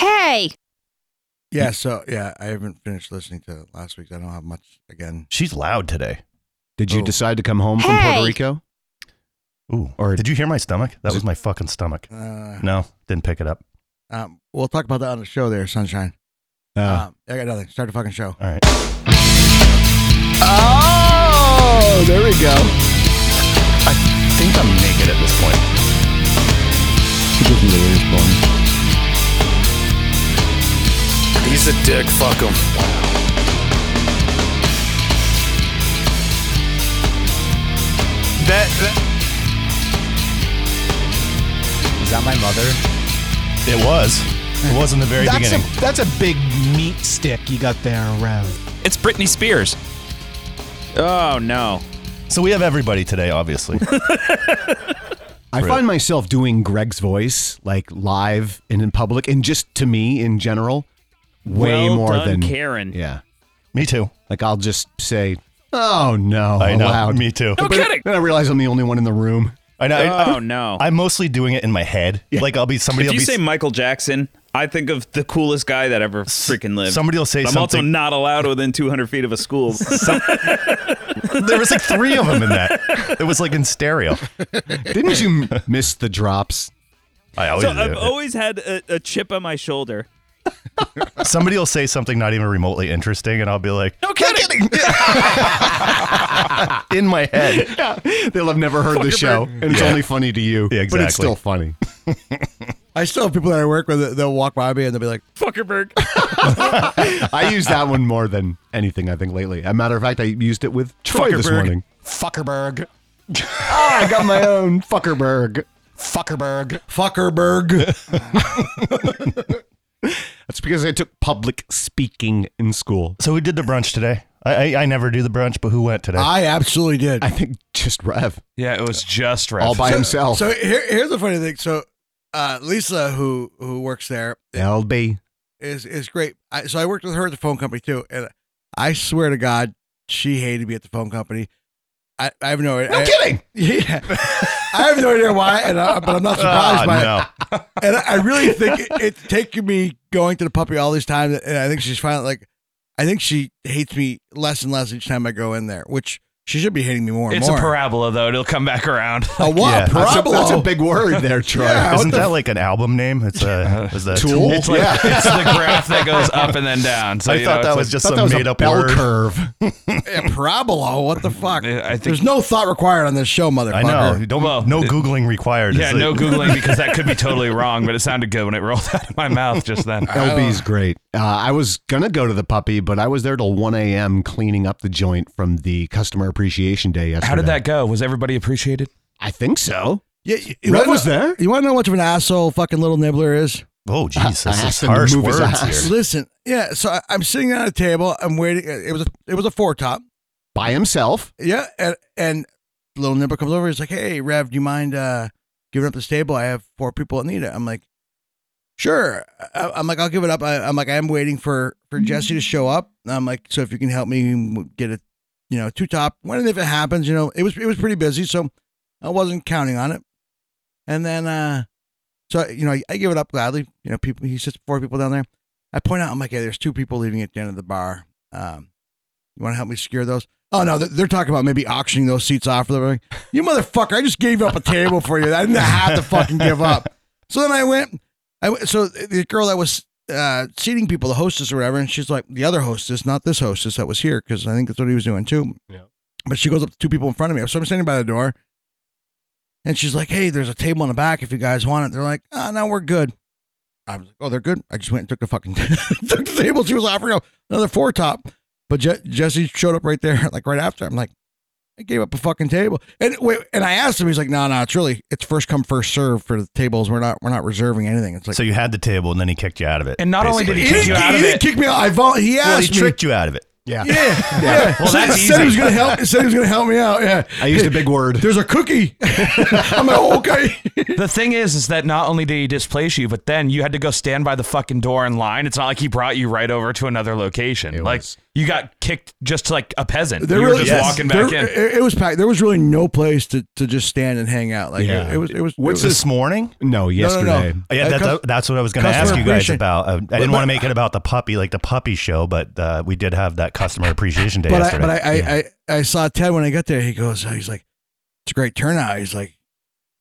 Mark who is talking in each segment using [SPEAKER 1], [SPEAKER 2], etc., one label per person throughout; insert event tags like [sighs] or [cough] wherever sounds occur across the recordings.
[SPEAKER 1] Yay!
[SPEAKER 2] Yeah, so yeah, I haven't finished listening to last week's. I don't have much again.
[SPEAKER 3] She's loud today.
[SPEAKER 4] Did you
[SPEAKER 2] Oh.
[SPEAKER 4] decide to come home from Puerto
[SPEAKER 1] Hey!
[SPEAKER 4] Rico?
[SPEAKER 3] Ooh.
[SPEAKER 4] Or-
[SPEAKER 3] did you hear my stomach? That
[SPEAKER 4] Was
[SPEAKER 3] was my fucking stomach.
[SPEAKER 2] Uh,
[SPEAKER 4] Mm.
[SPEAKER 3] No, didn't pick it up.
[SPEAKER 2] um, we'll talk about that on the show there, Sunshine.
[SPEAKER 4] Uh,
[SPEAKER 2] Um, I got nothing. Start the fucking show.
[SPEAKER 3] All right.
[SPEAKER 4] oh, there we go.
[SPEAKER 3] I think I'm naked at this point.
[SPEAKER 4] She gives me the weirdest one.
[SPEAKER 5] He's a dick. Fuck him.
[SPEAKER 3] That, that
[SPEAKER 6] Is that my mother?
[SPEAKER 3] it was. It was in the very
[SPEAKER 6] That's
[SPEAKER 3] beginning.
[SPEAKER 6] a that's a big meat stick you got there, Rev.
[SPEAKER 5] It's Britney Spears. Oh no.
[SPEAKER 3] so we have everybody today, [laughs] obviously.
[SPEAKER 4] I
[SPEAKER 3] Really?
[SPEAKER 4] find myself doing Greg's voice like live and in public and just to me in general way
[SPEAKER 5] Well
[SPEAKER 4] more
[SPEAKER 5] done,
[SPEAKER 4] than
[SPEAKER 5] Karen.
[SPEAKER 4] Yeah.
[SPEAKER 3] Me too.
[SPEAKER 4] Like I'll just say, "Oh no."
[SPEAKER 3] I know.
[SPEAKER 4] aloud.
[SPEAKER 3] Me
[SPEAKER 5] [laughs]
[SPEAKER 3] too.
[SPEAKER 5] No kidding.
[SPEAKER 4] Then I realize I'm the only one in the room.
[SPEAKER 3] I know. I-
[SPEAKER 5] Oh no.
[SPEAKER 3] I'm mostly doing it in my head. Like I'll be somebody.
[SPEAKER 5] if
[SPEAKER 3] will
[SPEAKER 5] you
[SPEAKER 3] be,
[SPEAKER 5] say Michael Jackson, I think of the coolest guy that ever freaking lived.
[SPEAKER 3] somebody will say
[SPEAKER 5] I'm also
[SPEAKER 3] something.
[SPEAKER 5] not allowed within 200 feet of a school. Some-
[SPEAKER 3] there was like three of them in
[SPEAKER 5] [laughs]
[SPEAKER 3] that. It was like in stereo.
[SPEAKER 4] Didn't you [laughs] m- miss the drops?
[SPEAKER 3] I always
[SPEAKER 5] so uh, oh.
[SPEAKER 3] do.
[SPEAKER 5] I've always had a, a chip on my shoulder.
[SPEAKER 3] somebody will say something not even remotely interesting, and I'll be like,
[SPEAKER 5] No kidding.
[SPEAKER 3] [laughs] in my head.
[SPEAKER 4] They'll have never heard the show, and it's
[SPEAKER 3] Yeah.
[SPEAKER 4] only funny to you.
[SPEAKER 3] Yeah,
[SPEAKER 4] But
[SPEAKER 3] exactly.
[SPEAKER 4] it's still funny.
[SPEAKER 2] I still have people that I work with. that- They'll walk by me and they'll be like,
[SPEAKER 5] Fuckerberg.
[SPEAKER 4] I use that one more than anything I think lately. As a matter of fact, I used it with Troy this
[SPEAKER 3] Fuckerberg.
[SPEAKER 4] morning.
[SPEAKER 6] Fuckerberg.
[SPEAKER 4] Ah, I got my own Fuckerberg.
[SPEAKER 6] Fuckerberg.
[SPEAKER 4] [laughs]
[SPEAKER 2] "Fuckerberg."
[SPEAKER 4] That's because I took public speaking in school.
[SPEAKER 3] So who did the brunch today? I, I I never do the brunch, but who went today?
[SPEAKER 2] I absolutely did.
[SPEAKER 4] I think just Rev
[SPEAKER 6] Yeah, it was just right.
[SPEAKER 4] all by himself.
[SPEAKER 2] So here, here's the funny thing. So uh, Lisa, who who works there,
[SPEAKER 4] LB.
[SPEAKER 2] is is great. I, so I worked with her at the phone company too, and I swear to God, she hated me at the phone company. I, I have no idea. No
[SPEAKER 4] kidding!
[SPEAKER 2] [laughs] Yeah, I have no idea why, and I, but I'm
[SPEAKER 4] [laughs]
[SPEAKER 2] not
[SPEAKER 4] Uh,
[SPEAKER 2] surprised
[SPEAKER 3] Ah,
[SPEAKER 2] by it.
[SPEAKER 3] no.
[SPEAKER 2] And I, I really think it, it's taken me going to the puppy all these times, and I think she's finally like, I think she hates me less and less each time I go in there, which she should be hating me more and
[SPEAKER 7] It's
[SPEAKER 2] more.
[SPEAKER 7] a parabola, though. It'll come back around.
[SPEAKER 2] A what?
[SPEAKER 3] Yeah.
[SPEAKER 2] Parabola?
[SPEAKER 4] That's a, that's a big word there, Troy.
[SPEAKER 2] Yeah. what
[SPEAKER 3] Isn't
[SPEAKER 2] the
[SPEAKER 3] that like an album name? It's a, is that
[SPEAKER 4] Tool?
[SPEAKER 3] It's like,
[SPEAKER 4] Yeah.
[SPEAKER 7] it's the graph that goes up and then down. So
[SPEAKER 3] I
[SPEAKER 7] you know,
[SPEAKER 3] thought
[SPEAKER 7] it's
[SPEAKER 3] that
[SPEAKER 7] a-
[SPEAKER 3] was just
[SPEAKER 4] Thought
[SPEAKER 3] some
[SPEAKER 4] that was
[SPEAKER 3] made
[SPEAKER 4] a
[SPEAKER 3] up
[SPEAKER 4] bell
[SPEAKER 3] word.
[SPEAKER 4] curve.
[SPEAKER 2] Yeah, parabola. What the fuck?
[SPEAKER 7] Yeah, I think-
[SPEAKER 2] There's no thought required on this show, motherfucker.
[SPEAKER 3] I know. Don't
[SPEAKER 7] Well,
[SPEAKER 3] no
[SPEAKER 7] it-
[SPEAKER 3] googling required.
[SPEAKER 7] Yeah,
[SPEAKER 3] It's like-
[SPEAKER 7] no googling because that could be totally wrong, but it sounded good when it rolled [laughs] out of my mouth just then.
[SPEAKER 4] LB's great. Uh, I was gonna go to the puppy, but I was there till 1 a.m. cleaning up the joint from the customer appreciation day yesterday.
[SPEAKER 7] How did that go? Was everybody appreciated?
[SPEAKER 4] I think so.
[SPEAKER 2] Yeah, you- you
[SPEAKER 4] Red
[SPEAKER 2] wanna-
[SPEAKER 4] was there.
[SPEAKER 2] You want to know what much of an asshole fucking little nibbler is?
[SPEAKER 3] Oh, jeez,
[SPEAKER 4] I
[SPEAKER 3] this
[SPEAKER 4] asked
[SPEAKER 3] is
[SPEAKER 4] him to
[SPEAKER 3] harsh
[SPEAKER 4] move his
[SPEAKER 3] words
[SPEAKER 4] ass.
[SPEAKER 3] here.
[SPEAKER 2] Listen, yeah. So I, I'm sitting at a table. I'm waiting. It was a, it was a four top.
[SPEAKER 4] by himself.
[SPEAKER 2] Yeah, and and little nibbler comes over. He's like, "Hey, Rev, do you mind uh, giving up this table? I have four people that need it." I'm like, "Sure." I, I'm like, "I'll give it up." I, I'm like, "I'm waiting for for Jesse to show up." I'm like, "So if you can help me get a, you know, two top, when and if it happens, you know, it was it was pretty busy, so I wasn't counting on it." And then, uh, so I- you know, I, I give it up gladly. You know, people he sits four people down there. I point out, I'm like, "Hey, there's two people leaving at the end of the bar. Um, you want to help me secure those?" Oh no, they're, they're talking about maybe auctioning those seats off. They're like, you motherfucker! I just gave up a table for you. I didn't have to fucking give up. So then I went. I went, so the girl that was uh, seating people, the hostess or whatever, and she's like the other hostess, not this hostess that was here, because I think that's what he was doing too.
[SPEAKER 4] Yeah.
[SPEAKER 2] But she goes up to two people in front of me, so I'm standing by the door, and she's like, "Hey, there's a table in the back if you guys want it." They're like, "Ah, no, we're good." I was like, "Oh, they're good." I just went and took the fucking [laughs] took the table she was offering another four top. But Je- Jesse showed up right there, [laughs] like right after. I'm like, I gave up a fucking table. And wait, and I asked him. He's like, no, no, it's really it's first come first serve for the tables. We're not we're not reserving anything. It's like
[SPEAKER 3] So you had the table, and then he kicked you out of it.
[SPEAKER 7] And not only did
[SPEAKER 3] basically.
[SPEAKER 7] he kick you out of
[SPEAKER 2] didn't
[SPEAKER 7] it.
[SPEAKER 2] kick me out. I vol- he
[SPEAKER 3] well, he
[SPEAKER 2] asked me.
[SPEAKER 3] tricked you out of it.
[SPEAKER 4] Yeah.
[SPEAKER 2] Yeah, yeah.
[SPEAKER 7] Well,
[SPEAKER 2] said,
[SPEAKER 7] that's
[SPEAKER 2] said he was
[SPEAKER 7] easy.
[SPEAKER 2] gonna help. Said he was gonna help me
[SPEAKER 7] [laughs]
[SPEAKER 2] out. Yeah,
[SPEAKER 4] I used a
[SPEAKER 2] [laughs]
[SPEAKER 4] big word.
[SPEAKER 2] there's a cookie. I'm like, oh, okay.
[SPEAKER 7] The thing is, is that not only did he displace you, but then you had to go stand by the fucking door in line. It's not like he brought you right over to another location.
[SPEAKER 4] It
[SPEAKER 7] like
[SPEAKER 4] was-
[SPEAKER 7] You got kicked just like a peasant.
[SPEAKER 2] There
[SPEAKER 7] you
[SPEAKER 2] really,
[SPEAKER 7] were just
[SPEAKER 2] yes.
[SPEAKER 7] walking back
[SPEAKER 2] there, [laughs]
[SPEAKER 7] in.
[SPEAKER 2] It, it was packed. There was really no place to, to just stand and hang out. Like
[SPEAKER 4] Yeah.
[SPEAKER 2] it, it was. It was.
[SPEAKER 3] What's
[SPEAKER 2] it was,
[SPEAKER 3] this morning?
[SPEAKER 4] No, yesterday.
[SPEAKER 3] Yeah,
[SPEAKER 2] Uh,
[SPEAKER 3] that's,
[SPEAKER 2] cus-
[SPEAKER 3] that's what I was going to
[SPEAKER 2] customer
[SPEAKER 3] ask you guys
[SPEAKER 2] appreciation.
[SPEAKER 3] about. Uh, I didn't
[SPEAKER 2] but-
[SPEAKER 3] want to make it about the puppy, like the puppy show, but uh, we did have that customer appreciation day
[SPEAKER 2] But I,
[SPEAKER 3] yesterday.
[SPEAKER 2] but I, I,
[SPEAKER 3] Yeah.
[SPEAKER 2] I, I saw Ted when I got there. He goes, he's like, it's a great turnout. He's like,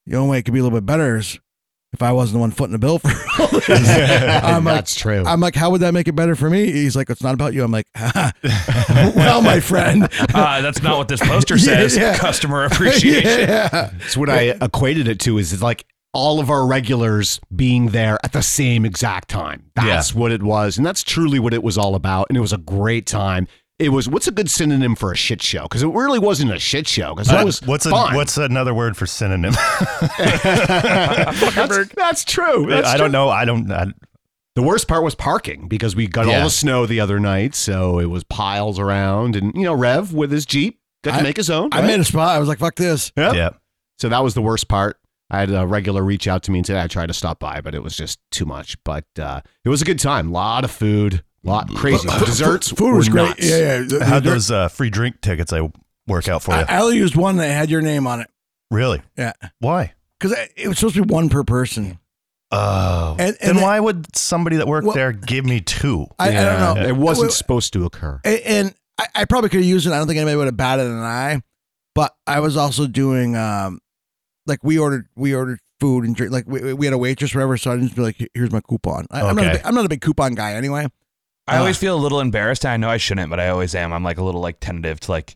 [SPEAKER 2] the only way it could be a little bit better is if I wasn't the one footing the bill for
[SPEAKER 7] [laughs]
[SPEAKER 2] all this. I'm like,
[SPEAKER 4] That's true.
[SPEAKER 2] I'm like, how would that make it better for me? He's like, it's not about you. I'm like, [laughs]
[SPEAKER 3] [laughs]
[SPEAKER 2] well, my friend.
[SPEAKER 7] Uh, that's not what this poster
[SPEAKER 2] Yeah,
[SPEAKER 7] says.
[SPEAKER 2] yeah.
[SPEAKER 7] Customer appreciation.
[SPEAKER 2] [laughs] yeah.
[SPEAKER 4] That's what I equated it to. Is it's like all of our regulars being there at the same exact time. That's what it was, and that's truly what it was all about. And it was a great time. It was what's a good synonym for a shit show? Because it really wasn't a shit show. Because that
[SPEAKER 3] Uh,
[SPEAKER 4] was
[SPEAKER 3] what's a,
[SPEAKER 4] fun.
[SPEAKER 3] what's another word for synonym?
[SPEAKER 4] that's, that's true. That's
[SPEAKER 3] [laughs] I
[SPEAKER 4] true.
[SPEAKER 3] don't know. I don't. I,
[SPEAKER 4] The worst part was parking because we got
[SPEAKER 3] Yeah.
[SPEAKER 4] all the snow the other night, so it was piles around, and you know Rev with his jeep got to
[SPEAKER 2] I-
[SPEAKER 4] make his own.
[SPEAKER 2] I
[SPEAKER 4] right?
[SPEAKER 2] made a spot. I was like, fuck this.
[SPEAKER 4] Yep.
[SPEAKER 3] yeah.
[SPEAKER 4] So that was the worst part. I had a regular reach out to me and said I tried to stop by, but it was just too much. But uh, it was a good time. lot of food, lot crazy desserts.
[SPEAKER 2] Mm. uh, Food was
[SPEAKER 4] were
[SPEAKER 2] great.
[SPEAKER 4] nuts.
[SPEAKER 2] Yeah, yeah. The-
[SPEAKER 3] I had
[SPEAKER 2] the-
[SPEAKER 3] those uh, free drink tickets I work out for you.
[SPEAKER 2] I, I only used one that had your name on it
[SPEAKER 3] really?
[SPEAKER 2] Yeah.
[SPEAKER 3] Why?
[SPEAKER 2] because it was supposed to be one per person.
[SPEAKER 3] Oh.
[SPEAKER 2] And- and
[SPEAKER 3] then
[SPEAKER 2] the-
[SPEAKER 3] why would somebody that worked
[SPEAKER 2] Well-
[SPEAKER 3] there give me two?
[SPEAKER 2] I, I
[SPEAKER 4] Yeah,
[SPEAKER 2] don't know.
[SPEAKER 4] It wasn't
[SPEAKER 2] Well,
[SPEAKER 4] supposed to occur.
[SPEAKER 2] And, and I, I probably could have used it. I don't think anybody would have batted an eye. But I was also doing, um, like we ordered, we ordered food and drink. Like we, we had a waitress, or whatever. So I didn't be like, here's my coupon. I, I'm, not a,
[SPEAKER 3] Okay.
[SPEAKER 2] big- I'm not a big coupon guy anyway.
[SPEAKER 7] I always feel a little embarrassed. I know I shouldn't, but I always am. I'm like a little like tentative to like.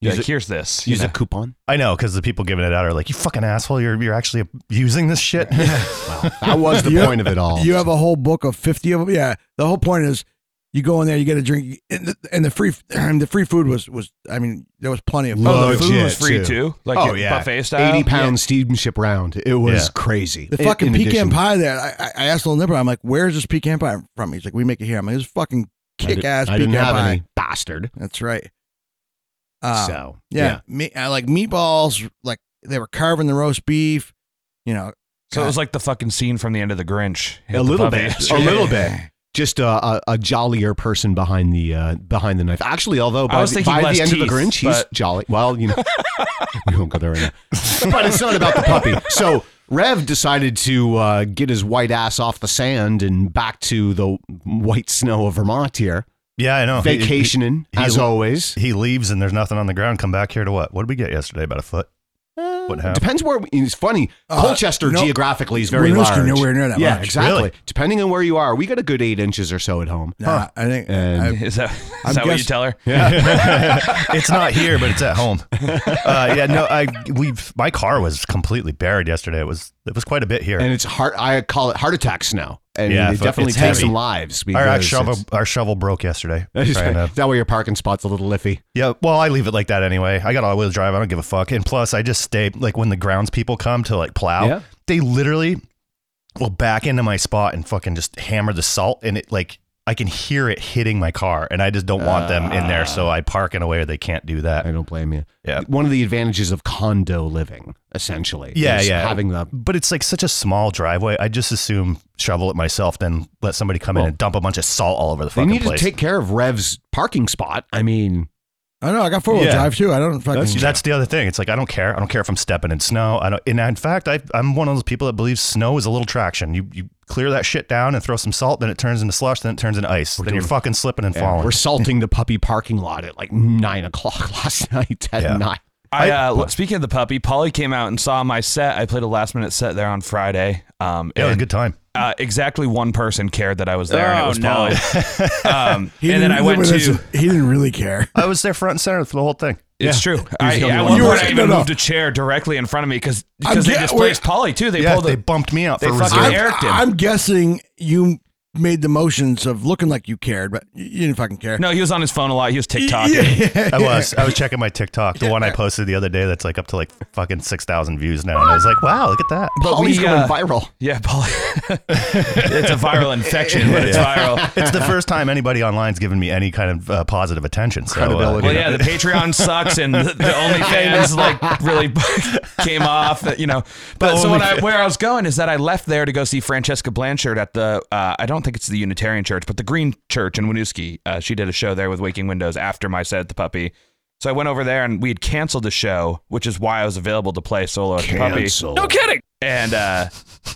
[SPEAKER 7] be
[SPEAKER 4] Use
[SPEAKER 7] like,
[SPEAKER 4] it-
[SPEAKER 7] here's this. you
[SPEAKER 4] Use a
[SPEAKER 7] know.
[SPEAKER 4] coupon.
[SPEAKER 3] I know because the people giving it out are like, "You fucking asshole! You're you're actually using this shit." [laughs]
[SPEAKER 4] Well, that was the
[SPEAKER 2] [laughs] You-
[SPEAKER 4] point of it all.
[SPEAKER 2] You have a whole book of 50 of them. Yeah. The whole point is you go in there, you get a drink, and the, and the free and the free food was was. I mean, there was plenty of.
[SPEAKER 7] Oh, the food
[SPEAKER 4] Legit,
[SPEAKER 7] was free
[SPEAKER 4] too.
[SPEAKER 7] too. Like
[SPEAKER 3] Oh,
[SPEAKER 7] it-
[SPEAKER 3] yeah.
[SPEAKER 7] buffet style.
[SPEAKER 4] Eighty pound steamship round. It was
[SPEAKER 3] Yeah.
[SPEAKER 4] crazy.
[SPEAKER 2] The
[SPEAKER 4] In-
[SPEAKER 2] fucking
[SPEAKER 4] in
[SPEAKER 2] pecan
[SPEAKER 4] addition-
[SPEAKER 2] pie there. I, I- I asked Little Nipper, I'm like, where's this pecan pie from? He's like, we make it here. I'm like, this fucking
[SPEAKER 4] I did-
[SPEAKER 2] kick ass
[SPEAKER 4] I
[SPEAKER 2] pecan
[SPEAKER 4] didn't have
[SPEAKER 2] pie.
[SPEAKER 4] any bastard.
[SPEAKER 2] That's right. Uh,
[SPEAKER 4] so
[SPEAKER 2] yeah, Me, I like meatballs. Like they were carving the roast beef. You know,
[SPEAKER 7] So it was like the fucking scene from the end of The Grinch.
[SPEAKER 4] A
[SPEAKER 7] [laughs]
[SPEAKER 4] little bit. A little bit. Just a, a, a jollier person behind the uh, behind the knife. Actually, although by,
[SPEAKER 7] was
[SPEAKER 4] the,
[SPEAKER 7] thinking
[SPEAKER 4] by
[SPEAKER 7] less
[SPEAKER 4] the end of the
[SPEAKER 7] teeth,
[SPEAKER 4] Grinch, he's
[SPEAKER 7] but-
[SPEAKER 4] jolly. Well, you know, [laughs] we won't go there right now. But it's not about the puppy. So Rev decided to uh, get his white ass off the sand and back to the white snow of Vermont here,
[SPEAKER 3] yeah, I
[SPEAKER 2] Oh,
[SPEAKER 3] know. He- he-
[SPEAKER 4] vacationing
[SPEAKER 3] he-
[SPEAKER 4] as always.
[SPEAKER 3] He, leaves and there's nothing on the ground. Come back here to what? What did we get yesterday? About a foot.
[SPEAKER 4] Uh,
[SPEAKER 3] What happened?
[SPEAKER 4] Depends where. we- It's funny.
[SPEAKER 2] Uh,
[SPEAKER 4] Colchester
[SPEAKER 2] no-
[SPEAKER 4] geographically is very
[SPEAKER 2] Winooski,
[SPEAKER 4] large.
[SPEAKER 2] nowhere near that
[SPEAKER 4] Yeah,
[SPEAKER 2] much.
[SPEAKER 4] exactly.
[SPEAKER 3] Really?
[SPEAKER 4] Depending on where you are, we got a good eight inches or so at home.
[SPEAKER 2] nah, I think
[SPEAKER 4] And-
[SPEAKER 2] I-
[SPEAKER 7] Is that, is
[SPEAKER 2] I'm
[SPEAKER 7] that what you
[SPEAKER 2] guess-
[SPEAKER 7] tell her?
[SPEAKER 3] it's not here, but it's
[SPEAKER 4] [laughs]
[SPEAKER 3] at home. Uh, yeah, no, I we my car was completely buried yesterday. It was it was quite a bit here.
[SPEAKER 4] and it's heart. I call it heart attack snow, and
[SPEAKER 3] Yeah,
[SPEAKER 4] it
[SPEAKER 3] fuck,
[SPEAKER 4] definitely
[SPEAKER 3] it's
[SPEAKER 4] takes
[SPEAKER 3] heavy.
[SPEAKER 4] some lives.
[SPEAKER 3] our, our
[SPEAKER 4] because
[SPEAKER 3] shovel
[SPEAKER 4] it's- [laughs]
[SPEAKER 3] our shovel broke yesterday.
[SPEAKER 4] Is
[SPEAKER 3] Trying to-
[SPEAKER 4] that way your parking spot's a little iffy?
[SPEAKER 3] yeah, well, I leave it like that anyway. I got all wheel drive. I don't give a fuck. And plus, I just stay like when the grounds people come to like plow,
[SPEAKER 4] Yeah.
[SPEAKER 3] they literally will back into my spot and fucking just hammer the salt, and it like I can hear it hitting my car, and I just don't want them in there, so I park in a way where they can't do that.
[SPEAKER 4] I don't blame you.
[SPEAKER 3] Yeah.
[SPEAKER 4] One of the advantages of condo living, essentially.
[SPEAKER 3] Yeah,
[SPEAKER 4] is
[SPEAKER 3] yeah.
[SPEAKER 4] Having the
[SPEAKER 3] But it's like such a small driveway. I just assume shovel it myself, then let somebody come
[SPEAKER 4] Well,
[SPEAKER 3] in and dump a bunch of salt all over the
[SPEAKER 4] they
[SPEAKER 3] fucking
[SPEAKER 4] need
[SPEAKER 3] place.
[SPEAKER 4] to take care of Rev's parking spot. I mean,
[SPEAKER 2] I know I got four wheel
[SPEAKER 3] Yeah.
[SPEAKER 2] drive too. I don't fucking.
[SPEAKER 3] that's, that's the other thing. It's like I don't care. I don't care if I'm stepping in snow. I don't. And in fact, I, I'm one of those people that believes snow is a little traction. You you clear that shit down and throw some salt, then it turns into slush, then it turns into ice. then you're fucking slipping and falling.
[SPEAKER 4] we're salting the puppy parking lot at like nine o'clock [laughs] last night at
[SPEAKER 3] Yeah.
[SPEAKER 4] night.
[SPEAKER 7] I, uh, l- speaking of the puppy, Polly came out and saw my set. I played a last minute set there on Friday. Um,
[SPEAKER 3] yeah, it was a
[SPEAKER 7] and,
[SPEAKER 3] good time.
[SPEAKER 7] uh, exactly one person cared that I was there, and it
[SPEAKER 5] Oh,
[SPEAKER 7] was
[SPEAKER 5] no.
[SPEAKER 7] Polly. um,
[SPEAKER 2] He
[SPEAKER 7] and then I
[SPEAKER 2] didn't-
[SPEAKER 7] went
[SPEAKER 2] listen,
[SPEAKER 7] to.
[SPEAKER 2] He didn't really care.
[SPEAKER 3] I was there front and center through the whole thing.
[SPEAKER 7] It's true. I,
[SPEAKER 4] the only
[SPEAKER 7] at
[SPEAKER 4] one.
[SPEAKER 7] one
[SPEAKER 2] You
[SPEAKER 7] point,
[SPEAKER 2] were-
[SPEAKER 7] I even
[SPEAKER 2] no, no.
[SPEAKER 7] moved a chair directly in front of me because
[SPEAKER 2] I'm
[SPEAKER 7] because they
[SPEAKER 2] get-
[SPEAKER 7] displaced Polly too. They
[SPEAKER 3] yeah,
[SPEAKER 7] pulled
[SPEAKER 3] they
[SPEAKER 7] a,
[SPEAKER 3] bumped me out
[SPEAKER 7] they
[SPEAKER 3] for
[SPEAKER 7] fucking
[SPEAKER 3] reserve.
[SPEAKER 7] I
[SPEAKER 2] I'm,
[SPEAKER 7] irked him.
[SPEAKER 2] I'm guessing you made the motions of looking like you cared, but you you didn't fucking care. [laughs]
[SPEAKER 7] No, he was on his phone a lot. He was TikToking.
[SPEAKER 2] Yeah.
[SPEAKER 3] I
[SPEAKER 7] [laughs]
[SPEAKER 3] was. I was checking my TikTok, the one I posted the other day that's like up to like fucking 6,000 views now. And I was like, wow, look at that.
[SPEAKER 7] [laughs] But
[SPEAKER 4] Polly's
[SPEAKER 7] we,
[SPEAKER 4] going
[SPEAKER 7] uh,
[SPEAKER 4] viral.
[SPEAKER 7] Yeah, Polly. [laughs] it's a viral infection, but it's viral.
[SPEAKER 3] It's the first time anybody online's given me any kind of uh, positive attention. So, uh,
[SPEAKER 4] Credibility.
[SPEAKER 7] Well, yeah, the Patreon sucks, and the, the OnlyFans like really [laughs] came off. You know, but so when I, where I was going is that I left there to go see Francesca Blanchard at the. Uh, I don't think it's the Unitarian Church, but the Green Church in Winooski. Uh, she did a show there with Waking Windows after my set at the Puppy. So I went over there and we had canceled the show, which is why I was available to play solo at the Puppy.
[SPEAKER 5] No kidding.
[SPEAKER 7] And uh,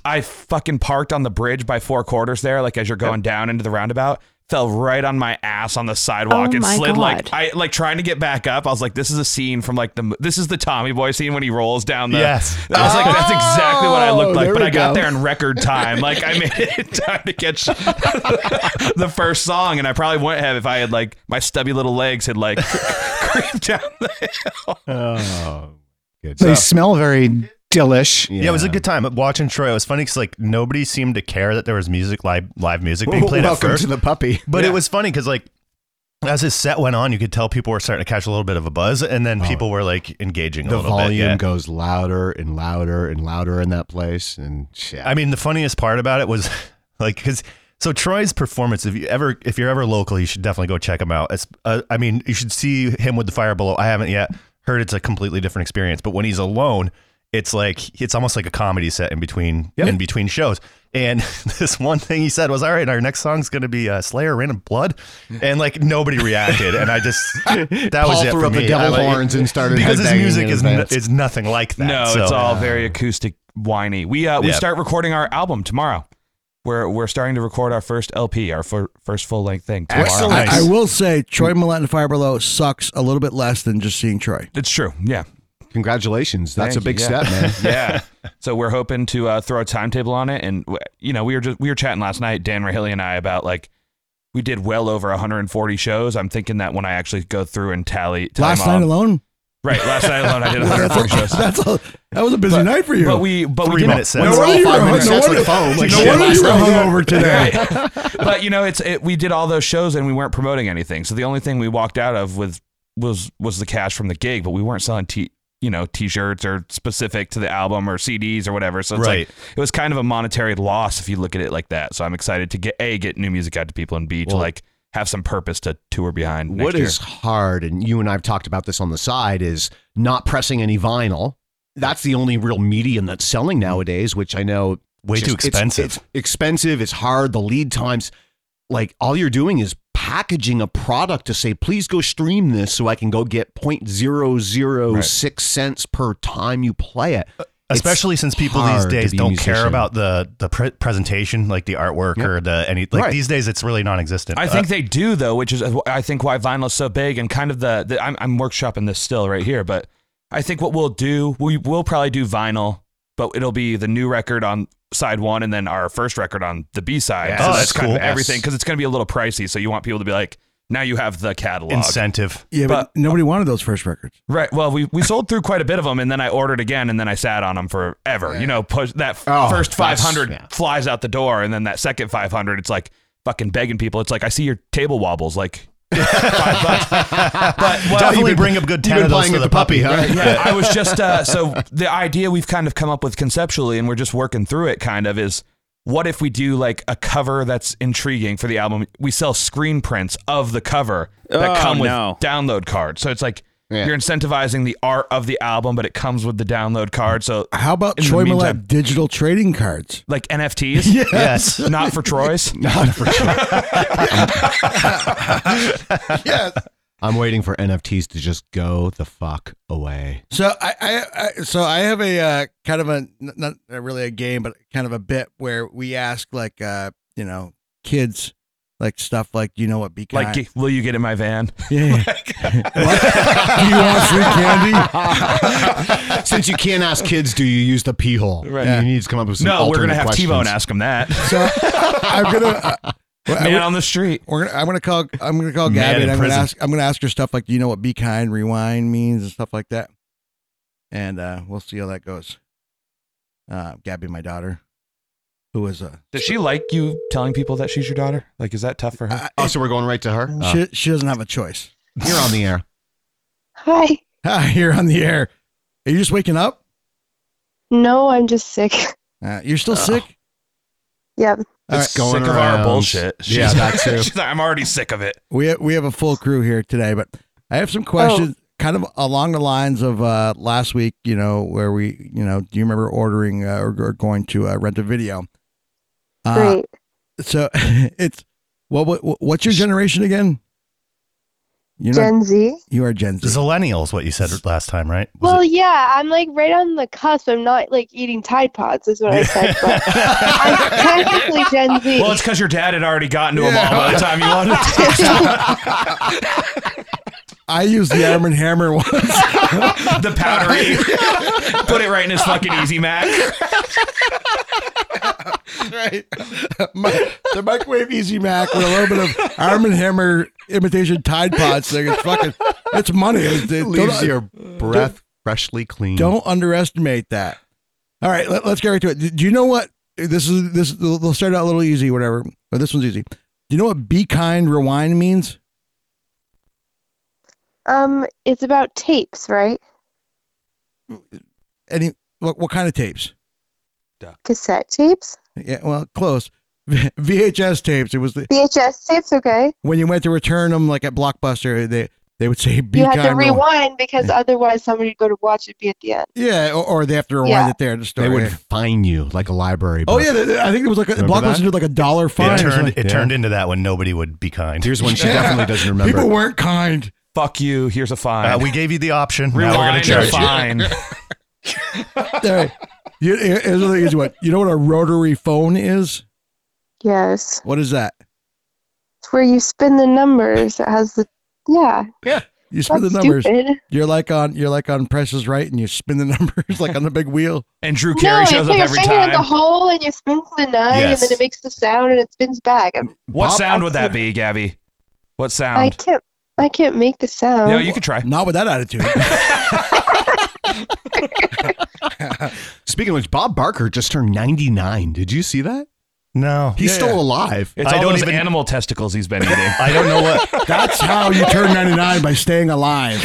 [SPEAKER 7] I fucking parked on the bridge by four quarters there, like as you're going down into the roundabout. Fell right on my ass on the sidewalk
[SPEAKER 1] Oh
[SPEAKER 7] and
[SPEAKER 1] my
[SPEAKER 7] slid
[SPEAKER 1] God.
[SPEAKER 7] like I like trying to get back up. I was like, "This is a scene from like the this is the Tommy Boy scene when he rolls down the."
[SPEAKER 3] Yes.
[SPEAKER 7] I was like, "That's exactly what I
[SPEAKER 4] Oh,
[SPEAKER 7] looked like,"
[SPEAKER 4] there
[SPEAKER 7] but
[SPEAKER 4] we
[SPEAKER 7] I got
[SPEAKER 4] go.
[SPEAKER 7] there in record time. Like I made it [laughs] in time to catch the first song, and I probably wouldn't have if I had like my stubby little legs had like [laughs] creeped down the
[SPEAKER 4] Oh, good.
[SPEAKER 8] They smell very dillish.
[SPEAKER 3] Yeah. it was a good time watching Troy. It was funny because like nobody seemed to care that there was music live live music being played
[SPEAKER 4] Welcome
[SPEAKER 3] at first.
[SPEAKER 4] to the puppy.
[SPEAKER 3] but it was funny because like as his set went on, you could tell people were starting to catch a little bit of a buzz, and then people were like engaging a
[SPEAKER 4] Oh. The
[SPEAKER 3] little
[SPEAKER 4] volume
[SPEAKER 3] bit. yeah.
[SPEAKER 4] goes louder and louder and louder in that place, and yeah.
[SPEAKER 3] I mean, the funniest part about it was [laughs] like because so Troy's performance. If you ever, if you're ever local, you should definitely go check him out. It's, uh, I mean, you should see him with the fire below. I haven't yet heard it's a completely different experience, but when he's alone, it's like it's almost like a comedy set in between in between shows. And [laughs] this one thing he said was, "All right, our next song's going to be uh, Slayer, Rain and Blood," and like nobody reacted, and
[SPEAKER 4] [laughs]
[SPEAKER 3] I just that was
[SPEAKER 4] Paul
[SPEAKER 3] it
[SPEAKER 4] threw
[SPEAKER 3] for
[SPEAKER 4] up
[SPEAKER 3] me.
[SPEAKER 4] the devil
[SPEAKER 3] I, like,
[SPEAKER 4] horns and started
[SPEAKER 3] because his
[SPEAKER 4] headbanging
[SPEAKER 3] music
[SPEAKER 4] in
[SPEAKER 3] is
[SPEAKER 4] his
[SPEAKER 3] n-
[SPEAKER 4] pants.
[SPEAKER 3] is nothing like that.
[SPEAKER 7] No,
[SPEAKER 3] so-
[SPEAKER 7] it's all very acoustic, whiny. We uh, we
[SPEAKER 3] Yeah.
[SPEAKER 7] start recording our album tomorrow. We're we're starting to record our first LP, our fir- first full length thing tomorrow.
[SPEAKER 2] I, I will say Troy Millette and Fire Below sucks a little bit less than just seeing Troy.
[SPEAKER 7] It's true. Yeah,
[SPEAKER 4] Congratulations, that's
[SPEAKER 7] Thank
[SPEAKER 4] a big
[SPEAKER 7] you, yeah.
[SPEAKER 4] step, [laughs] man.
[SPEAKER 7] yeah. [laughs] so we're hoping to uh, throw a timetable on it, and w- you know, we were just we were chatting last night, Dan Rahilly and I, about like we did well over 140 shows. I'm thinking that when I actually go through and tally, time
[SPEAKER 2] Last
[SPEAKER 7] off-
[SPEAKER 2] night alone,
[SPEAKER 7] right? Last night alone, I did
[SPEAKER 2] that's
[SPEAKER 7] 140
[SPEAKER 2] a,
[SPEAKER 7] shows.
[SPEAKER 2] [laughs] that's a, that was a busy night for you.
[SPEAKER 7] But we but we
[SPEAKER 3] Three
[SPEAKER 7] did
[SPEAKER 3] minute sets.
[SPEAKER 2] no
[SPEAKER 4] We're all
[SPEAKER 2] wonder you were
[SPEAKER 4] five minutes.
[SPEAKER 2] no
[SPEAKER 4] That's
[SPEAKER 2] wonder-
[SPEAKER 4] what- oh, like
[SPEAKER 2] no
[SPEAKER 4] shit,
[SPEAKER 2] wonder
[SPEAKER 4] last
[SPEAKER 2] you were
[SPEAKER 4] night.
[SPEAKER 2] hungover today.
[SPEAKER 7] but you know, it's it, we did all those shows and we weren't promoting anything. So the only thing we walked out of with was was the cash from the gig, but we weren't selling t you know t-shirts or specific to the album or CDs or whatever. So it's
[SPEAKER 3] Right.
[SPEAKER 7] like it was kind of a monetary loss if you look at it like that. So I'm excited to get a get new music out to people and b to
[SPEAKER 4] Well-
[SPEAKER 7] like have some purpose to tour behind.
[SPEAKER 4] What is hard, and you and I've talked about this on the side, is not pressing any vinyl. That's the only real medium that's selling nowadays, which I know
[SPEAKER 3] Way too
[SPEAKER 4] it's-
[SPEAKER 3] expensive.
[SPEAKER 4] It's, expensive. It's hard. The lead times, like all you're doing is packaging a product to say, please go stream this, so I can go get point zero zero six cents per time you play it. It's
[SPEAKER 3] Uh, especially since people
[SPEAKER 4] hard
[SPEAKER 3] these
[SPEAKER 4] to
[SPEAKER 3] days
[SPEAKER 4] be a
[SPEAKER 3] don't care
[SPEAKER 4] musician. [laughs]
[SPEAKER 3] about the the pre- presentation like the artwork or the any like
[SPEAKER 4] Right.
[SPEAKER 3] these days it's really non-existent Uh,
[SPEAKER 7] I think they do though, which is I think why vinyl is so big and kind of the, the I'm, I'm workshopping this still right here, but I think what we'll do we will probably do vinyl, but it'll be the new record on side one and then our first record on the B side.
[SPEAKER 3] Yes.
[SPEAKER 7] So
[SPEAKER 3] Oh,
[SPEAKER 7] that's,
[SPEAKER 3] that's
[SPEAKER 7] kind of
[SPEAKER 3] cool.
[SPEAKER 7] everything because it's going to be a little pricey. So you want people to be like, now you have the catalog.
[SPEAKER 3] Uh, incentive
[SPEAKER 2] Yeah, but, nobody wanted those first records.
[SPEAKER 7] Right. Well, we, we sold through quite a bit of them, and then I ordered again, and then I sat on them forever. You know, push that f-
[SPEAKER 4] Oh,
[SPEAKER 7] first five
[SPEAKER 4] that's-
[SPEAKER 7] hundred
[SPEAKER 4] yeah.
[SPEAKER 7] flies out the door, and then that second five hundred, it's like fucking begging people. It's like I see your table wobbles, like [laughs] five bucks.
[SPEAKER 4] [laughs]
[SPEAKER 7] But what-
[SPEAKER 3] definitely bring up good
[SPEAKER 4] You've
[SPEAKER 3] 10
[SPEAKER 4] been
[SPEAKER 3] of those
[SPEAKER 4] playing
[SPEAKER 3] for
[SPEAKER 4] at
[SPEAKER 3] the puppy,
[SPEAKER 4] huh?
[SPEAKER 7] yeah, I was just uh, so the idea we've kind of come up with conceptually, and we're just working through it. Kind of is what if we do like a cover that's intriguing for the album? We sell screen prints of the cover that
[SPEAKER 5] Oh,
[SPEAKER 7] come with
[SPEAKER 5] no.
[SPEAKER 7] download cards. So it's like
[SPEAKER 4] Yeah.
[SPEAKER 7] you're incentivizing the art of the album, but it comes with the download card. So
[SPEAKER 2] How about
[SPEAKER 7] In the
[SPEAKER 2] Troy
[SPEAKER 7] meantime-
[SPEAKER 2] Millette digital trading cards?
[SPEAKER 7] like
[SPEAKER 4] [laughs]
[SPEAKER 7] NFTs,
[SPEAKER 3] yes
[SPEAKER 7] not for Troy's.
[SPEAKER 2] Yes.
[SPEAKER 4] I'm waiting for NFTs to just go the fuck away.
[SPEAKER 2] So I, I, I so I have a uh, kind of a n- not really a game, but kind of a bit where we ask like uh, you know kids like stuff like do you know what be kind?
[SPEAKER 7] Like, g- will you get in my van?
[SPEAKER 2] yeah. What? [laughs] do you want free candy?
[SPEAKER 4] Since you can't ask kids, do you use the pee hole?
[SPEAKER 7] Right.
[SPEAKER 4] You need to come up with some.
[SPEAKER 7] no, we're gonna
[SPEAKER 4] alternate
[SPEAKER 7] have
[SPEAKER 4] questions.
[SPEAKER 7] T-Bone ask him that.
[SPEAKER 2] [laughs] So I'm gonna. Uh, I
[SPEAKER 7] Man
[SPEAKER 2] would-
[SPEAKER 7] on the street.
[SPEAKER 2] We're gonna, I'm gonna call. I'm gonna call
[SPEAKER 3] Man
[SPEAKER 2] Gabby. And
[SPEAKER 3] in
[SPEAKER 2] I'm gonna
[SPEAKER 3] prison.
[SPEAKER 2] ask. I'm gonna ask her stuff like, do you know what "be kind," "rewind" means, and stuff like that. And uh, we'll see how that goes. Uh, Gabby, my daughter, who is a
[SPEAKER 7] Does she like you telling people that she's your daughter? Like, is that tough for her?
[SPEAKER 2] I-
[SPEAKER 4] Oh, so we're going right to her. Uh,
[SPEAKER 2] she, she doesn't have a choice. [laughs]
[SPEAKER 4] you're on the air.
[SPEAKER 1] Hi.
[SPEAKER 2] Ah, you're on the air. Are you just waking up?
[SPEAKER 1] No, I'm just sick.
[SPEAKER 2] Uh, you're still sick.
[SPEAKER 1] Yep.
[SPEAKER 2] All
[SPEAKER 4] It's
[SPEAKER 2] right.
[SPEAKER 4] going
[SPEAKER 7] sick of
[SPEAKER 4] around.
[SPEAKER 7] our bullshit. She's,
[SPEAKER 4] yeah, that
[SPEAKER 7] [laughs]
[SPEAKER 4] too.
[SPEAKER 7] she's like, I'm already sick of it.
[SPEAKER 2] We ha- we have a full crew here today, but I have some questions, kind of along the lines of uh, last week. You know, where we, you know, do you remember ordering uh, or, or going to uh, rent a video? Uh,
[SPEAKER 1] [laughs] Great.
[SPEAKER 2] so [laughs] it's what, what what's your generation again? You're not,
[SPEAKER 1] Gen Z.
[SPEAKER 2] you are Gen Z.
[SPEAKER 3] Zillennials, what you said last time, right? Was
[SPEAKER 1] Well,
[SPEAKER 3] it-
[SPEAKER 1] yeah, I'm like right on the cusp. I'm not like eating Tide Pods, is what I
[SPEAKER 2] [laughs]
[SPEAKER 1] said, but I'm technically Gen Z.
[SPEAKER 7] Well, it's because your dad had already gotten to him
[SPEAKER 2] Yeah.
[SPEAKER 7] all by the time you wanted [laughs] to.
[SPEAKER 2] [laughs] I used the Arm and Hammer once.
[SPEAKER 7] the powdery. [laughs] Put it right in his fucking Easy Mac.
[SPEAKER 2] [laughs] right. My, the microwave Easy Mac with a little bit of Arm and Hammer imitation Tide Pods thing. It's fucking, it's money. It, it-
[SPEAKER 4] leaves
[SPEAKER 7] uh,
[SPEAKER 2] don't,
[SPEAKER 4] your breath freshly clean.
[SPEAKER 2] don't underestimate that. All right, let, us get right to it. Do- Do you know what this is? This they'll start out a little easy, whatever. But this one's easy. Do you know what "be kind, rewind" means?
[SPEAKER 1] [laughs] um, it's about tapes, right?
[SPEAKER 2] Any what, what kind of tapes?
[SPEAKER 1] Cassette tapes,
[SPEAKER 2] Yeah, well, close. [laughs] VHS tapes. It was the,
[SPEAKER 1] VHS tapes. Okay,
[SPEAKER 2] when you went to return them, like at Blockbuster, they they would say "be
[SPEAKER 1] you
[SPEAKER 2] kind."
[SPEAKER 1] have to
[SPEAKER 2] rewind."
[SPEAKER 1] rewind because otherwise somebody would go to watch it be at the end.
[SPEAKER 2] Yeah, or, or they have to rewind
[SPEAKER 1] Yeah.
[SPEAKER 2] it there. The story.
[SPEAKER 4] They would fine you like a library.
[SPEAKER 2] Oh
[SPEAKER 4] book.
[SPEAKER 2] yeah, th- th- I think it was like a,
[SPEAKER 4] Remember
[SPEAKER 2] Blockbuster
[SPEAKER 4] that?
[SPEAKER 2] did like a dollar fine.
[SPEAKER 3] it
[SPEAKER 2] or
[SPEAKER 3] turned
[SPEAKER 2] something.
[SPEAKER 3] it turned into that when nobody would be kind.
[SPEAKER 4] Here's one she definitely doesn't remember.
[SPEAKER 2] People weren't kind.
[SPEAKER 7] Fuck you. Here's a fine.
[SPEAKER 3] Uh, we gave you the option.
[SPEAKER 7] Rewind
[SPEAKER 3] now we're
[SPEAKER 7] or
[SPEAKER 3] going to charge you.
[SPEAKER 7] fine.
[SPEAKER 2] All right. [laughs] You, here's another easy one. You know what a rotary phone is?
[SPEAKER 1] Yes,
[SPEAKER 2] What is that?
[SPEAKER 1] it's where you spin the numbers. It has the yeah.
[SPEAKER 2] You spin
[SPEAKER 1] that's
[SPEAKER 2] the numbers.
[SPEAKER 1] Stupid.
[SPEAKER 2] You're like on you're like on Price is Right, and you spin the [laughs] numbers like on the big wheel.
[SPEAKER 7] and Drew Carey
[SPEAKER 1] no,
[SPEAKER 7] shows
[SPEAKER 1] you
[SPEAKER 7] up
[SPEAKER 1] put
[SPEAKER 7] every
[SPEAKER 1] your finger in the
[SPEAKER 7] time.
[SPEAKER 1] hole and you spin to the nine,
[SPEAKER 3] Yes.
[SPEAKER 1] and then it makes the sound and it spins back. I'm-
[SPEAKER 7] What
[SPEAKER 2] Bob-
[SPEAKER 7] sound would that be, Gabby? What
[SPEAKER 1] I
[SPEAKER 7] sound?
[SPEAKER 1] can't. I can't make the sound.
[SPEAKER 7] No, you could try.
[SPEAKER 2] Not with that attitude.
[SPEAKER 4] Speaking of which, Bob Barker just turned 99. Did you see that?
[SPEAKER 3] No.
[SPEAKER 4] He's
[SPEAKER 2] Yeah,
[SPEAKER 4] still
[SPEAKER 2] yeah.
[SPEAKER 4] alive.
[SPEAKER 7] It's
[SPEAKER 3] I
[SPEAKER 7] all
[SPEAKER 3] don't
[SPEAKER 7] those
[SPEAKER 3] even-
[SPEAKER 7] animal testicles he's been eating.
[SPEAKER 3] I don't
[SPEAKER 4] [laughs]
[SPEAKER 3] know what.
[SPEAKER 2] That's how you turn 99 by staying [laughs] alive.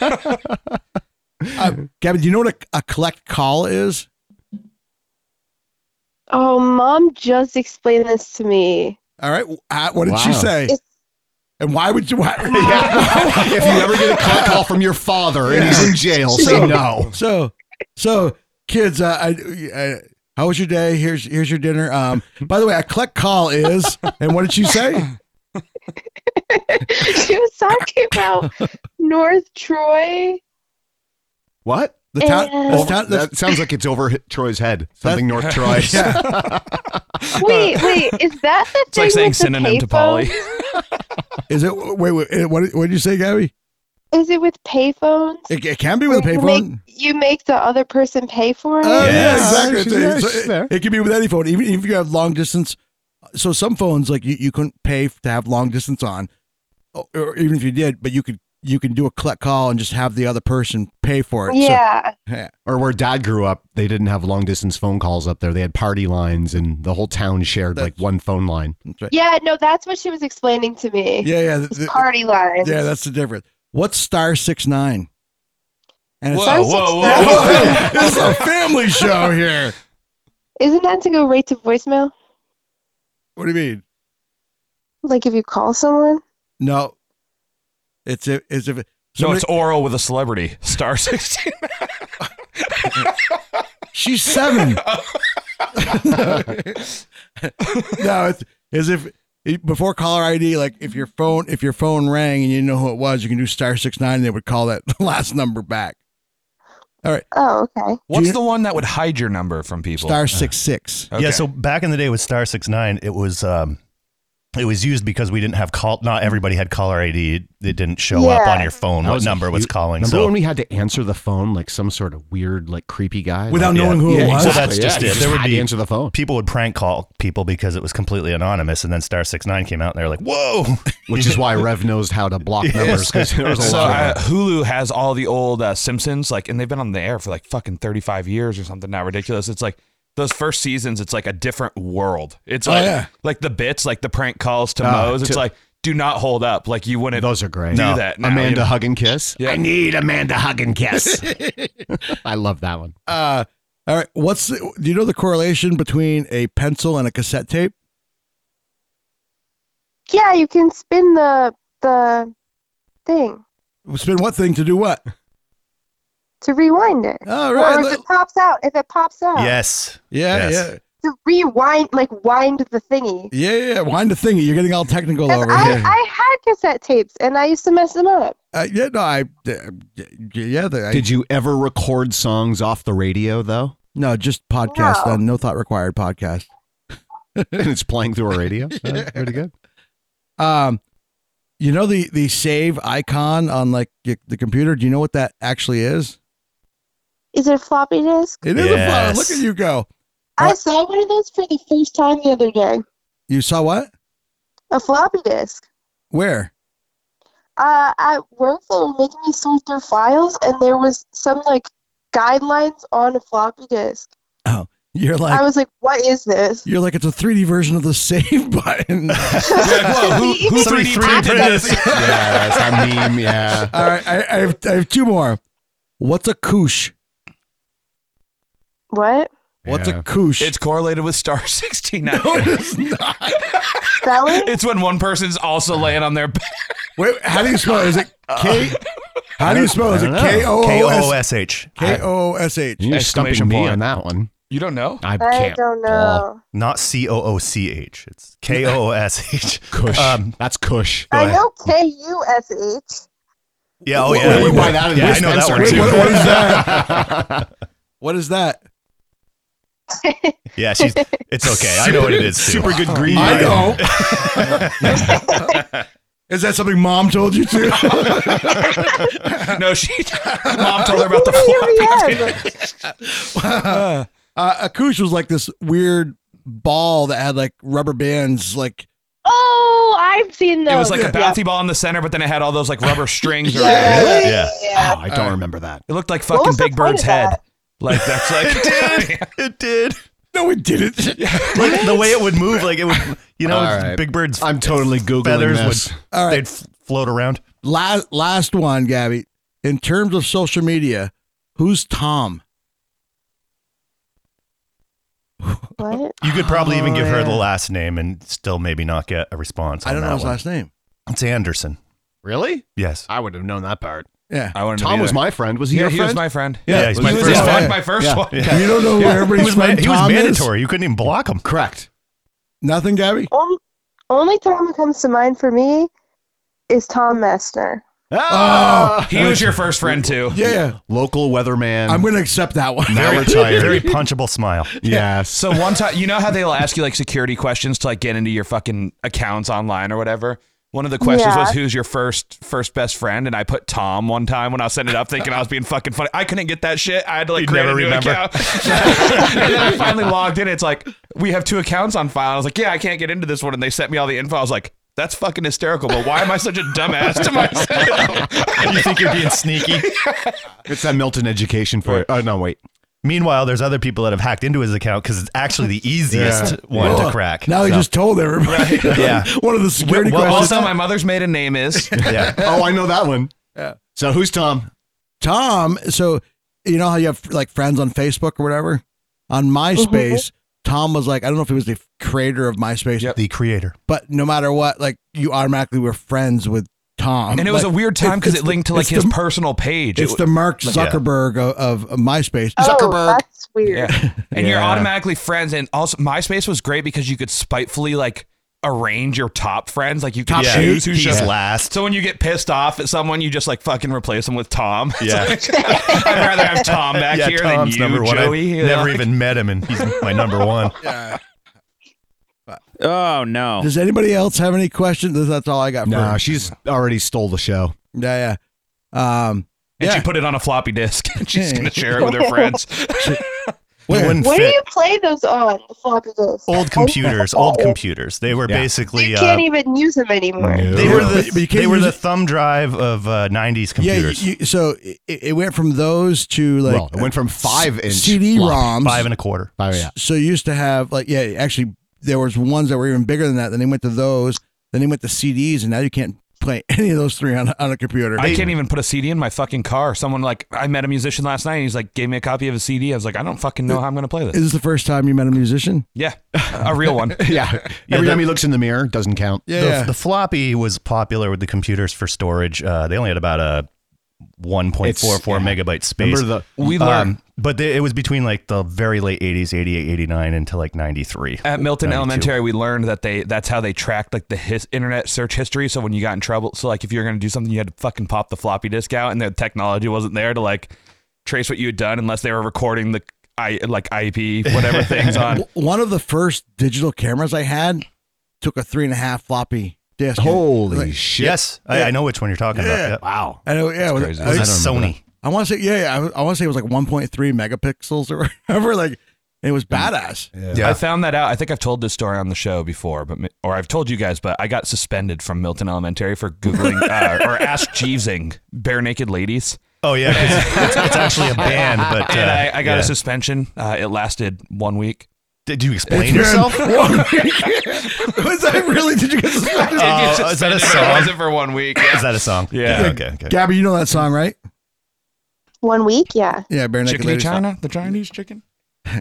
[SPEAKER 2] uh, Gavin, do you know what a, a collect call is?
[SPEAKER 1] Oh, mom just explained this to me. [laughs]
[SPEAKER 2] All right. Uh, what did she
[SPEAKER 4] Wow.
[SPEAKER 2] say?
[SPEAKER 1] It's-
[SPEAKER 2] and why would
[SPEAKER 1] [laughs]
[SPEAKER 2] you? Why, [laughs]
[SPEAKER 4] if you ever get a call-
[SPEAKER 3] [laughs]
[SPEAKER 4] call from your father
[SPEAKER 2] [laughs]
[SPEAKER 4] and he's in jail, say no.
[SPEAKER 2] So, so kids, uh, I, I, how was your day? Here's here's your dinner. Um, by the way, a collect call is, and what did you say?
[SPEAKER 1] she was talking about North
[SPEAKER 7] [laughs]
[SPEAKER 1] Troy.
[SPEAKER 4] What?
[SPEAKER 2] The town,
[SPEAKER 1] Uh,
[SPEAKER 2] that's town that's,
[SPEAKER 4] that sounds like it's over hi- Troy's head. Something North Troy.
[SPEAKER 1] Wait, wait, is that the
[SPEAKER 7] It's
[SPEAKER 1] thing
[SPEAKER 7] like saying
[SPEAKER 1] with the
[SPEAKER 7] synonym to
[SPEAKER 1] payphone?
[SPEAKER 7] Polly.
[SPEAKER 2] is it? Wait, wait eh, what, did- what did you say, Gabby?
[SPEAKER 1] Is it with payphones?
[SPEAKER 2] It, it can be with a
[SPEAKER 1] Where you
[SPEAKER 2] payphone.
[SPEAKER 1] make- You make the other person pay for it.
[SPEAKER 2] Oh,
[SPEAKER 3] Yes.
[SPEAKER 2] yeah, exactly.
[SPEAKER 4] She's
[SPEAKER 2] So
[SPEAKER 4] nice.
[SPEAKER 2] it-
[SPEAKER 4] She's
[SPEAKER 2] it,
[SPEAKER 4] fair.
[SPEAKER 2] can be with any phone, even if you have long distance. So some phones, like you, you couldn't pay f- to have long distance on, or, or even if you did, but you could you can do a collect call and just have the other person pay for it. So-
[SPEAKER 1] yeah.
[SPEAKER 4] [laughs] or where dad grew up, they didn't have long distance phone calls up there. They had party lines and the whole town shared like
[SPEAKER 2] That's-
[SPEAKER 4] one phone line.
[SPEAKER 1] yeah, no, that's what she was explaining to me.
[SPEAKER 2] yeah, yeah.
[SPEAKER 1] It's
[SPEAKER 2] the- the-
[SPEAKER 1] party lines.
[SPEAKER 2] Yeah, that's the difference. What's star six nine? And it's,
[SPEAKER 7] Whoa, whoa, whoa. [laughs]
[SPEAKER 2] Whoa, this is a family show here.
[SPEAKER 1] Isn't that to go right to voicemail?
[SPEAKER 2] What do you mean?
[SPEAKER 1] Like if you call someone?
[SPEAKER 2] No, it's if it's if
[SPEAKER 7] No, it's
[SPEAKER 2] somebody-
[SPEAKER 7] oral with a celebrity. [laughs] Star 16.
[SPEAKER 2] she's seven. [laughs] no, it's as if e, before caller ID, like if your phone if your phone rang and you know who it was, you can do star six nine. And they would call that [laughs] last number back.
[SPEAKER 1] Oh, okay.
[SPEAKER 7] What's
[SPEAKER 2] you-
[SPEAKER 7] the one that would hide your number from people?
[SPEAKER 2] Star six six.
[SPEAKER 7] Okay.
[SPEAKER 3] Yeah. So back in the day with Star Six Nine, it was um, it was used because we didn't have call. Not everybody had caller ID. It didn't show up
[SPEAKER 1] Yeah.
[SPEAKER 3] on your phone.
[SPEAKER 4] That
[SPEAKER 3] What
[SPEAKER 4] was a
[SPEAKER 3] number was
[SPEAKER 4] huge-
[SPEAKER 3] calling?
[SPEAKER 4] Remember
[SPEAKER 3] So
[SPEAKER 4] when we had to answer the phone like some sort of weird, like creepy guy?
[SPEAKER 2] Without
[SPEAKER 4] Like-
[SPEAKER 2] knowing who it
[SPEAKER 4] Yeah,
[SPEAKER 2] was.
[SPEAKER 3] So that's
[SPEAKER 4] exactly,
[SPEAKER 3] just
[SPEAKER 4] yeah.
[SPEAKER 3] it.
[SPEAKER 4] You
[SPEAKER 3] There would
[SPEAKER 4] had to
[SPEAKER 3] be-
[SPEAKER 4] answer the phone,
[SPEAKER 3] people would prank call people because it was completely anonymous, and then Star Six Nine came out, and they're like, "Whoa!"
[SPEAKER 4] which is why Rev knows how to block numbers because there was a
[SPEAKER 7] So
[SPEAKER 4] lot.
[SPEAKER 7] uh,
[SPEAKER 4] of
[SPEAKER 7] Hulu has all the old uh, Simpsons, like, and they've been on the air for like fucking thirty five years or something. Now ridiculous. It's like those first seasons. It's like a different world. It's
[SPEAKER 2] Oh,
[SPEAKER 7] like
[SPEAKER 2] yeah.
[SPEAKER 7] like the bits, like the prank calls to
[SPEAKER 4] Ah,
[SPEAKER 7] Moe's. It's
[SPEAKER 4] to-
[SPEAKER 7] like do not hold up. Like you wouldn't [laughs]
[SPEAKER 4] Those are great.
[SPEAKER 7] do that. Now,
[SPEAKER 4] Amanda
[SPEAKER 7] you know?
[SPEAKER 4] Hug and Kiss.
[SPEAKER 7] Yeah.
[SPEAKER 4] I need Amanda Hug and Kiss. [laughs] I love that one.
[SPEAKER 2] Uh, all right. What's the, do you know the correlation between a pencil and a cassette tape?
[SPEAKER 1] Yeah, you can spin the the thing
[SPEAKER 2] Spin what thing to do what?
[SPEAKER 1] to rewind it.
[SPEAKER 2] All
[SPEAKER 1] Or
[SPEAKER 2] right.
[SPEAKER 1] if
[SPEAKER 2] let-
[SPEAKER 1] it pops out, if it pops out.
[SPEAKER 3] yes.
[SPEAKER 4] [laughs]
[SPEAKER 2] Yeah,
[SPEAKER 3] Yes.
[SPEAKER 2] yeah.
[SPEAKER 1] to rewind, like wind the thingy.
[SPEAKER 2] Yeah, yeah, yeah. Wind the thingy. You're getting all technical
[SPEAKER 1] 'Cause
[SPEAKER 2] over
[SPEAKER 1] I,
[SPEAKER 2] here.
[SPEAKER 1] I had cassette tapes and I used to mess them up.
[SPEAKER 2] uh, yeah, no, I. Uh, yeah, the, I,
[SPEAKER 4] Did you ever record songs off the radio though? [laughs]
[SPEAKER 2] no, just podcast
[SPEAKER 1] No.
[SPEAKER 2] then. No thought required podcast.
[SPEAKER 4] and it's playing through a [laughs] radio.
[SPEAKER 2] Yeah.
[SPEAKER 4] Uh, pretty good.
[SPEAKER 2] Um, you know the the save icon on like y- the computer. Do you know what that actually is?
[SPEAKER 1] Is it a floppy disk?
[SPEAKER 2] It is a file. Look
[SPEAKER 3] Yes.
[SPEAKER 2] at you go.
[SPEAKER 1] I saw one of those for the first time the other day.
[SPEAKER 2] You saw what?
[SPEAKER 1] A floppy disk.
[SPEAKER 2] Where?
[SPEAKER 1] Uh, at work, they were making me sort through files, and there was some like guidelines on a floppy disk.
[SPEAKER 2] Oh, You're
[SPEAKER 1] I
[SPEAKER 2] like
[SPEAKER 1] was like, "What is this?"
[SPEAKER 2] you're like it's a 3D version of the [laughs] save button.
[SPEAKER 3] who, who 3D printed this?
[SPEAKER 4] yeah, that's our meme. Yeah.
[SPEAKER 2] All right, I, I, have, I have two more. What's a koosh?
[SPEAKER 1] What?
[SPEAKER 2] What's
[SPEAKER 4] Yeah.
[SPEAKER 2] a koosh? [laughs]
[SPEAKER 7] It's correlated with Star [laughs] 69.
[SPEAKER 1] Spelling?
[SPEAKER 7] it's when one person's also laying on their back.
[SPEAKER 2] Wait, how do you spell it? Is it K? How do you spell it? Is
[SPEAKER 4] I
[SPEAKER 2] it
[SPEAKER 4] don't know.
[SPEAKER 2] K O
[SPEAKER 3] K O
[SPEAKER 2] O
[SPEAKER 3] O
[SPEAKER 2] S
[SPEAKER 3] S H.
[SPEAKER 2] K O S H?
[SPEAKER 4] You're
[SPEAKER 7] Exclamation
[SPEAKER 4] stumping me
[SPEAKER 7] point.
[SPEAKER 4] on that one.
[SPEAKER 7] You don't know?
[SPEAKER 4] I
[SPEAKER 1] I
[SPEAKER 4] can't.
[SPEAKER 1] don't
[SPEAKER 4] Paul.
[SPEAKER 1] know.
[SPEAKER 3] Not C O O C H. It's K O O S H.
[SPEAKER 4] [laughs] Kush.
[SPEAKER 3] Um,
[SPEAKER 4] that's Kush. [laughs]
[SPEAKER 3] Go
[SPEAKER 1] I
[SPEAKER 3] ahead.
[SPEAKER 1] know K U S H.
[SPEAKER 3] Yeah. Oh
[SPEAKER 4] Wait,
[SPEAKER 3] yeah.
[SPEAKER 4] wait, why that?
[SPEAKER 3] Yeah, I know that one too.
[SPEAKER 2] What- what is What is that?
[SPEAKER 3] [laughs] Yeah, she's. It's okay. I know what it is. Too. Oh
[SPEAKER 4] Super good green.
[SPEAKER 2] I [laughs] know. [laughs] Is that something mom told you to?
[SPEAKER 7] [laughs] No, she. Mom told her about
[SPEAKER 1] [laughs]
[SPEAKER 7] the floppy disk.
[SPEAKER 1] Yeah,
[SPEAKER 2] [laughs] uh, a koosh was like this weird ball that had like rubber bands, like
[SPEAKER 1] oh, I've seen those.
[SPEAKER 7] It was like
[SPEAKER 1] yeah.
[SPEAKER 7] a bouncy ball in the center, but then it had all those like rubber strings around it.
[SPEAKER 1] Yeah.
[SPEAKER 3] Yeah.
[SPEAKER 1] yeah.
[SPEAKER 4] I don't remember that.
[SPEAKER 7] It looked like
[SPEAKER 1] What
[SPEAKER 7] fucking
[SPEAKER 1] was the
[SPEAKER 7] Big
[SPEAKER 1] point
[SPEAKER 7] Bird's
[SPEAKER 1] of
[SPEAKER 7] head.
[SPEAKER 1] that?
[SPEAKER 7] Like that's like
[SPEAKER 3] It did.
[SPEAKER 2] no, it didn't. [laughs]
[SPEAKER 3] Like the way it would move, like it would. You know,
[SPEAKER 4] All right.
[SPEAKER 3] Big Bird's
[SPEAKER 4] I'm totally googling
[SPEAKER 3] feathers
[SPEAKER 4] this.
[SPEAKER 3] would.
[SPEAKER 2] All right.
[SPEAKER 3] They'd f- float around.
[SPEAKER 2] Last last one, Gabby. In terms of social media, who's Tom?
[SPEAKER 1] What?
[SPEAKER 3] You could probably even give her
[SPEAKER 2] Oh, yeah.
[SPEAKER 3] the last name and still maybe not get a response.
[SPEAKER 2] I don't know
[SPEAKER 3] on that
[SPEAKER 2] his
[SPEAKER 3] one.
[SPEAKER 2] last name.
[SPEAKER 3] It's Anderson.
[SPEAKER 4] Really?
[SPEAKER 3] Yes.
[SPEAKER 4] I would have known that part.
[SPEAKER 2] Yeah.
[SPEAKER 3] Uh,
[SPEAKER 7] I wanted to
[SPEAKER 4] Tom
[SPEAKER 7] be
[SPEAKER 4] was
[SPEAKER 7] there.
[SPEAKER 4] my friend. Was he
[SPEAKER 7] Yeah,
[SPEAKER 4] your
[SPEAKER 7] he
[SPEAKER 4] friend?
[SPEAKER 7] was my friend.
[SPEAKER 2] Yeah,
[SPEAKER 3] he's
[SPEAKER 2] it
[SPEAKER 3] my
[SPEAKER 2] was
[SPEAKER 3] first
[SPEAKER 7] He's
[SPEAKER 2] his
[SPEAKER 3] one.
[SPEAKER 7] back
[SPEAKER 2] Yeah.
[SPEAKER 7] my first
[SPEAKER 4] Yeah.
[SPEAKER 7] one.
[SPEAKER 2] You don't
[SPEAKER 3] [laughs]
[SPEAKER 2] know where
[SPEAKER 3] He
[SPEAKER 2] everybody's
[SPEAKER 3] was,
[SPEAKER 2] friend
[SPEAKER 3] ma- he was
[SPEAKER 2] Tom is?
[SPEAKER 3] mandatory. You couldn't even block him.
[SPEAKER 4] Correct.
[SPEAKER 2] Nothing, Gabby.
[SPEAKER 1] On- only Tom that comes to mind for me is Tom Messner.
[SPEAKER 4] Ah!
[SPEAKER 7] He was your first friend too.
[SPEAKER 2] Yeah, yeah.
[SPEAKER 4] Local weatherman.
[SPEAKER 2] I'm gonna accept that one.
[SPEAKER 3] [laughs]
[SPEAKER 4] now retired.
[SPEAKER 3] Very punchable smile.
[SPEAKER 4] yes.
[SPEAKER 7] So one time, you know how they'll ask you like security questions to like get into your fucking accounts online or whatever. One of the questions
[SPEAKER 1] Yeah.
[SPEAKER 7] was who's your first first best friend, and I put Tom one time when I was setting it up, thinking I was being fucking funny. I couldn't get that shit. I had to like
[SPEAKER 3] You'd
[SPEAKER 7] create a
[SPEAKER 3] never
[SPEAKER 7] new
[SPEAKER 3] remember.
[SPEAKER 7] account. [laughs] and then I finally logged in. It's like we have two accounts on file. I was like, yeah, I can't get into this one, and they sent me all the info. I was like, that's fucking hysterical. But why am I such a dumbass to myself?
[SPEAKER 3] you think you're being sneaky?
[SPEAKER 4] It's that Milton education for it. Oh no, wait.
[SPEAKER 3] Meanwhile, there's other people that have hacked into his account because it's actually the easiest one
[SPEAKER 2] Well,
[SPEAKER 3] to crack.
[SPEAKER 2] [laughs] Now he
[SPEAKER 3] So-
[SPEAKER 2] just told [laughs] everybody.
[SPEAKER 3] Yeah.
[SPEAKER 2] one of the security
[SPEAKER 3] Well,
[SPEAKER 2] questions.
[SPEAKER 7] also, my mother's maiden name is.
[SPEAKER 3] yeah.
[SPEAKER 4] Oh, I know that one. So who's Tom?
[SPEAKER 2] Tom, so you know how you have like friends on Facebook or whatever? On
[SPEAKER 3] Mm-hmm.
[SPEAKER 2] MySpace, Tom was like, I don't know if he was the f- creator of MySpace,
[SPEAKER 7] Yep.
[SPEAKER 3] The creator.
[SPEAKER 2] but no matter what, like you automatically were friends with Tom.
[SPEAKER 7] And it was a
[SPEAKER 2] Like,
[SPEAKER 7] weird time because
[SPEAKER 2] it's
[SPEAKER 7] it linked to
[SPEAKER 2] the-
[SPEAKER 7] like
[SPEAKER 2] it's
[SPEAKER 7] his
[SPEAKER 2] the-
[SPEAKER 7] personal page. It
[SPEAKER 2] It's the Mark Zuckerberg of, of MySpace.
[SPEAKER 1] Oh, that's weird.
[SPEAKER 7] Yeah. And you're
[SPEAKER 4] Yeah.
[SPEAKER 7] automatically friends. And also, MySpace was great because you could spitefully like arrange your top friends. Like you could
[SPEAKER 2] Top
[SPEAKER 7] choose
[SPEAKER 3] Yeah.
[SPEAKER 2] shoes,
[SPEAKER 7] who
[SPEAKER 3] He's
[SPEAKER 7] shows up.
[SPEAKER 3] last.
[SPEAKER 7] So when you get pissed off at someone, you just like fucking replace them with Tom.
[SPEAKER 3] Yeah.
[SPEAKER 7] [laughs] I'd rather have Tom back
[SPEAKER 3] yeah,
[SPEAKER 7] here than
[SPEAKER 3] Tom's
[SPEAKER 7] you,
[SPEAKER 3] number one.
[SPEAKER 7] Joey.
[SPEAKER 3] I
[SPEAKER 7] you
[SPEAKER 3] never
[SPEAKER 7] know?
[SPEAKER 3] even met him, and he's my number one.
[SPEAKER 2] Yeah.
[SPEAKER 5] [laughs] Oh no.
[SPEAKER 2] Does anybody else have any questions? That's all I got for
[SPEAKER 4] No, she's already stole the show.
[SPEAKER 2] Yeah, yeah. Um,
[SPEAKER 7] And
[SPEAKER 2] Yeah.
[SPEAKER 7] she put it on a floppy disk [laughs] and she's
[SPEAKER 2] Yeah.
[SPEAKER 7] gonna share it with her
[SPEAKER 3] [laughs]
[SPEAKER 7] friends.
[SPEAKER 3] It wouldn't
[SPEAKER 1] Where do
[SPEAKER 3] fit.
[SPEAKER 1] you Oh, play those on the floppy disk?
[SPEAKER 3] Old computers, old computers. They were
[SPEAKER 4] Yeah.
[SPEAKER 3] basically.
[SPEAKER 1] You
[SPEAKER 3] uh,
[SPEAKER 1] can't even use them anymore.
[SPEAKER 3] they were the
[SPEAKER 2] But you can't
[SPEAKER 3] they were
[SPEAKER 2] use
[SPEAKER 3] the
[SPEAKER 2] it-
[SPEAKER 3] thumb drive of uh, '90s computers.
[SPEAKER 2] Yeah, you, you- so it, it went from those to like
[SPEAKER 4] well, it went from five inch floppy.
[SPEAKER 2] CD-ROMs.
[SPEAKER 3] Five and a quarter.
[SPEAKER 4] Oh yeah.
[SPEAKER 2] So you used to have like yeah, actually there was ones that were even bigger than that. Then they went to those. Then they went to CDs, and now you can't play [laughs] any of those three on a, on a computer.
[SPEAKER 7] I can't even put a CD in my fucking car. Someone like I met a musician last night and he's like gave me a copy of a CD. I was like, I don't fucking
[SPEAKER 3] Uh,
[SPEAKER 7] know how I'm gonna play
[SPEAKER 2] Is
[SPEAKER 7] this.
[SPEAKER 2] this the first time you met a musician?
[SPEAKER 7] Yeah. A real
[SPEAKER 3] [laughs]
[SPEAKER 7] one. [laughs]
[SPEAKER 4] Yeah. Every
[SPEAKER 3] the-
[SPEAKER 4] time he looks in the mirror, doesn't count.
[SPEAKER 2] Yeah,
[SPEAKER 3] the,
[SPEAKER 2] yeah.
[SPEAKER 3] the floppy was popular with the computers for storage. Uh, they only had about a 1.44
[SPEAKER 4] It's- yeah.
[SPEAKER 3] megabyte space.
[SPEAKER 4] Remember the
[SPEAKER 7] We learned
[SPEAKER 3] Um, but they, it was between like the very late 80s, 88, 89 into like 93.
[SPEAKER 7] at Milton
[SPEAKER 3] 92.
[SPEAKER 7] Elementary. We learned that they that's how they tracked like the his, internet search history. So when you got in trouble, so like if you were gonna do something, you had to fucking pop the floppy disk out, and the technology wasn't there to like trace what you had done unless they were recording the I like IP
[SPEAKER 3] [laughs]
[SPEAKER 7] whatever things on.
[SPEAKER 2] W- One of the first digital cameras I had took a three and a half floppy disc.
[SPEAKER 4] holy
[SPEAKER 2] Like-
[SPEAKER 4] shit!
[SPEAKER 3] Yes, I, I know which one you're talking about. Yeah.
[SPEAKER 4] Wow.
[SPEAKER 2] I know, yeah, it was-
[SPEAKER 7] crazy.
[SPEAKER 2] I,
[SPEAKER 3] It was
[SPEAKER 2] was-
[SPEAKER 3] Sony.
[SPEAKER 2] I want to say, yeah, yeah, I was- I, want to say it was like 1.3 megapixels or whatever. Like, it was badass.
[SPEAKER 3] Yeah.
[SPEAKER 7] I found that out. I think I've told this story on the show before, but ma- or I've told you guys, but I got suspended from Milton Elementary for
[SPEAKER 3] [laughs]
[SPEAKER 7] googling uh, or ask Jeevesing bare naked ladies.
[SPEAKER 3] Oh yeah, 'cause it's, it's actually a band.
[SPEAKER 7] [laughs]
[SPEAKER 3] But
[SPEAKER 7] and
[SPEAKER 3] uh,
[SPEAKER 7] I, I got
[SPEAKER 3] yeah.
[SPEAKER 7] a suspension. Uh, it lasted one week.
[SPEAKER 3] Did you explain yourself?
[SPEAKER 2] [laughs] was that really? Did you get
[SPEAKER 3] [laughs]
[SPEAKER 2] suspended?
[SPEAKER 3] Oh, is that a
[SPEAKER 7] It
[SPEAKER 3] song?
[SPEAKER 7] wasn't for one week.
[SPEAKER 3] Is that a song?
[SPEAKER 7] Yeah.
[SPEAKER 3] okay. okay.
[SPEAKER 2] Gabby, you know that song, right?
[SPEAKER 1] One week, yeah,
[SPEAKER 2] Yeah, Bare Naked
[SPEAKER 7] Chickadee
[SPEAKER 2] Ladies.
[SPEAKER 7] China, the Chinese chicken.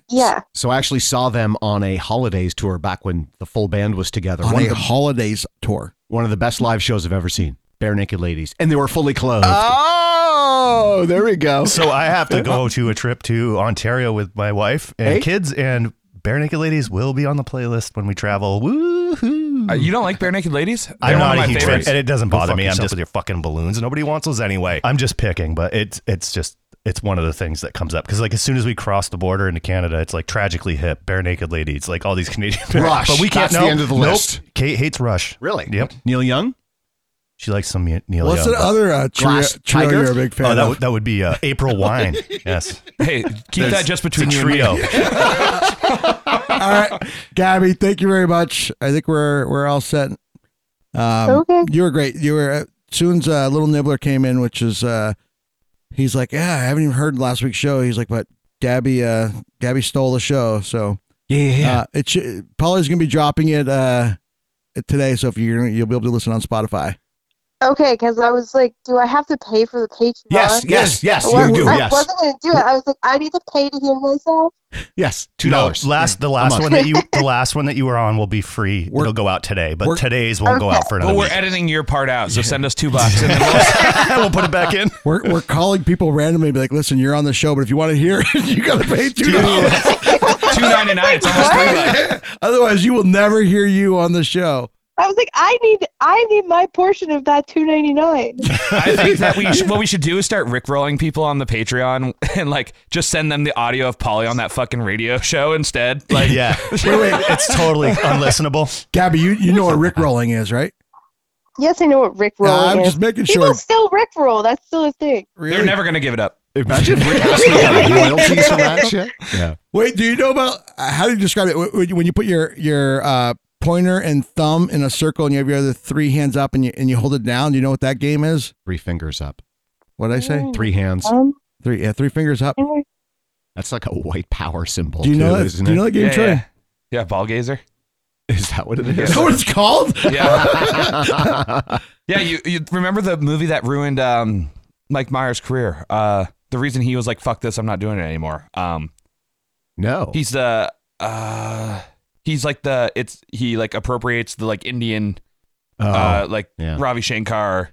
[SPEAKER 1] yeah.
[SPEAKER 4] So I actually saw them on a holidays tour back when the full band was together.
[SPEAKER 2] On
[SPEAKER 4] one,
[SPEAKER 2] a
[SPEAKER 4] of the,
[SPEAKER 2] holidays tour.
[SPEAKER 4] one of the best live shows I've ever seen. Bare naked ladies, and they were fully clothed.
[SPEAKER 2] Oh, there we go.
[SPEAKER 3] So I have to go to a trip to Ontario with my wife and
[SPEAKER 4] Hey.
[SPEAKER 3] kids, and Bare Naked Ladies will be on the playlist when we travel. Woohoo!
[SPEAKER 7] Uh, you don't like bare naked ladies? They're one
[SPEAKER 3] I'm not
[SPEAKER 7] of
[SPEAKER 3] a
[SPEAKER 7] my
[SPEAKER 3] huge fan,
[SPEAKER 7] favorites.
[SPEAKER 3] and it doesn't
[SPEAKER 4] Go
[SPEAKER 3] bother
[SPEAKER 4] fuck
[SPEAKER 3] me. I'm
[SPEAKER 4] yourself.
[SPEAKER 3] just with your fucking balloons. Nobody wants those anyway. I'm just picking, but it's it's just it's one of the things that comes up because like as soon as we cross the border into Canada, it's like tragically hip, bare naked ladies, like all these Canadian.
[SPEAKER 4] Rush.
[SPEAKER 3] but we can't.
[SPEAKER 4] That's the
[SPEAKER 3] no,
[SPEAKER 4] end of the
[SPEAKER 3] nope.
[SPEAKER 4] list.
[SPEAKER 3] Kate hates Rush.
[SPEAKER 4] Really?
[SPEAKER 3] Yep.
[SPEAKER 4] Neil Young.
[SPEAKER 3] She likes some Neil Young.
[SPEAKER 2] What's
[SPEAKER 3] but-
[SPEAKER 2] the other uh, trio,
[SPEAKER 4] Glass
[SPEAKER 2] trio
[SPEAKER 4] Tiger?
[SPEAKER 2] you're a big fan
[SPEAKER 3] Oh, that,
[SPEAKER 2] of?
[SPEAKER 3] would- that would be uh, April Wine. Yes,
[SPEAKER 7] Hey, keep that just between
[SPEAKER 3] it's a
[SPEAKER 7] you
[SPEAKER 3] trio.
[SPEAKER 7] and me.
[SPEAKER 2] All right,
[SPEAKER 3] [laughs]
[SPEAKER 2] Gabby, thank you very much. I think we're we're all set. Um,
[SPEAKER 1] Okay.
[SPEAKER 2] You were great. You were soon's uh, little nibbler came in, which is uh, he's like, yeah, I haven't even heard last week's show. He's like, but Gabby, uh, Gabby stole the show, so
[SPEAKER 6] Yeah, yeah, yeah.
[SPEAKER 2] uh, it should, Paula's gonna be dropping it uh today. So if you're you'll be able to listen on Spotify.
[SPEAKER 1] Okay, because I was like, do I have to pay for the Patreon?
[SPEAKER 4] Yes, yes, yes,
[SPEAKER 1] I was-
[SPEAKER 4] you do.
[SPEAKER 1] I
[SPEAKER 4] Yes,
[SPEAKER 1] wasn't gonna do it. I was like, I need to pay to hear myself.
[SPEAKER 4] yes, two
[SPEAKER 3] No,
[SPEAKER 4] dollars.
[SPEAKER 3] last the
[SPEAKER 4] A
[SPEAKER 3] last
[SPEAKER 4] month.
[SPEAKER 3] one that you the last one that you were on will be free.
[SPEAKER 2] We're-
[SPEAKER 3] It'll go out today, but
[SPEAKER 2] we're-
[SPEAKER 3] today's won't go out for another
[SPEAKER 7] Well, we're
[SPEAKER 3] week.
[SPEAKER 7] editing your part out, so send us two bucks and then
[SPEAKER 3] [laughs]
[SPEAKER 7] we'll
[SPEAKER 3] we'll put it back in.
[SPEAKER 2] We're we're calling people randomly, be like, listen, you're on the show, but if you want to hear it, [laughs] you gotta pay two dollars. [laughs]
[SPEAKER 7] two ninety nine. It's almost three bucks.
[SPEAKER 2] Otherwise, you will never hear you on the show.
[SPEAKER 1] I was like, I need, I need my portion of that two ninety
[SPEAKER 2] [laughs]
[SPEAKER 1] nine.
[SPEAKER 7] I think that we should, what we should do is start rickrolling people on the Patreon and like just send them the audio of Polly on that fucking radio show instead. Like,
[SPEAKER 3] Yeah, it's totally unlistenable.
[SPEAKER 2] Gabby, you, you know what Rick rolling is, right?
[SPEAKER 1] yes, I know what Rick Roll
[SPEAKER 2] I'm
[SPEAKER 1] is.
[SPEAKER 2] just making
[SPEAKER 1] People
[SPEAKER 2] sure.
[SPEAKER 1] still Rick Roll. That's still a thing.
[SPEAKER 7] they're never gonna give it up.
[SPEAKER 4] Imagine [laughs] if we asked
[SPEAKER 2] [laughs]
[SPEAKER 4] for royalties for that shit. Yeah.
[SPEAKER 2] Wait, do you know about uh, how do you describe it Wh- when you- when you put your your uh, pointer and thumb in a circle and you have your other three hands up and you and you hold it down? Do you know what that game is?
[SPEAKER 4] Three fingers up.
[SPEAKER 2] What did I
[SPEAKER 7] Mm.
[SPEAKER 2] say?
[SPEAKER 4] Three hands.
[SPEAKER 1] Um,
[SPEAKER 2] Three yeah, three fingers up.
[SPEAKER 1] anyway.
[SPEAKER 4] That's like a [laughs] white power symbol.
[SPEAKER 2] Do you know
[SPEAKER 4] too,
[SPEAKER 2] that?
[SPEAKER 4] isn't
[SPEAKER 2] Do you know
[SPEAKER 4] it?
[SPEAKER 2] that game,
[SPEAKER 7] yeah,
[SPEAKER 2] Troy?
[SPEAKER 7] yeah, yeah, ball gazer.
[SPEAKER 4] Is that what it is?
[SPEAKER 2] Is that what it's called?
[SPEAKER 7] Yeah, [laughs] yeah. You, you remember the movie that ruined um, Mike Myers' career? Uh, the reason he was like, "Fuck this, I'm not doing it anymore." Um,
[SPEAKER 4] no.
[SPEAKER 7] He's the uh he's like the it's he like appropriates the like Indian
[SPEAKER 4] Oh.
[SPEAKER 7] uh like
[SPEAKER 4] yeah.
[SPEAKER 7] Ravi Shankar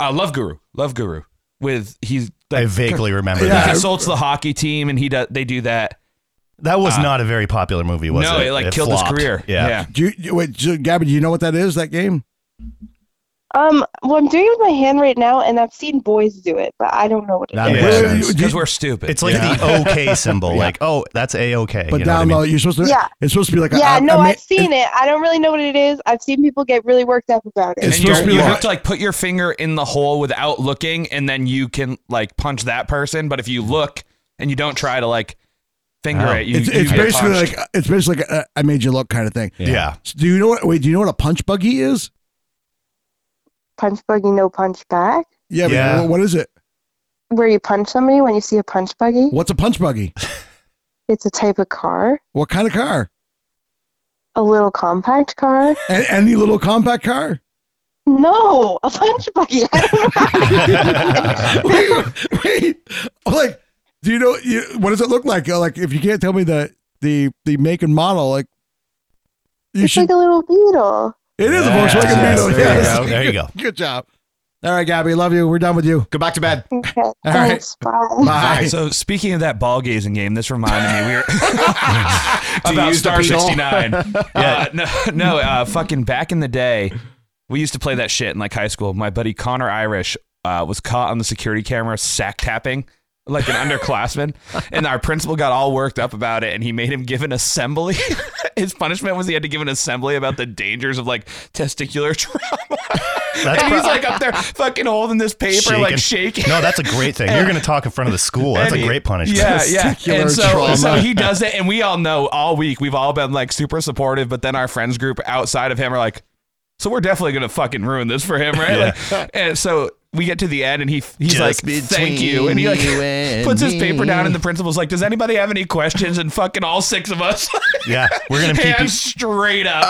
[SPEAKER 7] uh Love Guru, Love Guru with he's
[SPEAKER 3] I
[SPEAKER 7] like, [laughs]
[SPEAKER 3] vaguely remember
[SPEAKER 7] he
[SPEAKER 2] Yeah.
[SPEAKER 3] that.
[SPEAKER 7] consults the hockey team and he does they do that.
[SPEAKER 3] That was
[SPEAKER 7] Uh,
[SPEAKER 3] not a very popular movie, was
[SPEAKER 7] no,
[SPEAKER 3] it?
[SPEAKER 7] it, like killed his
[SPEAKER 3] flopped.
[SPEAKER 7] career.
[SPEAKER 3] Yeah.
[SPEAKER 2] Do you, you- wait, so, Gabby? Do you know what that is? That game?
[SPEAKER 1] Um, well, I'm doing it with my hand right now, and I've seen boys do it, but I don't know what it
[SPEAKER 4] That
[SPEAKER 1] is.
[SPEAKER 3] Yeah.
[SPEAKER 4] makes
[SPEAKER 2] Well,
[SPEAKER 4] sense.
[SPEAKER 2] you-
[SPEAKER 7] Because we're stupid.
[SPEAKER 3] It's like
[SPEAKER 2] Yeah.
[SPEAKER 3] the OK symbol. Like, oh, that's A OK.
[SPEAKER 2] But download. You're supposed to.
[SPEAKER 1] Yeah.
[SPEAKER 2] It's supposed to be like.
[SPEAKER 1] yeah,
[SPEAKER 2] a,
[SPEAKER 1] no,
[SPEAKER 2] a,
[SPEAKER 1] I've seen it. I don't really know what it is. I've seen people get really worked up about it.
[SPEAKER 2] It's
[SPEAKER 7] and you're,
[SPEAKER 2] supposed to be
[SPEAKER 7] you
[SPEAKER 2] like-
[SPEAKER 7] have to like put your finger in the hole without looking, and then you can like punch that person. But if you look and you don't try to like finger
[SPEAKER 3] Oh.
[SPEAKER 7] it, you,
[SPEAKER 2] It's,
[SPEAKER 7] you
[SPEAKER 2] it's
[SPEAKER 7] get
[SPEAKER 2] basically
[SPEAKER 7] punched.
[SPEAKER 2] like it's basically like a, I made you look kind of thing.
[SPEAKER 3] Yeah. yeah.
[SPEAKER 2] So do you know what? Wait, do you know what a punch buggy is?
[SPEAKER 1] Punch buggy, no punch back.
[SPEAKER 2] Yeah.
[SPEAKER 3] Yeah.
[SPEAKER 2] But what is it?
[SPEAKER 1] Where you punch somebody when you see a punch buggy.
[SPEAKER 2] What's a punch buggy?
[SPEAKER 1] It's a type of car,
[SPEAKER 2] What kind of car?
[SPEAKER 1] a little compact car.
[SPEAKER 2] A- any little compact car? [laughs]
[SPEAKER 1] No, a punch buggy. [laughs] I don't know.
[SPEAKER 2] wait, wait. I'm like, do you know you, what does it look like? Uh, Like, if you can't tell me the the the make and model, like, you
[SPEAKER 1] it's
[SPEAKER 2] should.
[SPEAKER 1] like a little beetle.
[SPEAKER 2] it is a
[SPEAKER 3] Yes,
[SPEAKER 2] Volkswagen
[SPEAKER 3] yes,
[SPEAKER 2] Beetle.
[SPEAKER 3] there you
[SPEAKER 2] yes.
[SPEAKER 3] go, there you go.
[SPEAKER 2] Good job. All right, Gabby, love you. We're done with you.
[SPEAKER 4] [laughs] Go back to bed.
[SPEAKER 1] Okay.
[SPEAKER 2] right.
[SPEAKER 1] thanks. Bye.
[SPEAKER 7] All
[SPEAKER 2] Bye.
[SPEAKER 7] right, so speaking of that ball gazing game, this reminded me [laughs] we were
[SPEAKER 4] you
[SPEAKER 7] about
[SPEAKER 4] use the
[SPEAKER 7] Star
[SPEAKER 4] pedal?
[SPEAKER 7] sixty nine. [laughs] yeah, no, no, uh, fucking back in the day, we used to play that shit in like high school. My buddy Connor Irish uh, was caught on the security camera sack tapping like an [laughs] underclassman, and our principal got all worked up about it, and he made him give an assembly. [laughs] His punishment was he had to give an assembly about the dangers of like testicular [laughs] trauma.
[SPEAKER 3] That's
[SPEAKER 7] and he's
[SPEAKER 3] pro-
[SPEAKER 7] like up there fucking holding this paper, like shaking.
[SPEAKER 3] No, that's a great thing.
[SPEAKER 7] [laughs]
[SPEAKER 3] You're going to talk in front of the school. That's a
[SPEAKER 7] Eddie.
[SPEAKER 3] great punishment.
[SPEAKER 7] Yeah, yeah.
[SPEAKER 2] Testicular
[SPEAKER 7] And so,
[SPEAKER 2] trauma.
[SPEAKER 7] so he does it, and we all know all week we've all been like super supportive, but then our friends group outside of him are like, so we're definitely gonna fucking ruin this for him, right? Like, and so we get to the end, and he he's
[SPEAKER 3] Just
[SPEAKER 7] like, "Thank you," and he like
[SPEAKER 2] you and
[SPEAKER 7] puts his paper down,
[SPEAKER 2] me.
[SPEAKER 7] and the principal's like, "Does anybody have any questions?" And fucking all six of us,
[SPEAKER 3] [laughs]
[SPEAKER 7] [laughs]
[SPEAKER 3] Yeah, we're going to keep you. Ah.
[SPEAKER 7] hands straight up.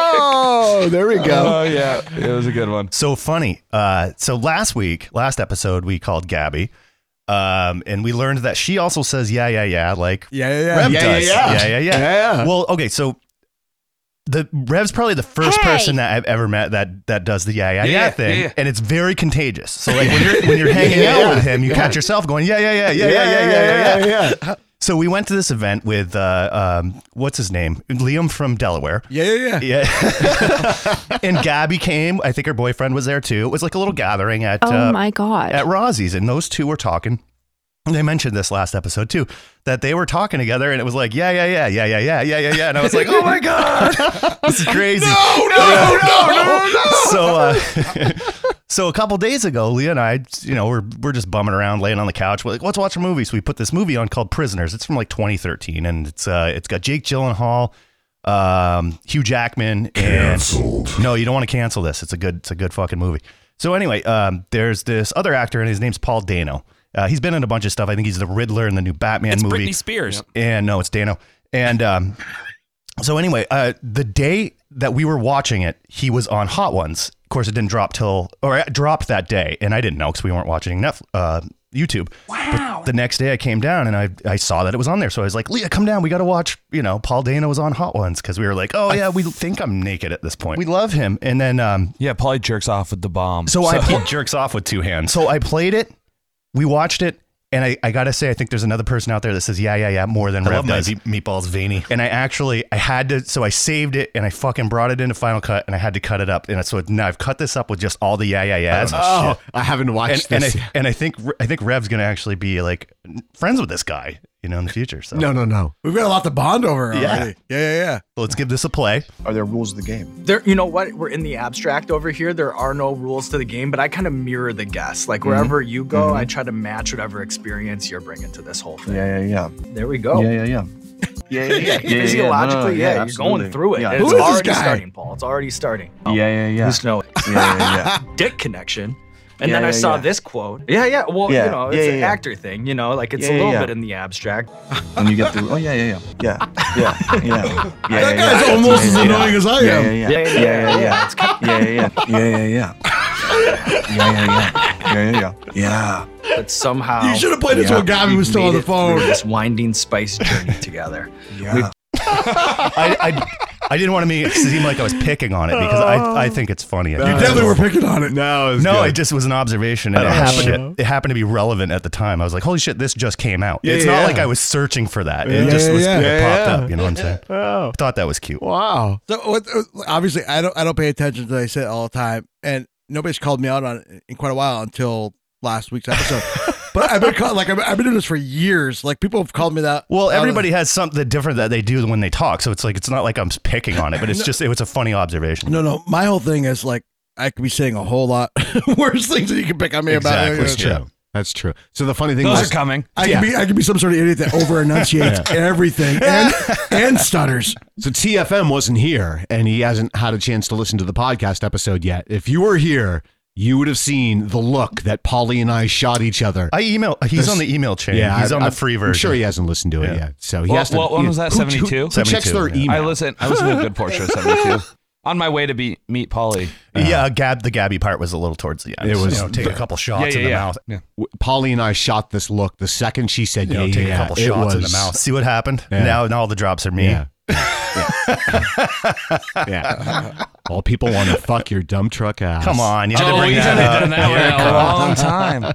[SPEAKER 2] Oh, there we go.
[SPEAKER 7] oh yeah, it was a good one.
[SPEAKER 3] So funny. Uh, so last week, last episode, we called Gabby, um, and we learned that she also says yeah, yeah, yeah, like
[SPEAKER 2] Yeah, yeah, yeah.
[SPEAKER 3] Rev
[SPEAKER 4] Yeah,
[SPEAKER 3] does.
[SPEAKER 4] yeah, yeah.
[SPEAKER 3] yeah, yeah,
[SPEAKER 4] Yeah.
[SPEAKER 3] Well, okay, so the Rev's probably the first
[SPEAKER 9] Hey.
[SPEAKER 3] person that I've ever met that that does the yeah, yeah, yeah,
[SPEAKER 7] Yeah, yeah,
[SPEAKER 3] thing,
[SPEAKER 7] yeah, yeah.
[SPEAKER 3] and it's very contagious. So like when you're when you're hanging out with him, you catch yourself going yeah, yeah, yeah, yeah, yeah, yeah, yeah, yeah. yeah,
[SPEAKER 4] yeah.
[SPEAKER 3] [laughs] So we went to this event with uh, um, what's his name, Liam from Delaware.
[SPEAKER 2] Yeah, yeah, yeah.
[SPEAKER 3] Yeah. [laughs] and Gabby came. I think her boyfriend was there too. It was like a little gathering at
[SPEAKER 9] Oh
[SPEAKER 3] uh,
[SPEAKER 9] my god.
[SPEAKER 3] at Rosie's, and those two were talking. And They mentioned this last episode too that they were talking together, and it was like yeah, yeah, yeah, yeah, yeah, yeah, yeah, yeah, yeah. And I was like, oh my god, this is crazy. No, no, no, no, no. [laughs] So,
[SPEAKER 7] [laughs]
[SPEAKER 3] uh, so a couple days ago, Leah and I, you know, we're we're just bumming around, laying on the couch. We're like, let's watch a movie. So we put this movie on called Prisoners. It's from like 2013, and it's uh, it's got Jake Gyllenhaal, um, Hugh Jackman, canceled. And, no, you don't want to cancel this. It's a good it's a good fucking movie. So anyway, um, there's this other actor, and his name's Paul Dano. Uh, he's been in a bunch of stuff. I think he's the Riddler in the new Batman
[SPEAKER 7] It's
[SPEAKER 3] movie
[SPEAKER 7] Britney Spears.
[SPEAKER 3] and no, it's Dano. And um, so anyway, uh, the day that we were watching it, he was on Hot Ones. Of course, it didn't drop till or it dropped that day, and I didn't know because we weren't watching Netflix, uh, YouTube. Wow. But the next day, I came down and I I saw that it was on there, so I was like, Leah, come down, we got to watch. You know, Paul Dano was on Hot Ones because we were like, oh yeah, we think I'm naked at this point. We love him, and then um,
[SPEAKER 7] Yeah, Polly jerks off with the bomb.
[SPEAKER 3] so, I pl- jerks off with two hands. So I played it, we watched it, and I, I gotta say, I think there's another person out there that says yeah, yeah, yeah more than
[SPEAKER 10] I
[SPEAKER 3] Rev
[SPEAKER 10] love my
[SPEAKER 3] does.
[SPEAKER 10] meat- meatballs veiny.
[SPEAKER 3] And I actually, I had to, so I saved it and I fucking brought it into Final Cut and I had to cut it up. And so now I've cut this up with just all the yeah, yeah, yeahs.
[SPEAKER 4] Oh, I haven't
[SPEAKER 3] and,
[SPEAKER 4] watched
[SPEAKER 3] and
[SPEAKER 4] this.
[SPEAKER 3] I, and I think, I think Rev's gonna actually be like friends with this guy, you know, in the future. So
[SPEAKER 4] no, no, no.
[SPEAKER 2] We've got a lot to bond over already.
[SPEAKER 3] Yeah.
[SPEAKER 2] Yeah, yeah, yeah.
[SPEAKER 3] let's give this a play.
[SPEAKER 11] Are there rules of the game?
[SPEAKER 12] There, you know what? We're in the abstract over here. There are no rules to the game, but I kind of mirror the guests.
[SPEAKER 11] Mm-hmm.
[SPEAKER 12] Like wherever you go, I try to match whatever experience you're bringing to this whole thing.
[SPEAKER 11] Yeah, yeah,
[SPEAKER 12] There we
[SPEAKER 11] yeah.
[SPEAKER 12] go.
[SPEAKER 11] Yeah, yeah, yeah. Oh. [laughs] Yeah, yeah, yeah. yeah,
[SPEAKER 12] Physiologically, [laughs] yeah, you're going through it. It's
[SPEAKER 2] Who is this
[SPEAKER 12] already
[SPEAKER 2] guy?
[SPEAKER 12] starting, Paul. It's already starting.
[SPEAKER 7] Oh.
[SPEAKER 11] Yeah, yeah, Oh, yeah.
[SPEAKER 12] Just know it.
[SPEAKER 11] Yeah, yeah, yeah.
[SPEAKER 12] Dick connection. And
[SPEAKER 11] Yeah,
[SPEAKER 12] then I
[SPEAKER 11] yeah,
[SPEAKER 12] saw
[SPEAKER 11] yeah.
[SPEAKER 12] this quote. Yeah, yeah. Well,
[SPEAKER 11] Yeah,
[SPEAKER 12] you know, it's
[SPEAKER 11] yeah,
[SPEAKER 12] an
[SPEAKER 11] yeah, yeah.
[SPEAKER 12] actor thing. You know, like it's
[SPEAKER 11] Yeah,
[SPEAKER 12] a
[SPEAKER 11] yeah,
[SPEAKER 12] little
[SPEAKER 11] yeah.
[SPEAKER 12] bit in the abstract.
[SPEAKER 11] When you get through, oh yeah, yeah, yeah, yeah, yeah, yeah, yeah. yeah
[SPEAKER 2] That
[SPEAKER 11] yeah,
[SPEAKER 2] guy's
[SPEAKER 11] yeah,
[SPEAKER 2] almost
[SPEAKER 11] yeah,
[SPEAKER 2] as
[SPEAKER 11] yeah,
[SPEAKER 2] annoying as I
[SPEAKER 11] Yeah,
[SPEAKER 2] am.
[SPEAKER 11] yeah, yeah, yeah, yeah, yeah. It's kind- Yeah, yeah, yeah, yeah, yeah, yeah, yeah, yeah, yeah, yeah, yeah, yeah.
[SPEAKER 12] But somehow
[SPEAKER 2] You should have played this
[SPEAKER 11] Yeah.
[SPEAKER 2] when Gabby
[SPEAKER 12] we've
[SPEAKER 2] was still
[SPEAKER 12] made
[SPEAKER 2] on the
[SPEAKER 12] it through
[SPEAKER 2] phone.
[SPEAKER 12] This winding spice journey together.
[SPEAKER 11] Yeah.
[SPEAKER 3] I, I, I didn't want to make it seem like I was picking on it because I, I think it's funny. I
[SPEAKER 2] You
[SPEAKER 3] think it's
[SPEAKER 2] definitely were
[SPEAKER 3] adorable.
[SPEAKER 2] picking on it.
[SPEAKER 4] No,
[SPEAKER 3] No,
[SPEAKER 4] I
[SPEAKER 3] it just was an observation. And it,
[SPEAKER 4] Oh,
[SPEAKER 3] happened
[SPEAKER 4] shit.
[SPEAKER 3] to, it happened to be relevant at the time. I was like, holy shit, this just came out.
[SPEAKER 4] Yeah,
[SPEAKER 3] it's
[SPEAKER 4] yeah.
[SPEAKER 3] not like I was searching for that. It
[SPEAKER 2] Yeah,
[SPEAKER 3] just
[SPEAKER 2] yeah,
[SPEAKER 3] was,
[SPEAKER 2] yeah.
[SPEAKER 3] it
[SPEAKER 4] Yeah,
[SPEAKER 3] popped
[SPEAKER 4] yeah.
[SPEAKER 3] up. You know what I'm saying?
[SPEAKER 4] Oh,
[SPEAKER 3] I thought that was cute.
[SPEAKER 4] wow.
[SPEAKER 2] So what, uh, obviously, I don't I don't pay attention to what I say all the time, and nobody's called me out on it in quite a while until last week's episode. but I've been called like I've, I've been doing this for years. Like people have called me that.
[SPEAKER 3] Well,
[SPEAKER 2] out of-
[SPEAKER 3] everybody has something different that they do when they talk. So it's like, it's not like I'm picking on it, but it's just, it was a funny observation.
[SPEAKER 2] No, no. My whole thing is like I could be saying a whole lot [laughs] worse things that you can pick on me about.
[SPEAKER 3] Exactly. Yeah.
[SPEAKER 4] That's true. So the funny thing
[SPEAKER 7] Those
[SPEAKER 4] was,
[SPEAKER 7] are coming.
[SPEAKER 2] I could be I could be some sort of idiot
[SPEAKER 3] [laughs]
[SPEAKER 2] that over enunciates everything and and stutters.
[SPEAKER 4] so TFM wasn't here, and he hasn't had a chance to listen to the podcast episode yet. If you were here, you would have seen the look that Polly and I shot each other.
[SPEAKER 3] I email, he's on the email chain. he's
[SPEAKER 4] I-
[SPEAKER 3] on
[SPEAKER 4] I'm-
[SPEAKER 3] the free version.
[SPEAKER 4] I'm sure he hasn't listened to it
[SPEAKER 3] Yeah.
[SPEAKER 4] yet. So he
[SPEAKER 7] What-
[SPEAKER 4] has to.
[SPEAKER 7] what one was that,
[SPEAKER 4] who- who-
[SPEAKER 7] 72?
[SPEAKER 4] Who checks their
[SPEAKER 3] 72, yeah.
[SPEAKER 7] I
[SPEAKER 4] email?
[SPEAKER 7] listen. I listen to a good portion of seventy two. On my way to be meet Polly.
[SPEAKER 3] yeah. Gab, the Gabby part was a little towards the end.
[SPEAKER 4] It was-
[SPEAKER 3] you know, take a couple shots in the mouth.
[SPEAKER 7] yeah.
[SPEAKER 4] w- Polly and I shot this look the second she said,
[SPEAKER 3] You know,
[SPEAKER 4] yeah,
[SPEAKER 3] take
[SPEAKER 4] yeah,
[SPEAKER 3] a couple
[SPEAKER 4] it
[SPEAKER 3] shots in
[SPEAKER 4] was- [laughs]
[SPEAKER 3] the mouth. See what happened?
[SPEAKER 4] Yeah.
[SPEAKER 3] Now, now all the drops are me.
[SPEAKER 4] Yeah. yeah. All people want to fuck your dumb truck ass.
[SPEAKER 3] Come on, you had to Oh, bring he's that been up. doing [laughs] that one a [laughs] long time.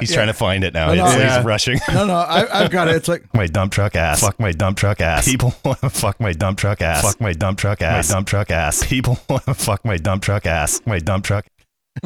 [SPEAKER 3] He's trying to find it now.
[SPEAKER 2] No, no,
[SPEAKER 3] It's-
[SPEAKER 2] yeah.
[SPEAKER 3] He's rushing.
[SPEAKER 2] No, no, I, I've got it. It's like
[SPEAKER 3] my dump truck ass. Fuck my dump truck ass. People want to fuck my dump truck ass. Fuck my dump truck ass. My dump truck ass. People want to fuck my dump truck ass. My dump truck.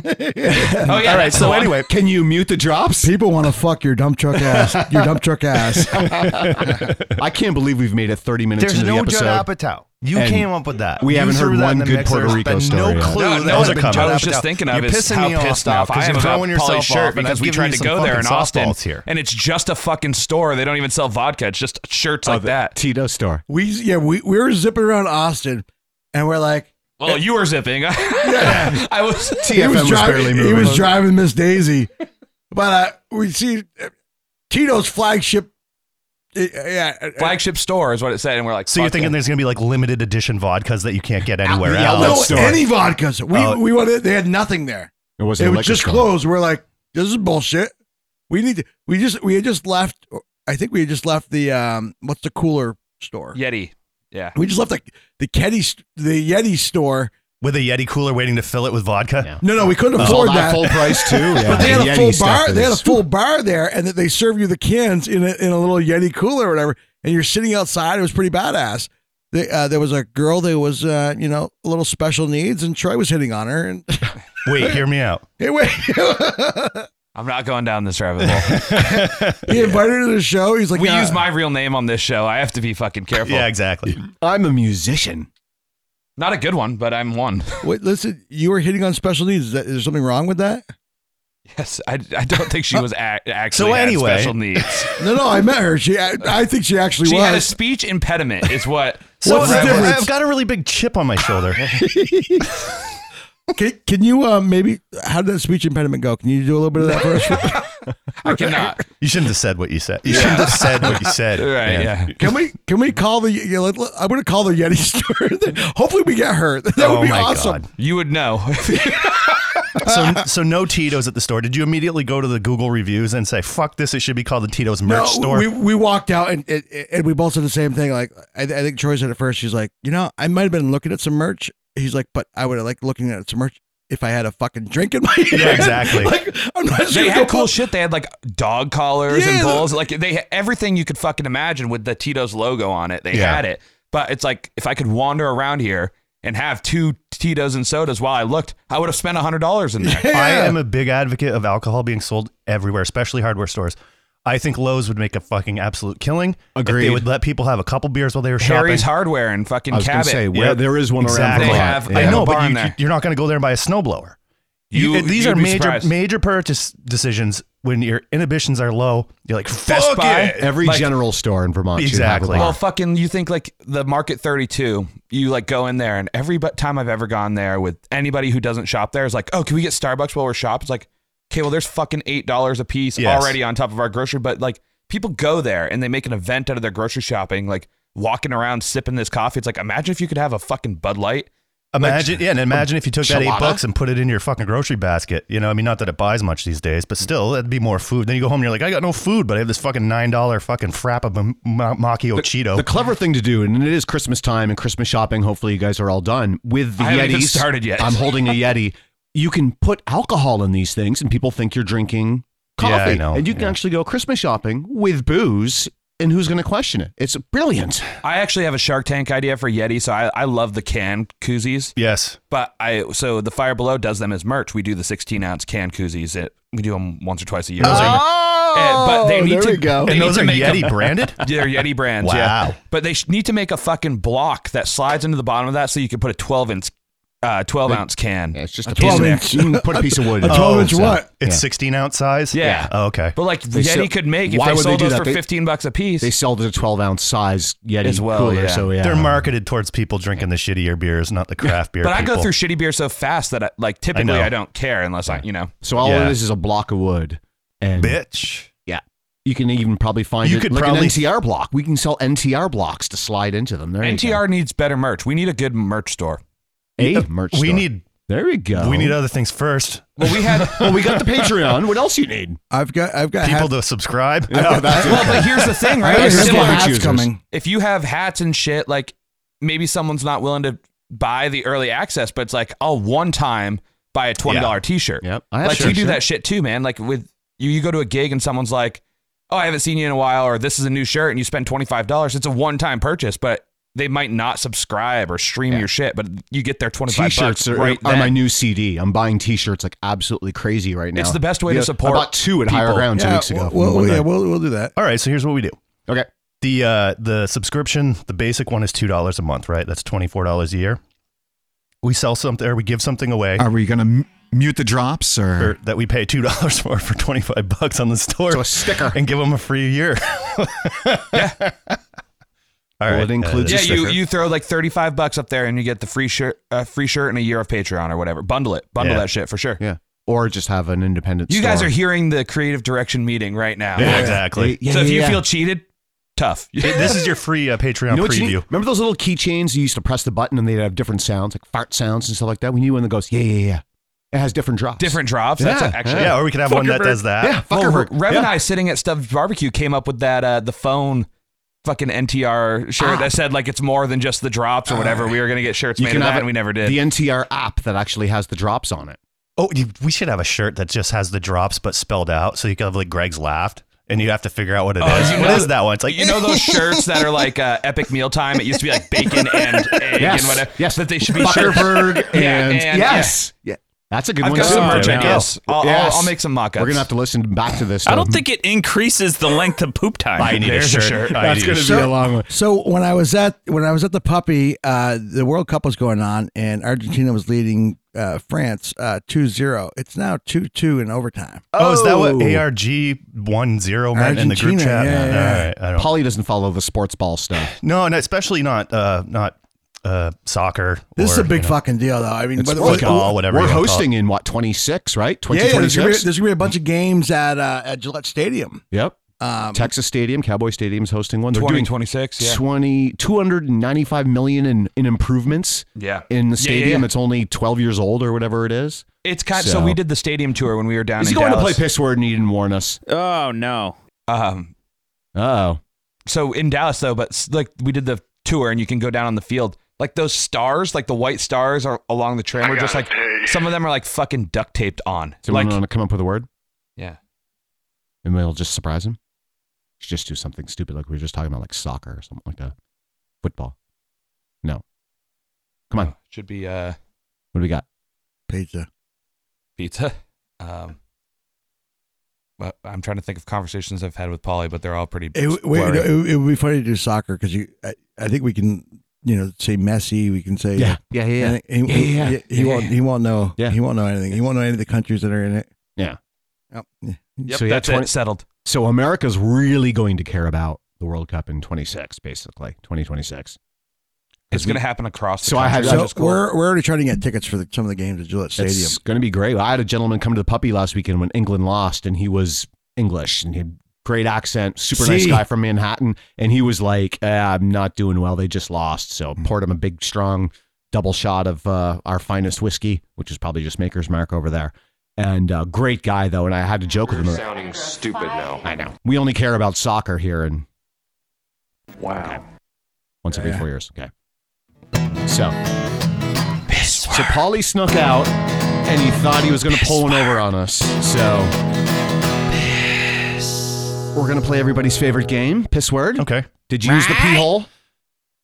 [SPEAKER 7] Oh, yeah,
[SPEAKER 3] All right.
[SPEAKER 7] that's the
[SPEAKER 3] So
[SPEAKER 7] one.
[SPEAKER 3] anyway,
[SPEAKER 4] can you mute the drops?
[SPEAKER 2] People want to fuck your dump truck ass. Your dump truck
[SPEAKER 3] [laughs]
[SPEAKER 2] ass.
[SPEAKER 4] [laughs] I can't believe we've made it 30 minutes
[SPEAKER 3] There's
[SPEAKER 4] into
[SPEAKER 3] no
[SPEAKER 4] the episode.
[SPEAKER 3] Judd Apatow. You
[SPEAKER 4] and
[SPEAKER 3] came up with that.
[SPEAKER 4] We
[SPEAKER 3] You
[SPEAKER 4] haven't
[SPEAKER 3] threw
[SPEAKER 4] heard
[SPEAKER 3] that
[SPEAKER 4] one
[SPEAKER 3] in the
[SPEAKER 4] good
[SPEAKER 3] mix.
[SPEAKER 4] Puerto
[SPEAKER 3] There's
[SPEAKER 4] Rico
[SPEAKER 3] been
[SPEAKER 4] story
[SPEAKER 3] No
[SPEAKER 4] yet.
[SPEAKER 3] clue.
[SPEAKER 4] No,
[SPEAKER 3] that
[SPEAKER 4] no,
[SPEAKER 3] was
[SPEAKER 4] I
[SPEAKER 3] a
[SPEAKER 4] was
[SPEAKER 3] Judd
[SPEAKER 4] just
[SPEAKER 3] Apatow.
[SPEAKER 7] thinking of
[SPEAKER 3] You're
[SPEAKER 7] is
[SPEAKER 3] pissing
[SPEAKER 7] how
[SPEAKER 3] me off
[SPEAKER 7] pissed
[SPEAKER 3] now,
[SPEAKER 7] off I
[SPEAKER 3] 'cause
[SPEAKER 7] am
[SPEAKER 3] you're
[SPEAKER 7] about
[SPEAKER 3] throwing yourself
[SPEAKER 7] Polly
[SPEAKER 3] off,
[SPEAKER 7] Shirt
[SPEAKER 3] and I've
[SPEAKER 7] because we
[SPEAKER 3] given
[SPEAKER 7] tried
[SPEAKER 3] you
[SPEAKER 7] to
[SPEAKER 3] some
[SPEAKER 7] go there in
[SPEAKER 3] fucking
[SPEAKER 7] Austin,
[SPEAKER 3] softballs here.
[SPEAKER 7] and it's just a fucking store. They don't even sell vodka. It's just shirts
[SPEAKER 3] Oh,
[SPEAKER 7] like that.
[SPEAKER 4] Tito store.
[SPEAKER 2] We yeah we we were zipping around Austin, and we're like
[SPEAKER 7] Well, you were zipping. [laughs] I was.
[SPEAKER 2] he was, driving he was driving Miss Daisy, but uh, we see uh, Tito's flagship. uh, Yeah, uh,
[SPEAKER 7] Flagship store is what it said, and we're like,
[SPEAKER 3] So you're
[SPEAKER 7] fuck
[SPEAKER 3] thinking
[SPEAKER 7] it.
[SPEAKER 3] there's gonna be like limited edition vodkas that you can't get anywhere
[SPEAKER 2] yeah,
[SPEAKER 3] else.
[SPEAKER 2] no, any vodkas. We
[SPEAKER 3] Oh.
[SPEAKER 2] we wanted. They had nothing there.
[SPEAKER 4] It was
[SPEAKER 2] it was just closed. We're like, this is bullshit. We need to. We just we had just left. I think we had just left the um. What's the cooler store?
[SPEAKER 7] Yeti. Yeah.
[SPEAKER 2] We just left the the Yeti st- the Yeti store.
[SPEAKER 3] with a Yeti cooler waiting to fill it with vodka.
[SPEAKER 2] No, no, we couldn't
[SPEAKER 3] Oh.
[SPEAKER 2] afford
[SPEAKER 3] Sold out
[SPEAKER 2] that.
[SPEAKER 3] full
[SPEAKER 2] [laughs]
[SPEAKER 3] price, too? Yeah.
[SPEAKER 2] but they had
[SPEAKER 3] Yeti
[SPEAKER 2] a full
[SPEAKER 3] stuff
[SPEAKER 2] bar. They had a
[SPEAKER 3] is-
[SPEAKER 2] full bar there, and that they serve you the cans in a, in a little Yeti cooler or whatever. And you're sitting outside. It was pretty badass. They, uh, there was a girl that was uh, you know a little special needs, and Troy was hitting on her. And [laughs]
[SPEAKER 3] Wait, hear me out.
[SPEAKER 2] hey, [laughs] wait,
[SPEAKER 7] I'm not going down this rabbit
[SPEAKER 3] [laughs]
[SPEAKER 7] hole.
[SPEAKER 2] he invited her to the show. He's like, "Uh,
[SPEAKER 7] we
[SPEAKER 2] "Nah."
[SPEAKER 7] use my real name on this show. I have to be fucking careful.
[SPEAKER 3] uh, Yeah, exactly.
[SPEAKER 4] I'm a musician.
[SPEAKER 7] Not a good one, but I'm one.
[SPEAKER 2] Wait, listen, you were hitting on special needs. Is, that, is there something wrong with that?
[SPEAKER 7] Yes, I, I don't think she was ac actually
[SPEAKER 3] So
[SPEAKER 7] had
[SPEAKER 3] anyway.
[SPEAKER 7] special
[SPEAKER 3] [laughs]
[SPEAKER 7] needs.
[SPEAKER 2] No, no, I met her. She, I, I think she actually
[SPEAKER 7] She
[SPEAKER 2] was.
[SPEAKER 7] had a speech impediment, is what.
[SPEAKER 3] [laughs] So
[SPEAKER 2] What's the
[SPEAKER 3] I've,
[SPEAKER 2] difference?
[SPEAKER 3] I've got a really big chip on my shoulder.
[SPEAKER 2] can, can you uh, maybe? How did that speech impediment go? Can you do a little bit of that for us?
[SPEAKER 7] I cannot.
[SPEAKER 3] you shouldn't have said what you said. You shouldn't have said what you
[SPEAKER 7] [laughs]
[SPEAKER 3] said.
[SPEAKER 7] Right,
[SPEAKER 3] man.
[SPEAKER 7] yeah.
[SPEAKER 2] [laughs] Can we can we call the? Yeah, let, let- I'm going to call the Yeti [laughs] store. Hopefully, we get her. That
[SPEAKER 3] Oh
[SPEAKER 2] would be
[SPEAKER 3] my
[SPEAKER 2] awesome.
[SPEAKER 3] God.
[SPEAKER 7] You would
[SPEAKER 3] [laughs]
[SPEAKER 7] know. [laughs]
[SPEAKER 3] So, so no Tito's at the store. Did you immediately go to the Google reviews and say, "Fuck this"? It should be called the Tito's merch
[SPEAKER 2] No,
[SPEAKER 3] store.
[SPEAKER 2] we we walked out and and, and we both said the same thing. Like I, I think Troy said at first, she's like, you know, I might have been looking at some merch. He's like, but I would have liked looking at some merch if I had a fucking drink in my hand.
[SPEAKER 3] Yeah,
[SPEAKER 2] [laughs]
[SPEAKER 3] exactly.
[SPEAKER 2] like I'm not sure
[SPEAKER 7] they
[SPEAKER 2] if I'll
[SPEAKER 7] had cool
[SPEAKER 2] put-
[SPEAKER 7] shit. They had like dog collars
[SPEAKER 2] Yeah,
[SPEAKER 7] and
[SPEAKER 2] the-
[SPEAKER 7] bowls. Like they had everything you could fucking imagine with the Tito's logo on it. They
[SPEAKER 3] Yeah.
[SPEAKER 7] had it. But it's like if I could wander around here and have two Tito's and sodas while I looked, I would have spent hundred dollars
[SPEAKER 3] [laughs]
[SPEAKER 7] in there.
[SPEAKER 3] I am a big advocate of alcohol being sold everywhere, especially hardware stores. I think Lowe's would make a fucking absolute killing. if
[SPEAKER 4] Agreed.
[SPEAKER 3] they would let people have a couple beers while they were shopping.
[SPEAKER 7] Harry's Hardware and fucking
[SPEAKER 4] I was going
[SPEAKER 7] Cabot.
[SPEAKER 4] to say, where
[SPEAKER 3] Yep.
[SPEAKER 4] there is one
[SPEAKER 3] Exactly.
[SPEAKER 4] around
[SPEAKER 7] They
[SPEAKER 4] Vermont.
[SPEAKER 7] have-
[SPEAKER 4] Yeah.
[SPEAKER 7] they
[SPEAKER 3] I know,
[SPEAKER 7] a bar
[SPEAKER 3] but
[SPEAKER 7] in
[SPEAKER 3] you,
[SPEAKER 7] there.
[SPEAKER 3] you're not going to go there and buy a snowblower.
[SPEAKER 7] You-
[SPEAKER 3] these
[SPEAKER 7] you'd
[SPEAKER 3] are
[SPEAKER 7] be
[SPEAKER 3] major
[SPEAKER 7] surprised.
[SPEAKER 3] major purchase decisions when your inhibitions are low. You're like,
[SPEAKER 7] Best
[SPEAKER 3] fuck
[SPEAKER 7] Buy?
[SPEAKER 3] it.
[SPEAKER 4] Every
[SPEAKER 7] Like-
[SPEAKER 4] general store in Vermont should have a
[SPEAKER 3] Exactly.
[SPEAKER 4] bar.
[SPEAKER 7] Well, fucking, you think like the Market 32, you like go in there, and every bu- time I've ever gone there with anybody who doesn't shop there is like, oh, can we get Starbucks while we're shopped? It's like, okay, well, there's fucking $8 a piece
[SPEAKER 3] Yes.
[SPEAKER 7] already on top of our grocery. But like, people go there and they make an event out of their grocery shopping, like walking around sipping this coffee. It's like, imagine if you could have a fucking Bud Light.
[SPEAKER 3] Imagine, yeah, and imagine if you took that eight
[SPEAKER 4] Enchilada?
[SPEAKER 3] bucks and put it in your fucking grocery basket. You know, I mean, not that it buys much these days, but still, that'd be more food. Then you go home and you're like, I got no food, but I have this fucking nine dollar fucking frappa m- m- macchio Cheeto.
[SPEAKER 4] The clever thing to do, and it is Christmas time and Christmas shopping. Hopefully, you guys are all done with the
[SPEAKER 7] I haven't even
[SPEAKER 4] Yetis.
[SPEAKER 7] started yet.
[SPEAKER 4] I'm holding a Yeti. You can put alcohol in these things, and people think you're drinking
[SPEAKER 3] Yeah,
[SPEAKER 4] coffee.
[SPEAKER 3] I know.
[SPEAKER 4] And you can
[SPEAKER 3] Yeah.
[SPEAKER 4] actually go Christmas shopping with booze. And who's going to question it? It's brilliant.
[SPEAKER 7] I actually have a Shark Tank idea for Yeti. So I, I love the can koozies.
[SPEAKER 3] yes,
[SPEAKER 7] But I, so the Fire Below does them as merch. We do the 16 ounce can koozies. It, we do them once or twice a year.
[SPEAKER 3] Those are-
[SPEAKER 7] Uh, but they
[SPEAKER 4] Oh,
[SPEAKER 7] need
[SPEAKER 4] there
[SPEAKER 7] to
[SPEAKER 4] we go.
[SPEAKER 7] They
[SPEAKER 3] and
[SPEAKER 7] need
[SPEAKER 3] those
[SPEAKER 7] to
[SPEAKER 3] are
[SPEAKER 7] make
[SPEAKER 3] Yeti
[SPEAKER 7] a-
[SPEAKER 3] branded.
[SPEAKER 7] [laughs] They're Yeti brands.
[SPEAKER 3] Wow.
[SPEAKER 7] Yeah. But they sh- need to make a fucking block that slides into the bottom of that so you can put a 12 inch, uh, 12 ounce can.
[SPEAKER 4] It's just
[SPEAKER 2] A
[SPEAKER 4] a piece
[SPEAKER 2] 12
[SPEAKER 4] of
[SPEAKER 2] inch.
[SPEAKER 4] [laughs] You can put a piece of wood.
[SPEAKER 2] A
[SPEAKER 4] in Oh, it.
[SPEAKER 2] 12 inch what?
[SPEAKER 3] Oh, It's
[SPEAKER 4] Yeah.
[SPEAKER 3] 16 ounce size.
[SPEAKER 7] Yeah.
[SPEAKER 3] Oh, okay.
[SPEAKER 7] But like Yeti
[SPEAKER 4] sell-
[SPEAKER 7] could make if
[SPEAKER 4] Why
[SPEAKER 7] they
[SPEAKER 4] would they
[SPEAKER 7] sold
[SPEAKER 4] do
[SPEAKER 7] those
[SPEAKER 4] that?
[SPEAKER 7] for
[SPEAKER 4] They-
[SPEAKER 7] 15 bucks a piece.
[SPEAKER 4] They sell the 12 ounce size Yeti
[SPEAKER 7] As well,
[SPEAKER 4] cooler.
[SPEAKER 7] yeah.
[SPEAKER 4] So yeah,
[SPEAKER 3] They're marketed towards people drinking the shittier beers, not the craft beer.
[SPEAKER 7] but I
[SPEAKER 3] people.
[SPEAKER 7] go through shitty beer so fast that I, like typically
[SPEAKER 3] know.
[SPEAKER 7] I, don't care unless I, you know.
[SPEAKER 4] So all
[SPEAKER 3] Yeah.
[SPEAKER 4] it is is a block of wood. And
[SPEAKER 3] [laughs] bitch.
[SPEAKER 4] you can even probably find
[SPEAKER 3] You
[SPEAKER 4] it
[SPEAKER 3] could
[SPEAKER 4] like
[SPEAKER 3] probably-
[SPEAKER 4] an NTR block. We can sell NTR blocks to slide into them. There you go.
[SPEAKER 7] NTR needs better merch. We need a good merch store.
[SPEAKER 4] a merch.
[SPEAKER 3] We
[SPEAKER 4] store.
[SPEAKER 3] need
[SPEAKER 4] There we go.
[SPEAKER 3] We need other things first.
[SPEAKER 4] Well, we [laughs] had. [laughs] well, we got the Patreon. What else you need?
[SPEAKER 2] I've got. I've got.
[SPEAKER 3] People to subscribe.
[SPEAKER 4] No,
[SPEAKER 3] [laughs]
[SPEAKER 4] that's
[SPEAKER 7] well, but here's the thing, right?
[SPEAKER 4] I
[SPEAKER 7] If
[SPEAKER 4] always
[SPEAKER 7] someone-
[SPEAKER 4] forget hats coming.
[SPEAKER 7] If you have hats and shit, like maybe someone's not willing to buy the early access, but it's like, oh, one time buy a twenty dollar T-shirt.
[SPEAKER 4] Yep. I have
[SPEAKER 7] Like you
[SPEAKER 4] shirts,
[SPEAKER 7] do
[SPEAKER 4] yeah.
[SPEAKER 7] that shit too, man. Like with you, you go to a gig and someone's like, oh, I haven't seen you in a while, or this is a new shirt, and you spend twenty five dollars. It's a one time purchase, but they might not subscribe or stream your shit, but you get their twenty five
[SPEAKER 4] T-shirts
[SPEAKER 7] bucks
[SPEAKER 4] are,
[SPEAKER 7] right
[SPEAKER 4] are
[SPEAKER 7] then.
[SPEAKER 4] my new CD. I'm buying T-shirts like absolutely crazy right now.
[SPEAKER 7] It's the best way to
[SPEAKER 4] Yeah,
[SPEAKER 7] support
[SPEAKER 4] I bought two at Higher
[SPEAKER 7] people.
[SPEAKER 4] Ground two
[SPEAKER 7] Yeah,
[SPEAKER 4] weeks ago.
[SPEAKER 2] Well,
[SPEAKER 4] One
[SPEAKER 2] yeah,
[SPEAKER 4] night.
[SPEAKER 2] we'll, we'll do that.
[SPEAKER 3] All right, so here's what we do.
[SPEAKER 4] Okay.
[SPEAKER 3] The uh the subscription, the basic one is two dollars a month, right? That's twenty four dollars a year. We sell something or we give something away
[SPEAKER 8] Are we gonna m- mute the drops or?
[SPEAKER 3] for, that we pay two dollars [laughs] for for twenty five bucks on the store.
[SPEAKER 4] So a sticker.
[SPEAKER 3] and give them a free year. [laughs] All
[SPEAKER 4] Well, it
[SPEAKER 3] right.
[SPEAKER 4] includes
[SPEAKER 7] Yeah,
[SPEAKER 4] a
[SPEAKER 7] you,
[SPEAKER 4] sticker.
[SPEAKER 7] you throw like thirty five bucks up there, and you get the free shirt, uh, free shirt, and a year of Patreon or whatever. Bundle it, bundle
[SPEAKER 3] Yeah.
[SPEAKER 7] that shit for sure.
[SPEAKER 4] yeah, or just have an independent.
[SPEAKER 7] You
[SPEAKER 4] store.
[SPEAKER 7] guys are hearing the creative direction meeting right now.
[SPEAKER 3] Yeah, exactly.
[SPEAKER 7] so if you feel cheated, tough. [laughs]
[SPEAKER 3] This is your free uh, Patreon
[SPEAKER 4] You know what you need?
[SPEAKER 3] preview.
[SPEAKER 4] Remember those little keychains you used to press the button and they'd have different sounds, like fart sounds and stuff like that? We need one that goes, yeah, yeah, yeah. It has different drops.
[SPEAKER 7] Different drops. That's
[SPEAKER 4] Yeah,
[SPEAKER 7] actually.
[SPEAKER 3] Yeah, or we could have one that
[SPEAKER 12] Fuckerberg.
[SPEAKER 3] does that.
[SPEAKER 4] Yeah,
[SPEAKER 7] Well,
[SPEAKER 4] fucker.
[SPEAKER 7] Rev and I sitting at Stubbs Barbecue came up with that uh, the phone fucking NTR shirt that said like it's more than just the drops or whatever. we were gonna get shirts
[SPEAKER 4] Ah. You
[SPEAKER 7] made
[SPEAKER 4] can
[SPEAKER 7] of that,
[SPEAKER 4] have
[SPEAKER 7] and
[SPEAKER 4] it-
[SPEAKER 7] we never did.
[SPEAKER 4] The NTR app that actually has the drops on it.
[SPEAKER 3] Oh, you- we should have a shirt that just has the drops but spelled out, so you could have like Greg's laughed, and you have to figure out what it is.
[SPEAKER 7] Oh, you
[SPEAKER 3] What
[SPEAKER 7] know-
[SPEAKER 3] is that one? It's like
[SPEAKER 7] you know
[SPEAKER 4] [laughs]
[SPEAKER 7] those shirts that are like uh, epic mealtime. It used to be like bacon
[SPEAKER 4] [laughs]
[SPEAKER 7] and egg
[SPEAKER 4] Yes,
[SPEAKER 7] and whatever.
[SPEAKER 4] yes.
[SPEAKER 7] that they should be shirts.
[SPEAKER 4] Fuckerberg
[SPEAKER 7] Yeah,
[SPEAKER 4] and,
[SPEAKER 7] and-
[SPEAKER 4] yes. Yeah. That's a good
[SPEAKER 7] I've
[SPEAKER 4] one.
[SPEAKER 7] got
[SPEAKER 4] too.
[SPEAKER 7] some merch
[SPEAKER 4] There we go.
[SPEAKER 7] ideas. I'll,
[SPEAKER 4] Yes.
[SPEAKER 7] I'll, I'll make some mock-ups.
[SPEAKER 4] We're going to have to listen back to this.
[SPEAKER 5] I
[SPEAKER 4] though.
[SPEAKER 5] don't think it increases the length of poop time.
[SPEAKER 3] I need
[SPEAKER 7] There's
[SPEAKER 3] a
[SPEAKER 7] a
[SPEAKER 3] shirt.
[SPEAKER 7] shirt.
[SPEAKER 3] I
[SPEAKER 4] that's
[SPEAKER 3] need
[SPEAKER 4] going to
[SPEAKER 3] a
[SPEAKER 4] be a
[SPEAKER 3] shirt.
[SPEAKER 4] long one.
[SPEAKER 2] So when I was at when I was at the puppy, uh, the World Cup was going on, and Argentina was leading uh, France uh, 2-0. It's now two two in overtime.
[SPEAKER 3] Oh, is that what ARG one zero meant in the group
[SPEAKER 2] Argentina,
[SPEAKER 3] chat?
[SPEAKER 2] yeah,
[SPEAKER 3] No,
[SPEAKER 2] yeah.
[SPEAKER 3] All right, I don't.
[SPEAKER 4] Polly doesn't follow the sports ball stuff.
[SPEAKER 3] No, and especially not uh, not uh, soccer.
[SPEAKER 2] This is
[SPEAKER 3] or,
[SPEAKER 2] a big
[SPEAKER 3] you know,
[SPEAKER 2] fucking deal, though. I mean,
[SPEAKER 4] It's
[SPEAKER 2] whether-
[SPEAKER 3] football, whatever.
[SPEAKER 4] We're
[SPEAKER 3] you wanna call it.
[SPEAKER 4] hosting in what, 26, right?
[SPEAKER 2] yeah, yeah, there's gonna, be,
[SPEAKER 4] 2026?
[SPEAKER 2] there's gonna be a bunch of games at uh, at Gillette Stadium.
[SPEAKER 4] Yep.
[SPEAKER 2] Um,
[SPEAKER 4] Texas Stadium, Cowboy Stadium's hosting one. They're doing
[SPEAKER 7] 26.
[SPEAKER 4] 20, 295 million in, in improvements
[SPEAKER 7] Yeah.
[SPEAKER 4] in
[SPEAKER 7] Yeah,
[SPEAKER 4] the
[SPEAKER 7] yeah,
[SPEAKER 4] stadium.
[SPEAKER 7] yeah.
[SPEAKER 4] It's only 12 years old or whatever it is.
[SPEAKER 7] It's kind so,
[SPEAKER 4] So-
[SPEAKER 7] we did the stadium tour when we were down
[SPEAKER 4] Is
[SPEAKER 7] in
[SPEAKER 4] he going
[SPEAKER 7] Dallas.
[SPEAKER 4] to play piss word and he didn't warn us?
[SPEAKER 5] Oh no.
[SPEAKER 7] Um,
[SPEAKER 4] Oh.
[SPEAKER 7] so in Dallas though, but s- like we did the tour and you can go down on the field. Like those stars, like the white stars are along the trim are just like some of them are like fucking duct taped on.
[SPEAKER 4] Does anyone
[SPEAKER 7] like
[SPEAKER 4] want to come up with a word?
[SPEAKER 7] yeah.
[SPEAKER 4] And we'll just surprise him? Should Just do something stupid like we were just talking about, like soccer or something like that. Football. No. Come on.
[SPEAKER 7] Should be uh
[SPEAKER 4] What do we got?
[SPEAKER 2] pizza.
[SPEAKER 7] pizza. [laughs] Um but I'm trying to think of conversations I've had with Polly, but they're all pretty
[SPEAKER 2] It, w- wait,
[SPEAKER 7] blurry.
[SPEAKER 2] it, w- it would be funny to do soccer because you. I, I think we can, you know, say Messi. We can say
[SPEAKER 4] Yeah. Yeah. Yeah.
[SPEAKER 2] And He,
[SPEAKER 4] Yeah, yeah,
[SPEAKER 2] he- he won't. He won't know.
[SPEAKER 4] Yeah.
[SPEAKER 2] He won't know anything. He won't know any of the countries that are in it.
[SPEAKER 4] Yeah.
[SPEAKER 2] Yep.
[SPEAKER 7] Yep,
[SPEAKER 4] so yeah,
[SPEAKER 7] that's
[SPEAKER 4] 20
[SPEAKER 7] it settled.
[SPEAKER 4] So America's really going to care about the World Cup in 26, basically 2026.
[SPEAKER 7] It's
[SPEAKER 4] we-
[SPEAKER 7] gonna happen across the
[SPEAKER 4] So I had-
[SPEAKER 7] country.
[SPEAKER 4] that's
[SPEAKER 2] So
[SPEAKER 4] just cool.
[SPEAKER 2] we're we're already trying to get tickets for the, some of the games at Gillette Stadium.
[SPEAKER 4] It's going to be great. I had a gentleman come to the puppy last weekend when England lost, and he was English and he had great accent, super nice
[SPEAKER 2] See?
[SPEAKER 4] guy from Manhattan, and he was like, eh, "I'm not doing well. They just lost." So poured him a big, strong double shot of uh, our finest whiskey, which is probably just Maker's Mark over there. And uh, great guy though, and I had to joke with him. sounding stupid now. I know. We only care about soccer here, and wow, once every
[SPEAKER 2] Yeah.
[SPEAKER 4] four years. Okay. So, so Paulie snuck out, and he thought he was going to pull one over on us. So, we're going to play everybody's favorite game, piss word.
[SPEAKER 3] Okay.
[SPEAKER 4] Did you use the pee hole?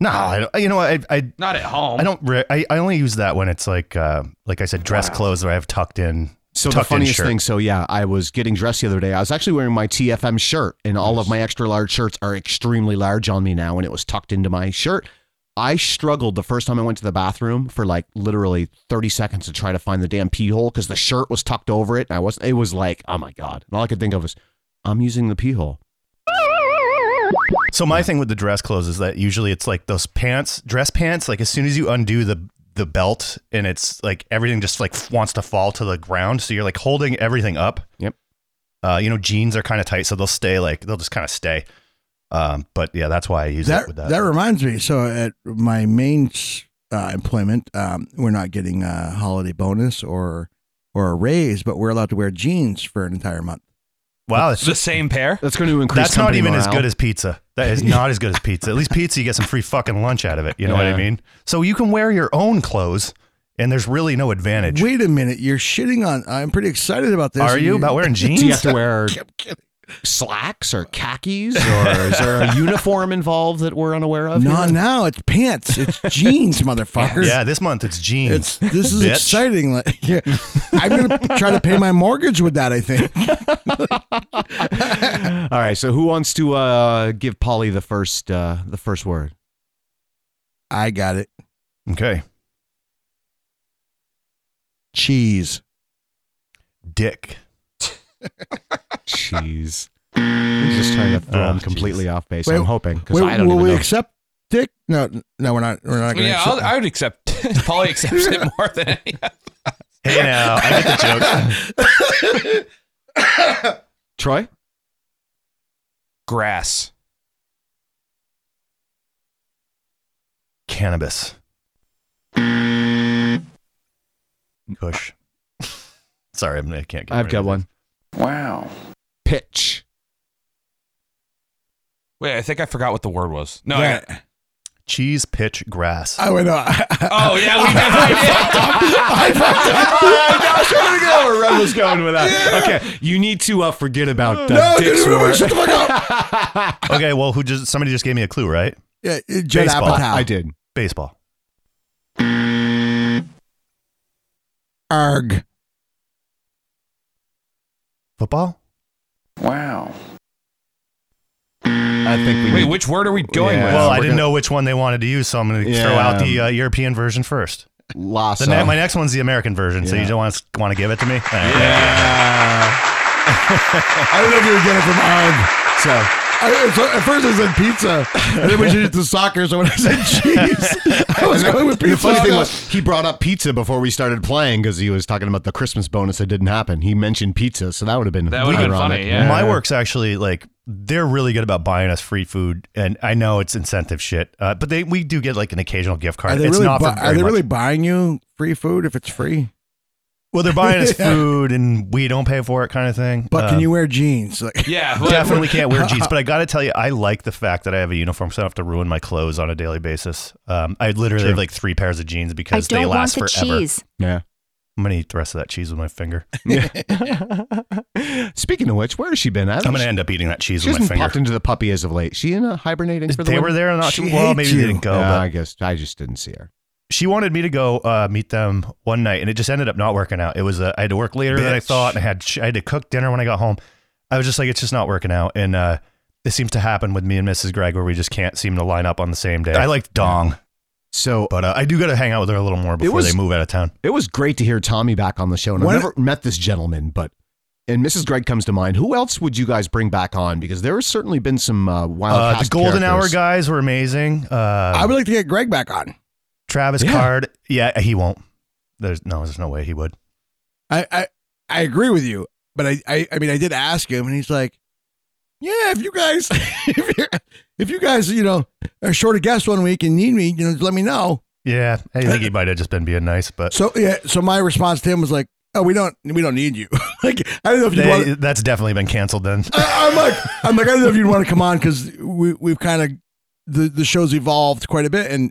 [SPEAKER 3] No, I don't, you know what? I, I
[SPEAKER 7] Not at home.
[SPEAKER 3] I don't. Re- I, I only use that when it's like, uh, like I said, dress clothes that I have tucked in.
[SPEAKER 4] So
[SPEAKER 3] tucked
[SPEAKER 4] the
[SPEAKER 3] in
[SPEAKER 4] funniest
[SPEAKER 3] shirt.
[SPEAKER 4] thing, so yeah, I was getting dressed the other day. I was actually wearing my TFM shirt, and all of my extra large shirts are extremely large on me now, and it was tucked into my shirt. I struggled the first time I went to the bathroom for like literally 30 seconds to try to find the damn pee hole because the shirt was tucked over it, and I wasn't. It was like, oh my god! And all I could think of was, I'm using the pee hole.
[SPEAKER 3] So my thing with the dress clothes is that usually it's like those pants, dress pants. Like as soon as you undo the the belt, and it's like everything just like wants to fall to the ground. So you're like holding everything up.
[SPEAKER 4] Yep.
[SPEAKER 3] Uh, you know, jeans are kind of tight, so they'll stay like they'll just kind of stay. Um, but yeah, that's why I use it
[SPEAKER 2] that
[SPEAKER 3] with
[SPEAKER 2] that reminds me. So at my main s- uh, employment, um, we're not getting a holiday bonus or or a raise, but we're allowed to wear jeans for an entire month.
[SPEAKER 3] Wow,
[SPEAKER 7] the same
[SPEAKER 4] [laughs]
[SPEAKER 7] pair.
[SPEAKER 4] That's going to increase.
[SPEAKER 3] That's not
[SPEAKER 4] company
[SPEAKER 3] even as
[SPEAKER 4] morale.
[SPEAKER 3] good as pizza. That is not as good as pizza.
[SPEAKER 4] [laughs]
[SPEAKER 3] At least pizza, you get some free fucking lunch out of it. You know what I
[SPEAKER 7] Yeah.
[SPEAKER 3] mean? So you can wear your own clothes, and there's really no advantage.
[SPEAKER 2] Wait a minute, you're shitting on. I'm pretty excited about this.
[SPEAKER 3] Are you
[SPEAKER 2] [laughs]
[SPEAKER 3] about wearing jeans?
[SPEAKER 4] Do you have to wear slacks or khakis, or is there a [laughs] uniform involved that we're unaware of?
[SPEAKER 2] No,
[SPEAKER 4] here?
[SPEAKER 2] no, it's pants.
[SPEAKER 3] [laughs]
[SPEAKER 2] It's jeans, motherfucker.
[SPEAKER 3] yeah, this month it's jeans.
[SPEAKER 2] It's this is
[SPEAKER 3] Bitch.
[SPEAKER 2] exciting. Like, [laughs] yeah. I'm gonna try to pay my mortgage with that. I think.
[SPEAKER 4] All right. So who wants to uh, give Polly the first uh, the first word?
[SPEAKER 2] I got it.
[SPEAKER 3] Okay,
[SPEAKER 2] Cheese.
[SPEAKER 3] dick.
[SPEAKER 4] Jeez. I'm just trying to throw
[SPEAKER 2] Ah,
[SPEAKER 3] Oh,
[SPEAKER 4] him completely off base.
[SPEAKER 2] Wait,
[SPEAKER 4] I'm hoping because
[SPEAKER 2] Wait,
[SPEAKER 4] I don't
[SPEAKER 2] will
[SPEAKER 4] even
[SPEAKER 2] we
[SPEAKER 4] know.
[SPEAKER 2] accept dick? No, no, we're not. We're not gonna.
[SPEAKER 7] Yeah,
[SPEAKER 2] accept
[SPEAKER 7] I'll, I would accept. [laughs] Polly accepts
[SPEAKER 2] [laughs]
[SPEAKER 7] it more than any.
[SPEAKER 3] Hey now, I get the joke.
[SPEAKER 4] Troy,
[SPEAKER 7] Grass.
[SPEAKER 3] Cannabis. Kush. Sorry, I'm, I can't. Get
[SPEAKER 4] I've
[SPEAKER 3] rid
[SPEAKER 4] got
[SPEAKER 3] of it.
[SPEAKER 4] one.
[SPEAKER 11] Wow.
[SPEAKER 4] Pitch.
[SPEAKER 7] Wait, I think I forgot what the word was. No.
[SPEAKER 2] Yeah.
[SPEAKER 7] I,
[SPEAKER 3] Cheese, pitch,
[SPEAKER 4] [laughs]
[SPEAKER 3] grass.
[SPEAKER 2] I would. Uh, I,
[SPEAKER 7] oh yeah, we definitely did.
[SPEAKER 4] I where Red was going with that. Okay, you need to uh, forget about uh,
[SPEAKER 2] no,
[SPEAKER 4] Dick's
[SPEAKER 2] dude,
[SPEAKER 4] word.
[SPEAKER 2] shut the fuck up.
[SPEAKER 3] [laughs] Okay, well, who just somebody just gave me a clue, right?
[SPEAKER 2] [laughs] Yeah, Judd
[SPEAKER 3] Baseball.
[SPEAKER 2] Apatow.
[SPEAKER 4] [laughs] I did.
[SPEAKER 3] Baseball.
[SPEAKER 2] Arg.
[SPEAKER 3] Football?
[SPEAKER 11] Wow.
[SPEAKER 4] I think
[SPEAKER 7] [laughs]
[SPEAKER 4] we
[SPEAKER 7] Wait,
[SPEAKER 4] need-
[SPEAKER 7] which word are we going
[SPEAKER 4] Yeah.
[SPEAKER 7] with?
[SPEAKER 3] well,
[SPEAKER 4] we're
[SPEAKER 3] I didn't
[SPEAKER 4] gonna-
[SPEAKER 3] know which one they wanted to use, so I'm going to throw out the
[SPEAKER 4] Yeah.
[SPEAKER 3] uh, European version first. The
[SPEAKER 4] Lasso.
[SPEAKER 2] [laughs]
[SPEAKER 3] ne- my next one's the American version, so you
[SPEAKER 4] Yeah.
[SPEAKER 3] don't want to, want to give it to me? Yeah.
[SPEAKER 4] Yeah.
[SPEAKER 2] I don't know if you were getting it from Arg.
[SPEAKER 4] So
[SPEAKER 2] I, at fir- at first I said pizza, and then we changed it to soccer. So when I said
[SPEAKER 4] [laughs]
[SPEAKER 2] cheese, I was going with pizza.
[SPEAKER 4] the funny thing was he brought up pizza before we started playing because he was talking about the Christmas bonus that didn't happen. He mentioned pizza, so that would have been
[SPEAKER 7] That would've been
[SPEAKER 4] ironic.
[SPEAKER 7] funny, yeah.
[SPEAKER 3] My
[SPEAKER 2] [laughs]
[SPEAKER 3] work's actually like they're really good about buying us free food, and I know it's incentive shit, uh, but they we do get like an occasional gift card.
[SPEAKER 2] are they
[SPEAKER 3] it's
[SPEAKER 2] really?
[SPEAKER 3] not for
[SPEAKER 2] bu-
[SPEAKER 3] very
[SPEAKER 2] are they
[SPEAKER 3] much.
[SPEAKER 2] really [laughs] buying you free food if it's free?
[SPEAKER 3] Well, they're buying us
[SPEAKER 2] Yeah.
[SPEAKER 3] food, and we don't pay for it, kind of thing.
[SPEAKER 2] But
[SPEAKER 3] Um,
[SPEAKER 4] Uh,
[SPEAKER 2] can you wear jeans? Like,
[SPEAKER 7] yeah, well,
[SPEAKER 3] definitely can't
[SPEAKER 2] [laughs]
[SPEAKER 3] wear jeans. But I got to tell you, I like the fact that I have a uniform, so I don't have to ruin my clothes on a daily basis. Um, I literally have like three pairs of jeans
[SPEAKER 9] I
[SPEAKER 3] because they
[SPEAKER 9] don't want
[SPEAKER 3] last
[SPEAKER 9] the
[SPEAKER 3] forever.
[SPEAKER 9] cheese.
[SPEAKER 4] Yeah.
[SPEAKER 3] I'm gonna eat the rest of that cheese with my finger.
[SPEAKER 4] Yeah. [laughs] Speaking of which, where has she been? I
[SPEAKER 3] I'm gonna end up eating that cheese
[SPEAKER 4] she
[SPEAKER 3] with my
[SPEAKER 4] hasn't popped
[SPEAKER 3] finger.
[SPEAKER 4] into the puppy as of late. She in a hibernating for the
[SPEAKER 3] They
[SPEAKER 4] winter?
[SPEAKER 3] were there not
[SPEAKER 2] She
[SPEAKER 3] too well.
[SPEAKER 2] hates
[SPEAKER 3] Maybe they
[SPEAKER 2] you.
[SPEAKER 3] didn't go.
[SPEAKER 4] Yeah,
[SPEAKER 3] but
[SPEAKER 4] I guess I just didn't see her.
[SPEAKER 3] she wanted me to go uh, meet them one night, and it just ended up not working out. It was uh, I had to work later than I
[SPEAKER 2] Bitch.
[SPEAKER 3] thought, and I had I had to cook dinner when I got home. I was just like, it's just not working out, and uh, it seems to happen with me and Mrs. Greg, where we just can't seem to line up on the same day. I liked Dong,
[SPEAKER 4] So
[SPEAKER 3] but uh, I do got to hang out with her a little more before
[SPEAKER 4] was-
[SPEAKER 3] they move out of town.
[SPEAKER 4] it was great to hear Tommy back on the show, and
[SPEAKER 2] When-
[SPEAKER 4] I've never met this gentleman, but and Mrs. Greg comes to mind. Who else would you guys bring back on? Because there has certainly been some uh, wild.
[SPEAKER 3] Uh, the
[SPEAKER 4] cast
[SPEAKER 3] Golden Hour
[SPEAKER 4] characters.
[SPEAKER 3] guys were amazing. Uh,
[SPEAKER 2] I would like to get Greg back on.
[SPEAKER 3] Travis
[SPEAKER 4] Yeah.
[SPEAKER 3] Card, yeah, he won't. There's no, there's no way he would.
[SPEAKER 2] I, I I agree with you, but I, I I mean I did ask him, and he's like, "Yeah, if you guys [laughs] if, you, if you guys you know are short of guests one week and need me, you know, just let me know."
[SPEAKER 3] Yeah, I think he might have just been being nice, [laughs] but
[SPEAKER 2] So yeah, so my response to him was like, "Oh, we don't we don't need you." [laughs] like I don't know if you want.
[SPEAKER 3] they, that's definitely been canceled. Then
[SPEAKER 2] I, I'm like I'm like I don't know if you'd want to come on because we we've kind of the the show's evolved quite a bit, and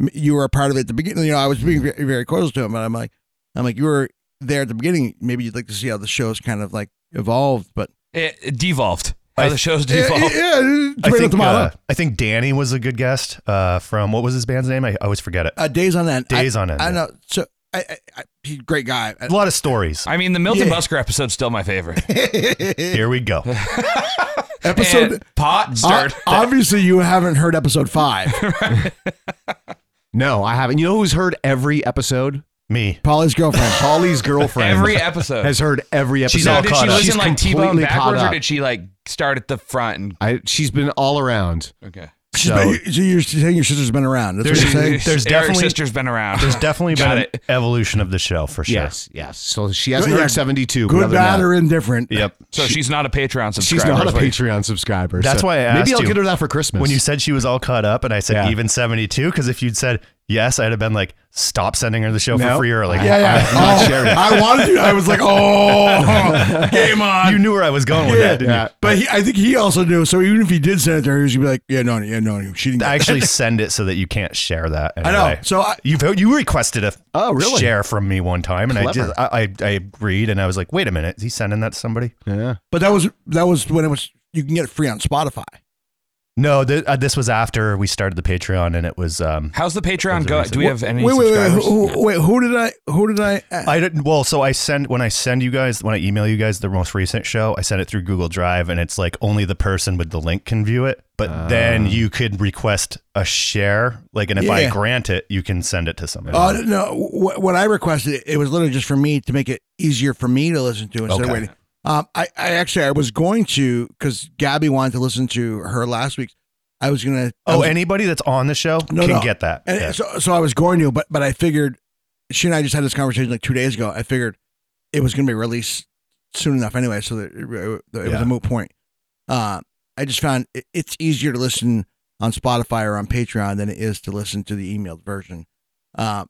[SPEAKER 2] m- you were a part of it at the beginning. You know, I was being very, very cordial to him, and I'm like I'm like you were there at the beginning. Maybe you'd like to see how the show's kind of like evolved, but.
[SPEAKER 7] it, it devolved.
[SPEAKER 3] I-
[SPEAKER 7] How the show's
[SPEAKER 2] Yeah,
[SPEAKER 7] devolved.
[SPEAKER 2] Yeah, yeah,
[SPEAKER 3] I
[SPEAKER 2] tomato,
[SPEAKER 3] think,
[SPEAKER 2] tomato.
[SPEAKER 3] uh, I think Danny was a good guest uh, from what was his band's name? I, I always forget it.
[SPEAKER 2] Uh, days on end.
[SPEAKER 3] Days
[SPEAKER 2] I,
[SPEAKER 3] on end.
[SPEAKER 2] I know. So I, I, I he's a great guy.
[SPEAKER 3] A lot of stories.
[SPEAKER 7] I mean, the Milton
[SPEAKER 2] Yeah.
[SPEAKER 7] Busker episode's still my favorite.
[SPEAKER 3] Here we go.
[SPEAKER 2] [laughs] episode.
[SPEAKER 7] And pot start.
[SPEAKER 2] O- obviously, you haven't heard episode
[SPEAKER 3] [laughs]
[SPEAKER 2] five.
[SPEAKER 4] No, I haven't. You know who's heard every episode?
[SPEAKER 3] Me.
[SPEAKER 2] Polly's girlfriend.
[SPEAKER 4] Polly's girlfriend.
[SPEAKER 7] Every episode.
[SPEAKER 4] has heard every episode.
[SPEAKER 3] She's all
[SPEAKER 7] now, did
[SPEAKER 3] caught
[SPEAKER 7] she
[SPEAKER 3] up.
[SPEAKER 7] listen
[SPEAKER 4] She's
[SPEAKER 7] like T-Bone
[SPEAKER 4] completely caught
[SPEAKER 7] backwards, or
[SPEAKER 4] up.
[SPEAKER 7] did she like start at the front? And
[SPEAKER 4] I, she's been all around.
[SPEAKER 7] okay,
[SPEAKER 2] She's
[SPEAKER 4] So-
[SPEAKER 2] been- so you're saying your sister's been around. That's what
[SPEAKER 3] There's-
[SPEAKER 2] you're saying.
[SPEAKER 3] there's
[SPEAKER 7] Eric's
[SPEAKER 3] definitely-
[SPEAKER 7] sister's been around.
[SPEAKER 3] There's definitely
[SPEAKER 7] Got
[SPEAKER 3] been an
[SPEAKER 7] it.
[SPEAKER 3] evolution of the show for sure.
[SPEAKER 4] Yes, yes. So she hasn't
[SPEAKER 2] Good-
[SPEAKER 4] heard 72. but
[SPEAKER 2] Good,
[SPEAKER 4] other than
[SPEAKER 2] bad,
[SPEAKER 4] that-
[SPEAKER 2] or indifferent.
[SPEAKER 3] Yep.
[SPEAKER 7] so she's not a Patreon subscriber.
[SPEAKER 4] She's not a
[SPEAKER 7] is what you-
[SPEAKER 4] Patreon subscriber.
[SPEAKER 3] That's
[SPEAKER 4] so
[SPEAKER 3] why I
[SPEAKER 4] Maybe
[SPEAKER 3] asked
[SPEAKER 4] I'll
[SPEAKER 3] you.
[SPEAKER 4] get her that for Christmas.
[SPEAKER 3] When you said she was all caught up, and I said
[SPEAKER 4] Yeah.
[SPEAKER 3] even 72, because if you'd said yes, I'd have been like, stop sending her the show for
[SPEAKER 8] No.
[SPEAKER 3] free early.
[SPEAKER 8] Yeah, yeah.
[SPEAKER 3] I'm not
[SPEAKER 8] Oh,
[SPEAKER 3] sharing it.
[SPEAKER 8] I wanted to. I was like,
[SPEAKER 3] [laughs]
[SPEAKER 8] oh, game on.
[SPEAKER 3] You knew where I was going with that, didn't you?
[SPEAKER 2] But he, I think he also knew. So even if he did send it to her, he'd be like, yeah, no, yeah, no, no, she didn't.
[SPEAKER 3] I actually send it so that you can't share that.
[SPEAKER 2] I know.
[SPEAKER 3] anyway.
[SPEAKER 2] So I,
[SPEAKER 3] you vote- you requested a
[SPEAKER 4] Oh, really?
[SPEAKER 3] share from me one time, and I
[SPEAKER 4] Clever.
[SPEAKER 3] just I, I I agreed, and I was like, wait a minute, is he sending that to somebody?
[SPEAKER 4] Yeah.
[SPEAKER 2] but that was that was when it was. You can get it free on Spotify.
[SPEAKER 3] No, th- uh, this was after we started the Patreon, and it was um.
[SPEAKER 7] How's the Patreon
[SPEAKER 3] Those are
[SPEAKER 7] go?
[SPEAKER 3] recent.
[SPEAKER 7] Do we have any
[SPEAKER 2] wait, wait, wait,
[SPEAKER 7] subscribers?
[SPEAKER 2] who, who- wait. Who did I? Who did I? uh,
[SPEAKER 3] I didn't. Well, so I send when I send you guys when I email you guys the most recent show, I send it through Google Drive, and it's like only the person with the link can view it. But then you could request a share, like, and if I
[SPEAKER 2] Ah. Yeah.
[SPEAKER 3] grant it, you can send it to somebody.
[SPEAKER 2] Oh no! What, what I requested it was literally just for me to make it easier for me to listen to instead of
[SPEAKER 3] Okay.
[SPEAKER 2] waiting. Um, I, I actually I was going to because Gabby wanted to listen to her last week. I was gonna. I
[SPEAKER 3] oh,
[SPEAKER 2] was-
[SPEAKER 3] anybody that's on the show
[SPEAKER 2] No,
[SPEAKER 3] can
[SPEAKER 2] no.
[SPEAKER 3] get that.
[SPEAKER 2] and
[SPEAKER 3] Yeah.
[SPEAKER 2] so so I was going to, but but I figured she and I just had this conversation like two days ago. I figured it was gonna be released soon enough anyway, so that it, it was
[SPEAKER 3] Yeah.
[SPEAKER 2] a moot point. Uh, I just found it, it's easier to listen on Spotify or on Patreon than it is to listen to the emailed version. Uh,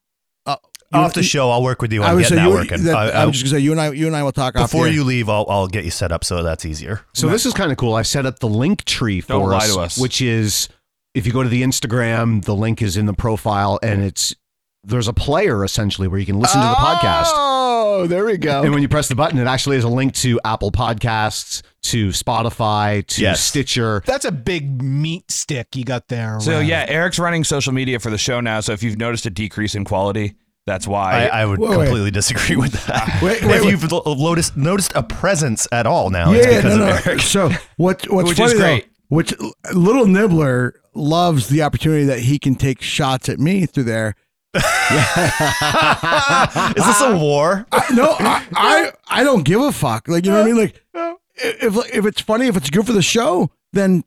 [SPEAKER 2] uh, you-
[SPEAKER 3] off the show, I'll work with you on
[SPEAKER 2] would
[SPEAKER 3] getting
[SPEAKER 2] say
[SPEAKER 3] that
[SPEAKER 2] you-
[SPEAKER 3] working.
[SPEAKER 2] that-
[SPEAKER 3] I- I-
[SPEAKER 2] I'm just gonna say you and I, you and I will talk off
[SPEAKER 3] before
[SPEAKER 2] the air.
[SPEAKER 3] you leave, I'll, I'll get you set up so that's easier.
[SPEAKER 4] So this is kind of cool. I set up the link tree for
[SPEAKER 7] Don't lie
[SPEAKER 4] us,
[SPEAKER 7] to us.
[SPEAKER 4] which is if you go to the Instagram, the link is in the profile, and it's there's a player essentially where you can listen to the podcast.
[SPEAKER 2] Oh, there we go.
[SPEAKER 4] And when you press the button, it actually is a link to Apple Podcasts, to Spotify, to
[SPEAKER 3] Yes.
[SPEAKER 4] Stitcher.
[SPEAKER 6] That's a big meat stick you got there.
[SPEAKER 7] So
[SPEAKER 6] Rev.
[SPEAKER 7] yeah, Eric's running social media for the show now. So if you've noticed a decrease in quality, that's
[SPEAKER 3] I,
[SPEAKER 7] why.
[SPEAKER 3] I would
[SPEAKER 2] Wait, wait.
[SPEAKER 3] completely disagree with that.
[SPEAKER 2] Wait,
[SPEAKER 3] [laughs] if
[SPEAKER 2] wait,
[SPEAKER 3] you've lo- noticed, noticed a presence at all now, Oh, it's
[SPEAKER 2] yeah,
[SPEAKER 3] because
[SPEAKER 2] no, no.
[SPEAKER 3] of Eric.
[SPEAKER 2] So what? What's
[SPEAKER 7] Which is
[SPEAKER 2] funny
[SPEAKER 7] great.
[SPEAKER 2] though, which little nibbler loves the opportunity that he can take shots at me through there.
[SPEAKER 3] [laughs] is this a war?
[SPEAKER 2] I, no, I, I I don't give a fuck. Like you know what I mean? Like i- if if it's funny, if it's good for the show, then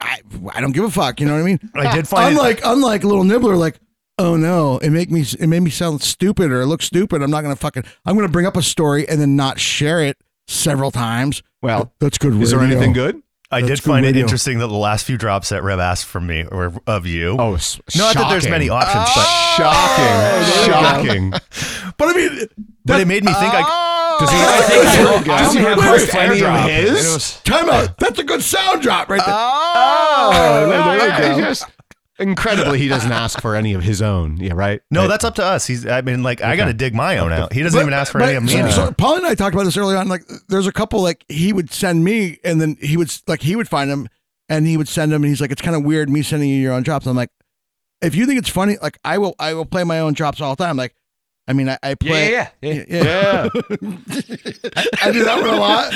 [SPEAKER 2] I I don't give a fuck. You know what I
[SPEAKER 3] [laughs]
[SPEAKER 2] mean?
[SPEAKER 3] I did find it-
[SPEAKER 2] Unlike unlike little nibbler, like. Oh no! It make me it made me sound stupid or look stupid. I'm not gonna fucking. I'm gonna bring up a story and then not share it several times.
[SPEAKER 4] Well,
[SPEAKER 2] that's good.
[SPEAKER 4] Is there
[SPEAKER 2] radio.
[SPEAKER 4] anything good?
[SPEAKER 3] I
[SPEAKER 2] That's
[SPEAKER 3] did
[SPEAKER 2] good
[SPEAKER 3] find it
[SPEAKER 2] radio.
[SPEAKER 3] interesting that the last few drops that Rev asked from me or of you.
[SPEAKER 4] Oh, s-
[SPEAKER 3] not that there's
[SPEAKER 4] shocking. Oh,
[SPEAKER 3] many options,
[SPEAKER 2] Ah,
[SPEAKER 4] Shocking! Shocking!
[SPEAKER 2] But I mean,
[SPEAKER 3] but but it made me think.
[SPEAKER 2] ah.
[SPEAKER 3] I
[SPEAKER 4] Does he,
[SPEAKER 7] I think I only- I
[SPEAKER 4] does he
[SPEAKER 7] only have
[SPEAKER 4] request
[SPEAKER 7] one
[SPEAKER 4] any
[SPEAKER 7] airdrop,
[SPEAKER 4] of
[SPEAKER 7] and it
[SPEAKER 4] his?
[SPEAKER 7] was-
[SPEAKER 2] Time out. That's a good sound drop right there.
[SPEAKER 4] Oh, [laughs] there you go. Incredibly, he doesn't ask for any of his own. Yeah, right.
[SPEAKER 3] no,
[SPEAKER 4] Right.
[SPEAKER 3] that's up to us. He's. I mean, like, I got to dig my own out. He doesn't
[SPEAKER 2] But-
[SPEAKER 3] even ask for
[SPEAKER 2] but-
[SPEAKER 3] any of me.
[SPEAKER 2] so-
[SPEAKER 3] anymore.
[SPEAKER 2] so Paul and I talked about this earlier on. Like, there's a couple like he would send me, and then he would s- like he would find them, and he would send them, and he's like, it's kind of weird me sending you your own drops. I'm like, if you think it's funny, like I will, I will play my own drops all the time. Like, I mean, I, I
[SPEAKER 7] yeah,
[SPEAKER 2] play.
[SPEAKER 7] yeah, yeah. yeah.
[SPEAKER 2] yeah. I, I do that one a
[SPEAKER 7] [laughs]
[SPEAKER 2] lot.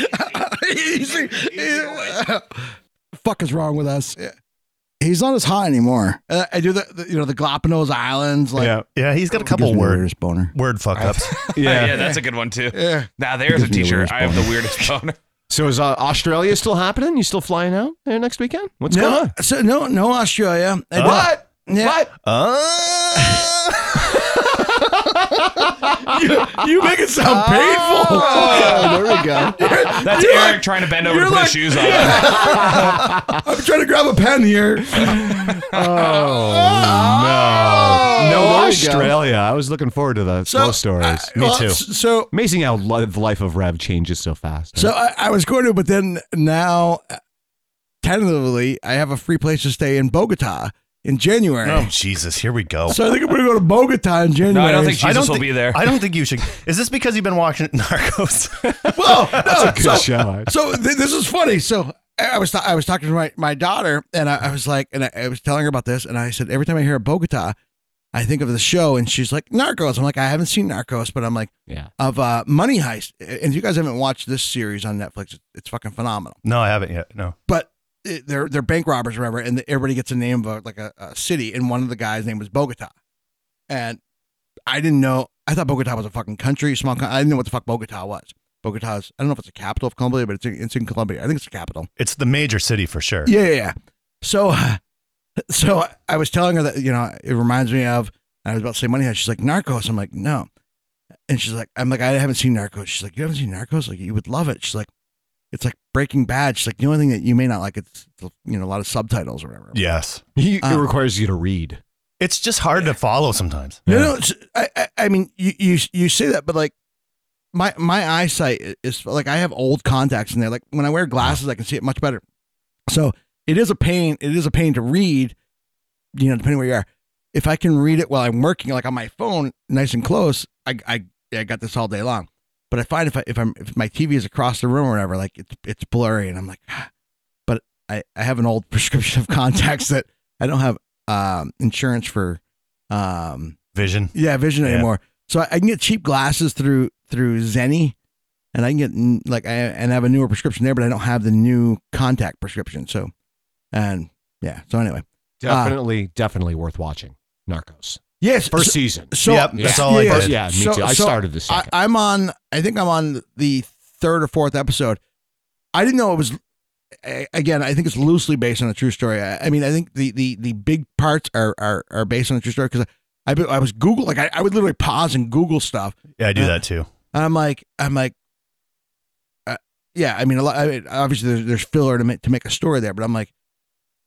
[SPEAKER 2] You see- [laughs] fuck is wrong with us? He's not as hot anymore. Uh, I do the, the you know the Galapagos Islands like
[SPEAKER 4] yeah,
[SPEAKER 3] yeah, he's got
[SPEAKER 2] It
[SPEAKER 3] a
[SPEAKER 2] gives
[SPEAKER 3] couple
[SPEAKER 2] me the
[SPEAKER 3] word
[SPEAKER 2] weirdest boner.
[SPEAKER 3] word fuck ups.
[SPEAKER 2] [laughs]
[SPEAKER 7] Oh, yeah, that's a good one too.
[SPEAKER 2] Yeah.
[SPEAKER 7] Now there's a
[SPEAKER 2] Gives me the
[SPEAKER 7] T-shirt.
[SPEAKER 2] weirdest
[SPEAKER 7] I have
[SPEAKER 2] boner.
[SPEAKER 7] the weirdest [laughs] boner.
[SPEAKER 4] So is uh, Australia still happening? You still flying out there next weekend? What's going
[SPEAKER 2] No,
[SPEAKER 4] on?
[SPEAKER 2] so no, no Australia. I don't-
[SPEAKER 4] What?
[SPEAKER 2] Yeah. Ah!
[SPEAKER 4] What?
[SPEAKER 2] [laughs] You make it sound painful.
[SPEAKER 4] Oh, there we [laughs] go.
[SPEAKER 7] That's
[SPEAKER 2] You're
[SPEAKER 7] Eric
[SPEAKER 2] like-
[SPEAKER 7] trying to bend over to
[SPEAKER 2] you're
[SPEAKER 7] put
[SPEAKER 2] like-
[SPEAKER 7] his shoes on.
[SPEAKER 2] [laughs] I'm trying to grab a pen [laughs] here.
[SPEAKER 4] Oh, no,
[SPEAKER 2] there we go.
[SPEAKER 4] Australia. I was looking forward to the
[SPEAKER 2] So,
[SPEAKER 4] slow stories.
[SPEAKER 2] uh, well, s- So,
[SPEAKER 4] Amazing how li- the life of Rev changes so fast.
[SPEAKER 2] so I, I was going to, but then now, uh, tentatively, I have a free place to stay in Bogota in January.
[SPEAKER 3] Oh Jesus! Here we go.
[SPEAKER 2] So I think I'm going to go to Bogota in January.
[SPEAKER 7] No, I don't think Jesus
[SPEAKER 3] I don't
[SPEAKER 7] will
[SPEAKER 3] thi-
[SPEAKER 7] be there.
[SPEAKER 3] I don't think you should. Is this because you've been watching [laughs] Narcos?
[SPEAKER 2] Well,
[SPEAKER 4] [laughs]
[SPEAKER 2] no,
[SPEAKER 4] Good
[SPEAKER 2] so,
[SPEAKER 4] show.
[SPEAKER 2] so th- this is funny. So I I was ta- I was talking to my, my daughter, and I, I was like, and I, I was telling her about this, and I said, every time I hear Bogota, I think of the show, and she's like, Narcos. I'm like, I haven't seen Narcos, but I'm like,
[SPEAKER 4] Yeah.
[SPEAKER 2] of uh, Money Heist. And if you guys haven't watched this series on Netflix, it's fucking phenomenal.
[SPEAKER 3] no, I haven't yet. No.
[SPEAKER 2] But it, they're they're bank robbers, or whatever, and everybody gets a name of a, like a, a city, and one of the guys' name was Bogota, and I didn't know. I thought Bogota was a fucking country, small. coun- I didn't know what the fuck Bogota was. Bogota's I don't know if it's the capital of Colombia, but it's in, it's in Colombia. I think it's the capital.
[SPEAKER 3] It's the major city for sure.
[SPEAKER 2] Yeah, yeah, yeah. So, [sighs] so I- I was telling her that you know it reminds me of. I was about to say Money Heist. She's like Narcos. I'm like no, and she's like I'm like I haven't seen Narcos. She's like you haven't seen Narcos. Like you would love it. She's like it's like Breaking Bad. She's like the only thing that you may not like it's you know a lot of subtitles or whatever.
[SPEAKER 3] Yes.
[SPEAKER 4] He,
[SPEAKER 2] Uh,
[SPEAKER 4] it requires you to read.
[SPEAKER 3] It's just hard to follow sometimes.
[SPEAKER 2] No, no. it's- I, I, I mean, you, you, you say that, but like, my, my eyesight is like I have old contacts in there. Like when I wear glasses, I can see it much better. So it is a pain. It is a pain to read. You know, depending where you are. If I can read it while I'm working, like on my phone, nice and close, I, I, I got this all day long. But I find if I, if I'm if my TV is across the room or whatever, like it's it's blurry, and I'm like, "Ah." but I, I have an old [laughs] prescription of contacts that I don't have um, insurance for um,
[SPEAKER 3] vision.
[SPEAKER 2] Yeah, vision
[SPEAKER 3] Yeah.
[SPEAKER 2] anymore. So I, I can get cheap glasses through through Zenny, and I can get n- like I and I have a newer prescription there, but I don't have the new contact prescription. So, and yeah. So anyway, uh,
[SPEAKER 4] Definitely, definitely worth watching. Narcos.
[SPEAKER 2] Yes,
[SPEAKER 4] First
[SPEAKER 2] so-
[SPEAKER 4] season.
[SPEAKER 2] So
[SPEAKER 4] yeah, Yeah, me
[SPEAKER 2] So-
[SPEAKER 4] too. I
[SPEAKER 2] so
[SPEAKER 4] started this.
[SPEAKER 2] I, I'm on. I think I'm on the third or fourth episode. I didn't know it was. a- Again, I think it's loosely based on a true story. I, I mean, I think the, the the big parts are are, are based on a true story because I, I I was Google like I, I would literally pause and Google stuff.
[SPEAKER 3] Yeah, I do
[SPEAKER 2] Uh,
[SPEAKER 3] that too.
[SPEAKER 2] And I'm like, I'm like, uh, yeah. I mean, a lot. I mean, obviously, there's, there's filler to make, to make a story there, but I'm like,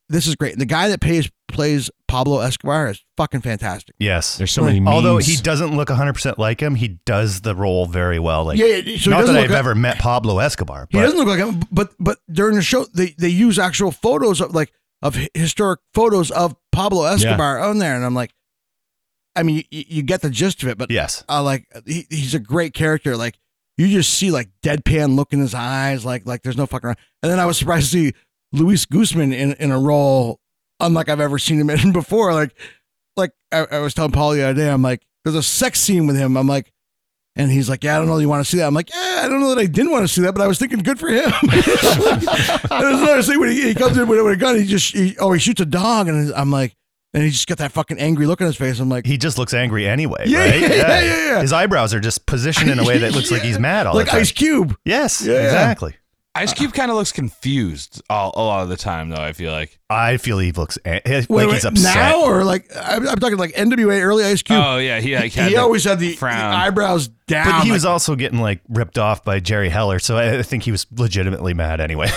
[SPEAKER 2] this is great. The guy that pays plays Pablo Escobar is fucking fantastic.
[SPEAKER 3] Yes.
[SPEAKER 4] There's so many
[SPEAKER 3] Although
[SPEAKER 4] [laughs] memes.
[SPEAKER 3] he doesn't look 100% like him, he does the role very well. Like,
[SPEAKER 2] Yeah, yeah, so he
[SPEAKER 3] not
[SPEAKER 2] doesn't
[SPEAKER 3] that
[SPEAKER 2] look
[SPEAKER 3] I've
[SPEAKER 2] like-
[SPEAKER 3] ever met Pablo Escobar,
[SPEAKER 2] He
[SPEAKER 3] but
[SPEAKER 2] doesn't look like him, but but during the show they they use actual photos of like of hi- historic photos of Pablo Escobar on there, and I'm like, I mean, you, you get the gist of it, but
[SPEAKER 3] yes,
[SPEAKER 2] uh, like he, he's a great character. Like you just see like deadpan look in his eyes, like like there's no fucking. Around. And then I was surprised to see Luis Guzman in in a role unlike I've ever seen him in [laughs] before. Like like I, I was telling Paul the other day, I'm like, there's a sex scene with him. I'm like. And he's like, yeah, I don't know. You want to see that? I'm like, yeah, I don't know that I didn't want to see that, but I was thinking, good for him. [laughs] and there's another scene when he, he comes in with, a- with a gun. He just, he, oh, he shoots a dog, and I'm like, and he just got that fucking angry look on his face. I'm like,
[SPEAKER 3] he just looks angry anyway.
[SPEAKER 2] Yeah,
[SPEAKER 3] right?
[SPEAKER 2] yeah, yeah, yeah, yeah.
[SPEAKER 3] His eyebrows are just positioned in a way that looks like he's mad all
[SPEAKER 2] like
[SPEAKER 3] the time.
[SPEAKER 2] Ice Cube.
[SPEAKER 3] Yes,
[SPEAKER 2] Yeah.
[SPEAKER 3] exactly.
[SPEAKER 7] Ice Cube kind of looks confused all, a lot of the time, though. I feel like
[SPEAKER 3] I feel he looks an- like
[SPEAKER 2] Wait,
[SPEAKER 3] he's
[SPEAKER 2] wait,
[SPEAKER 3] upset.
[SPEAKER 2] now or like I'm, I'm talking like NWA early Ice Cube.
[SPEAKER 7] Oh, yeah, he, like, had
[SPEAKER 2] he
[SPEAKER 7] the
[SPEAKER 2] always had the, the
[SPEAKER 7] frown.
[SPEAKER 2] eyebrows down.
[SPEAKER 3] but he
[SPEAKER 2] like-
[SPEAKER 3] was also getting like ripped off by Jerry Heller, so I I think he was legitimately mad anyway.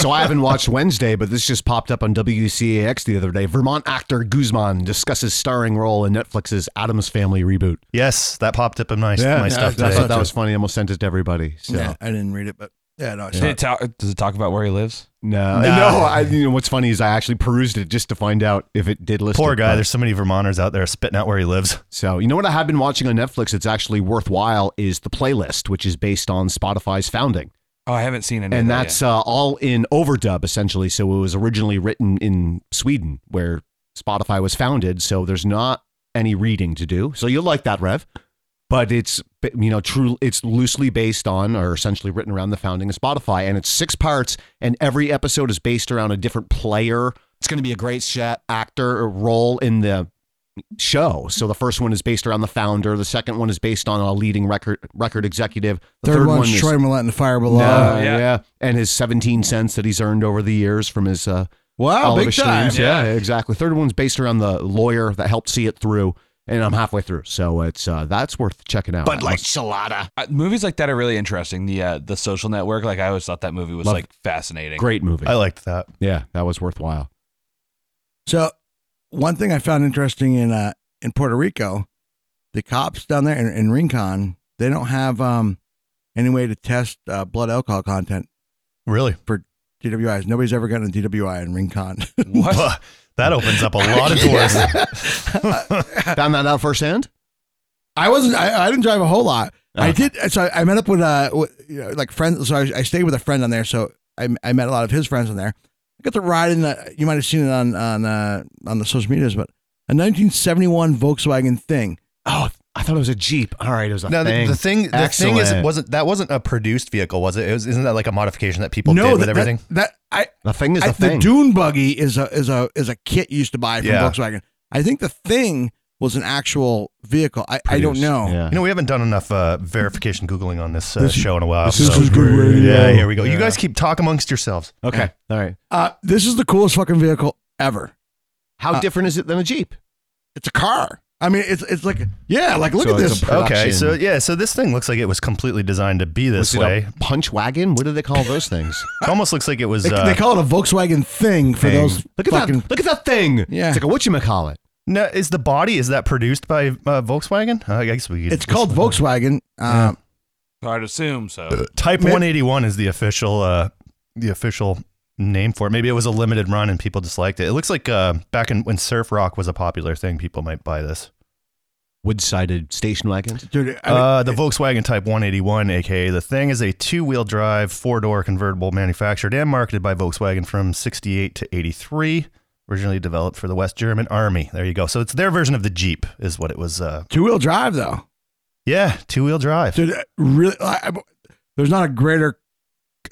[SPEAKER 4] so I haven't watched Wednesday, but this just popped up on WCAX the other day. Vermont actor Guzman discusses starring role in Netflix's Adams Family reboot.
[SPEAKER 3] yes, that popped up in my
[SPEAKER 4] Yeah,
[SPEAKER 3] my
[SPEAKER 4] I-
[SPEAKER 3] stuff.
[SPEAKER 4] I,
[SPEAKER 3] today.
[SPEAKER 4] thought that was funny. I almost sent it to everybody. So.
[SPEAKER 2] yeah, I didn't read it, but yeah, no, I saw
[SPEAKER 7] Did
[SPEAKER 2] it.
[SPEAKER 7] it ta- does it talk about where he lives?
[SPEAKER 4] No,
[SPEAKER 3] Nah.
[SPEAKER 4] no. I, you know what's funny is I actually perused it just to find out if it did list.
[SPEAKER 3] Poor
[SPEAKER 4] it,
[SPEAKER 3] guy.
[SPEAKER 4] but-
[SPEAKER 3] There's so many Vermonters out there spitting out where he lives.
[SPEAKER 4] So, you know what I have been watching on Netflix that's actually worthwhile is The Playlist, which is based on Spotify's founding.
[SPEAKER 7] Oh, I haven't seen any.
[SPEAKER 4] And
[SPEAKER 7] of that
[SPEAKER 4] that's
[SPEAKER 7] yet.
[SPEAKER 4] uh, all in overdub, essentially. So, it was originally written in Sweden, where Spotify was founded. So, there's not any reading to do. So, you'll like that, Rev. But it's, you know, true, it's loosely based on or essentially written around the founding of Spotify. And it's six parts, and every episode is based around a different player. It's going to be a great sha- actor or role in the show. So the first one is based around the founder. The second one is based on a leading record record executive. The
[SPEAKER 2] Third, one's
[SPEAKER 4] is-
[SPEAKER 2] Troy Millette and the Fire
[SPEAKER 4] No,
[SPEAKER 2] Below.
[SPEAKER 4] yeah. and his seventeen cents that he's earned over the years from his uh,
[SPEAKER 2] Wow,
[SPEAKER 4] all of
[SPEAKER 2] big
[SPEAKER 4] his
[SPEAKER 2] time.
[SPEAKER 4] streams. Yeah. exactly. Third one's based around the lawyer that helped see it through. And I'm halfway through, so it's uh, that's worth checking out. But like Salada,
[SPEAKER 7] Uh, movies like that are really interesting. The uh, the Social Network, like I always thought that movie was
[SPEAKER 4] Love
[SPEAKER 7] like fascinating.
[SPEAKER 4] great movie.
[SPEAKER 3] I liked that.
[SPEAKER 4] yeah, that was worthwhile.
[SPEAKER 2] So one thing I found interesting in uh in Puerto Rico, the cops down there in, in Rincon, they don't have um any way to test uh, blood alcohol content
[SPEAKER 3] Really?
[SPEAKER 2] for DWIs. Nobody's ever gotten a DWI in Rincon.
[SPEAKER 7] What?
[SPEAKER 3] That opens up a lot of
[SPEAKER 4] [laughs]
[SPEAKER 3] doors.
[SPEAKER 4] Found that out firsthand.
[SPEAKER 2] I wasn't. I, I didn't drive a whole lot. I
[SPEAKER 4] Uh-huh.
[SPEAKER 2] did. So I, I met up with uh, with, you know, like friends. So I, I stayed with a friend on there. So I, I met a lot of his friends on there. I got to ride in the. You might have seen it on on uh, on the social medias, but a 1971 Volkswagen thing.
[SPEAKER 4] Oh, I thought it was a jeep. All right, it was a
[SPEAKER 3] Now the,
[SPEAKER 4] thing.
[SPEAKER 3] the thing, the thing is, it
[SPEAKER 4] Excellent.
[SPEAKER 3] wasn't that wasn't a produced vehicle, was it? it was, isn't that like a modification that people
[SPEAKER 2] no,
[SPEAKER 3] did with
[SPEAKER 2] that,
[SPEAKER 3] everything?
[SPEAKER 2] That, that- I,
[SPEAKER 4] the thing is
[SPEAKER 2] I
[SPEAKER 4] the
[SPEAKER 2] the
[SPEAKER 4] thing.
[SPEAKER 2] Dune buggy is a is a is a kit you used to buy from
[SPEAKER 3] Yeah.
[SPEAKER 2] Volkswagen. I think the thing was an actual vehicle. I, I don't
[SPEAKER 4] Produced,
[SPEAKER 2] know.
[SPEAKER 4] yeah.
[SPEAKER 3] you know, we haven't done enough uh, verification googling on this, uh,
[SPEAKER 2] This-
[SPEAKER 3] show in a while.
[SPEAKER 2] this is good radio.
[SPEAKER 3] Yeah, here we go.
[SPEAKER 4] Oh, Yeah.
[SPEAKER 3] You guys keep talking amongst yourselves.
[SPEAKER 4] Okay, all right.
[SPEAKER 2] Uh, this is the coolest fucking vehicle ever.
[SPEAKER 4] How
[SPEAKER 2] Uh,
[SPEAKER 4] different is it than a jeep?
[SPEAKER 2] It's a car. I mean, it's it's like yeah, like look
[SPEAKER 4] So
[SPEAKER 2] at
[SPEAKER 4] it's
[SPEAKER 2] this.
[SPEAKER 4] a-
[SPEAKER 3] Okay,
[SPEAKER 4] Production.
[SPEAKER 3] so yeah, so this thing looks like it was completely designed to be this
[SPEAKER 4] Was it a
[SPEAKER 3] way.
[SPEAKER 4] punch wagon? What do they call those things?
[SPEAKER 3] It almost looks like it was.
[SPEAKER 2] They,
[SPEAKER 3] uh,
[SPEAKER 2] they call it a Volkswagen thing [laughs] for
[SPEAKER 3] thing.
[SPEAKER 2] those
[SPEAKER 4] Look at
[SPEAKER 2] fucking.
[SPEAKER 4] that! Look at that thing!
[SPEAKER 2] Yeah.
[SPEAKER 4] it's like a whatchamacallit.
[SPEAKER 3] No, is the body is that produced by uh, Volkswagen? Uh, I guess we.
[SPEAKER 2] It's called Volkswagen. Um,
[SPEAKER 7] I'd assume so.
[SPEAKER 3] Type 181 is the official uh, the official name for it. Maybe it was a limited run and people disliked it. It looks like uh, back in, when surf rock was a popular thing, people might buy this.
[SPEAKER 4] Wood-sided station wagon.
[SPEAKER 2] Dude, I mean,
[SPEAKER 3] Uh, the Volkswagen Type 181, aka the thing, is a two-wheel drive, four-door convertible manufactured and marketed by Volkswagen from 68 to 83. Originally developed for the West German Army. There you go. So it's their version of the Jeep, is what it was. Uh,
[SPEAKER 2] two wheel drive though.
[SPEAKER 3] yeah, two-wheel drive.
[SPEAKER 2] Dude, uh, really, I, I- there's not a greater